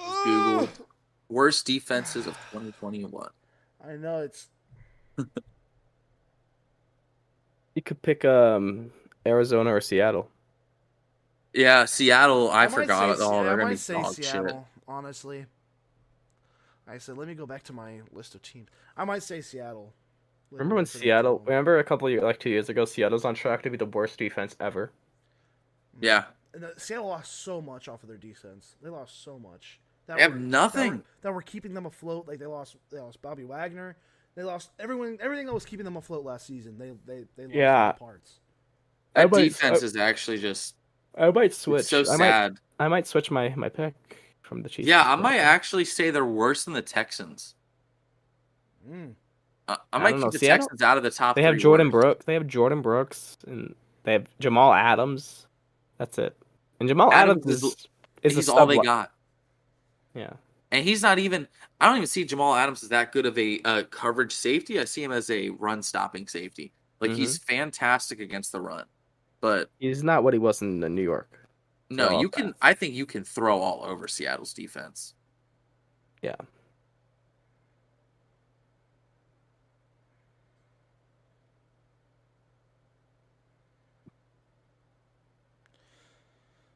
Speaker 2: Just Google worst defenses of 2021.
Speaker 3: I know it's
Speaker 4: You could pick um Arizona or Seattle.
Speaker 2: Yeah, Seattle. I,
Speaker 3: might
Speaker 2: forgot
Speaker 3: say-
Speaker 2: all.
Speaker 3: I
Speaker 2: They're gonna
Speaker 3: might
Speaker 2: be
Speaker 3: say
Speaker 2: dog
Speaker 3: Seattle,
Speaker 2: shit.
Speaker 3: honestly. I said, let me go back to my list of teams. I might say Seattle. Let
Speaker 4: Remember
Speaker 3: me
Speaker 4: when
Speaker 3: consider
Speaker 4: Seattle? Remember a couple of years, like two years ago, Seattle's on track to be the worst defense ever.
Speaker 2: Yeah,
Speaker 3: And the, Seattle lost so much off of their defense. They lost so much. That
Speaker 2: they have
Speaker 3: were- That
Speaker 2: nothing.
Speaker 3: were, that were keeping them afloat. Like they lost, they lost Bobby Wagner. They lost everyone. Everything that was keeping them afloat last season. They they they lost
Speaker 4: Yeah.
Speaker 3: all parts.
Speaker 4: I
Speaker 2: That
Speaker 4: might-
Speaker 2: defense is actually just
Speaker 4: I might
Speaker 2: it's
Speaker 4: switch.
Speaker 2: so
Speaker 4: I might,
Speaker 2: sad.
Speaker 4: I might switch my my pick from the Chiefs.
Speaker 2: Yeah,
Speaker 4: to
Speaker 2: I might
Speaker 4: Seattle.
Speaker 2: actually say they're worse than the Texans.
Speaker 3: Mm.
Speaker 2: I, I
Speaker 4: I
Speaker 2: might
Speaker 4: don't
Speaker 2: keep
Speaker 4: know,
Speaker 2: the
Speaker 4: Seattle-
Speaker 2: Texans out of the top.
Speaker 4: They have
Speaker 2: three
Speaker 4: Jordan
Speaker 2: worst.
Speaker 4: Brooks. They have Jordan Brooks, and they have Jamal Adams. That's it. And Jamal Adams,
Speaker 2: Adams
Speaker 4: is
Speaker 2: is-
Speaker 4: is
Speaker 2: he's
Speaker 4: a
Speaker 2: all they
Speaker 4: sub-
Speaker 2: got.
Speaker 4: Yeah,
Speaker 2: And he's not even. I don't even see Jamal Adams as that good of a uh, coverage safety. I see him as a run stopping safety. Like he's
Speaker 4: Mm-hmm.
Speaker 2: fantastic against the run, but
Speaker 4: he's not what he was in uh, New York.
Speaker 2: no,
Speaker 4: Throw
Speaker 2: you
Speaker 4: off
Speaker 2: can.
Speaker 4: that.
Speaker 2: I think you can throw all over Seattle's defense.
Speaker 4: Yeah.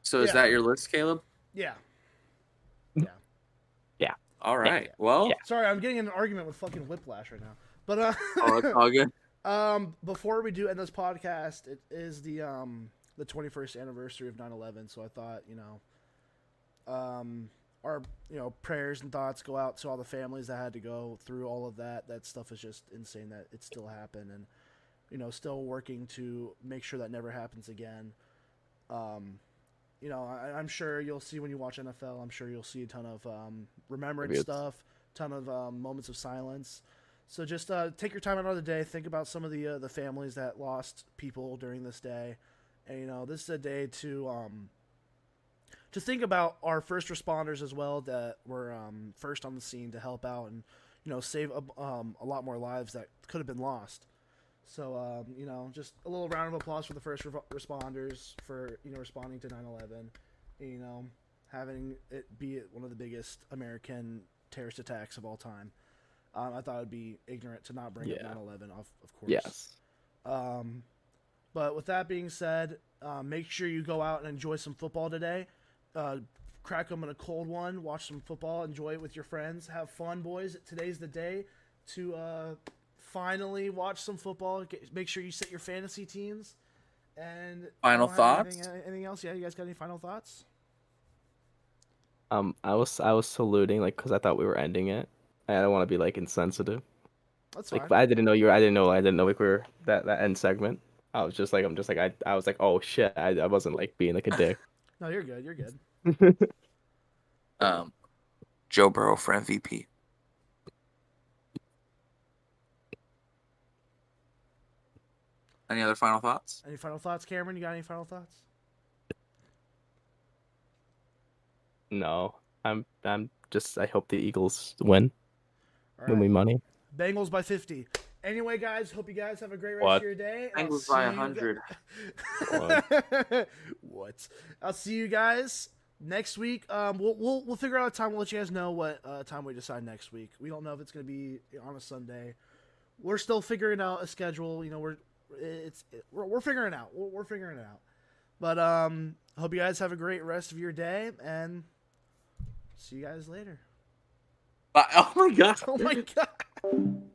Speaker 2: So is
Speaker 3: Yeah.
Speaker 2: that your list, Caleb?
Speaker 3: Yeah.
Speaker 2: All
Speaker 4: Yeah.
Speaker 2: right. Well,
Speaker 4: Yeah.
Speaker 3: Sorry, I'm getting in an argument with fucking Whiplash right now. But uh,
Speaker 2: oh, it's all good.
Speaker 3: Um, before we do end this podcast, it is the um the 21st anniversary of 9/11, so I thought you know, um, our you know prayers and thoughts go out to all the families that had to go through all of that. That stuff is just insane that it still happened, and you know, still working to make sure that never happens again. Um, you know, I, I'm sure you'll see when you watch NFL. I'm sure you'll see a ton of um, remembrance
Speaker 4: Maybe it's-
Speaker 3: stuff, ton of um, moments of silence. So just uh, take your time another day. Think about some of the uh, the families that lost people during this day, and you know, this is a day to um, to think about our first responders as well that were um, first on the scene to help out and you know save a, um, a lot more lives that could have been lost. So um, you know, just a little round of applause for the first revo- responders for you know responding to 9/11. and, You know, having it be one of the biggest American terrorist attacks of all time. Um, I thought it'd be ignorant to not bring
Speaker 4: Yeah.
Speaker 3: up 9/11, of, of course.
Speaker 4: Yes.
Speaker 3: Um, but with that being said, uh, make sure you go out and enjoy some football today. Uh, crack them in a cold one. Watch some football. Enjoy it with your friends. Have fun, boys. Today's the day to uh, finally watch some football. Get, make sure you set your fantasy teams. And I
Speaker 2: Final
Speaker 3: don't have anything- uh,
Speaker 2: thoughts?
Speaker 3: Anything else? Yeah, you guys got any final thoughts?
Speaker 4: Um, I was I was saluting like because I thought we were ending it. I don't want to be like insensitive.
Speaker 3: That's fine.
Speaker 4: Like but I didn't know you were. I didn't know. I didn't know like we were that that end segment. I was just like I'm just like I I was like oh shit I I wasn't like being like a dick.
Speaker 3: no, you're good. You're good.
Speaker 2: Um, Joe Burrow for MVP. Any other final thoughts?
Speaker 3: Any final thoughts, Cameron? You got any final thoughts?
Speaker 4: No, I'm I'm just I hope the Eagles win
Speaker 3: All
Speaker 4: win me
Speaker 3: right.
Speaker 4: money.
Speaker 3: Bengals by 50. Anyway, guys, hope you guys have a great rest
Speaker 4: What?
Speaker 3: of your day. I'll
Speaker 2: Bengals
Speaker 3: see
Speaker 2: by
Speaker 3: you
Speaker 2: 100.
Speaker 3: guys- what? I'll see you guys next week. Um, we'll, we'll we'll figure out a time. We'll let you guys know what uh, time we decide next week. We don't know if it's gonna be on a Sunday. We're still figuring out a schedule. You know, we're it's we're, we're figuring it out. We're, we're figuring it out. But um, hope you guys have a great rest of your day and see you guys later.
Speaker 2: Bye. Oh my god.
Speaker 3: Oh my god.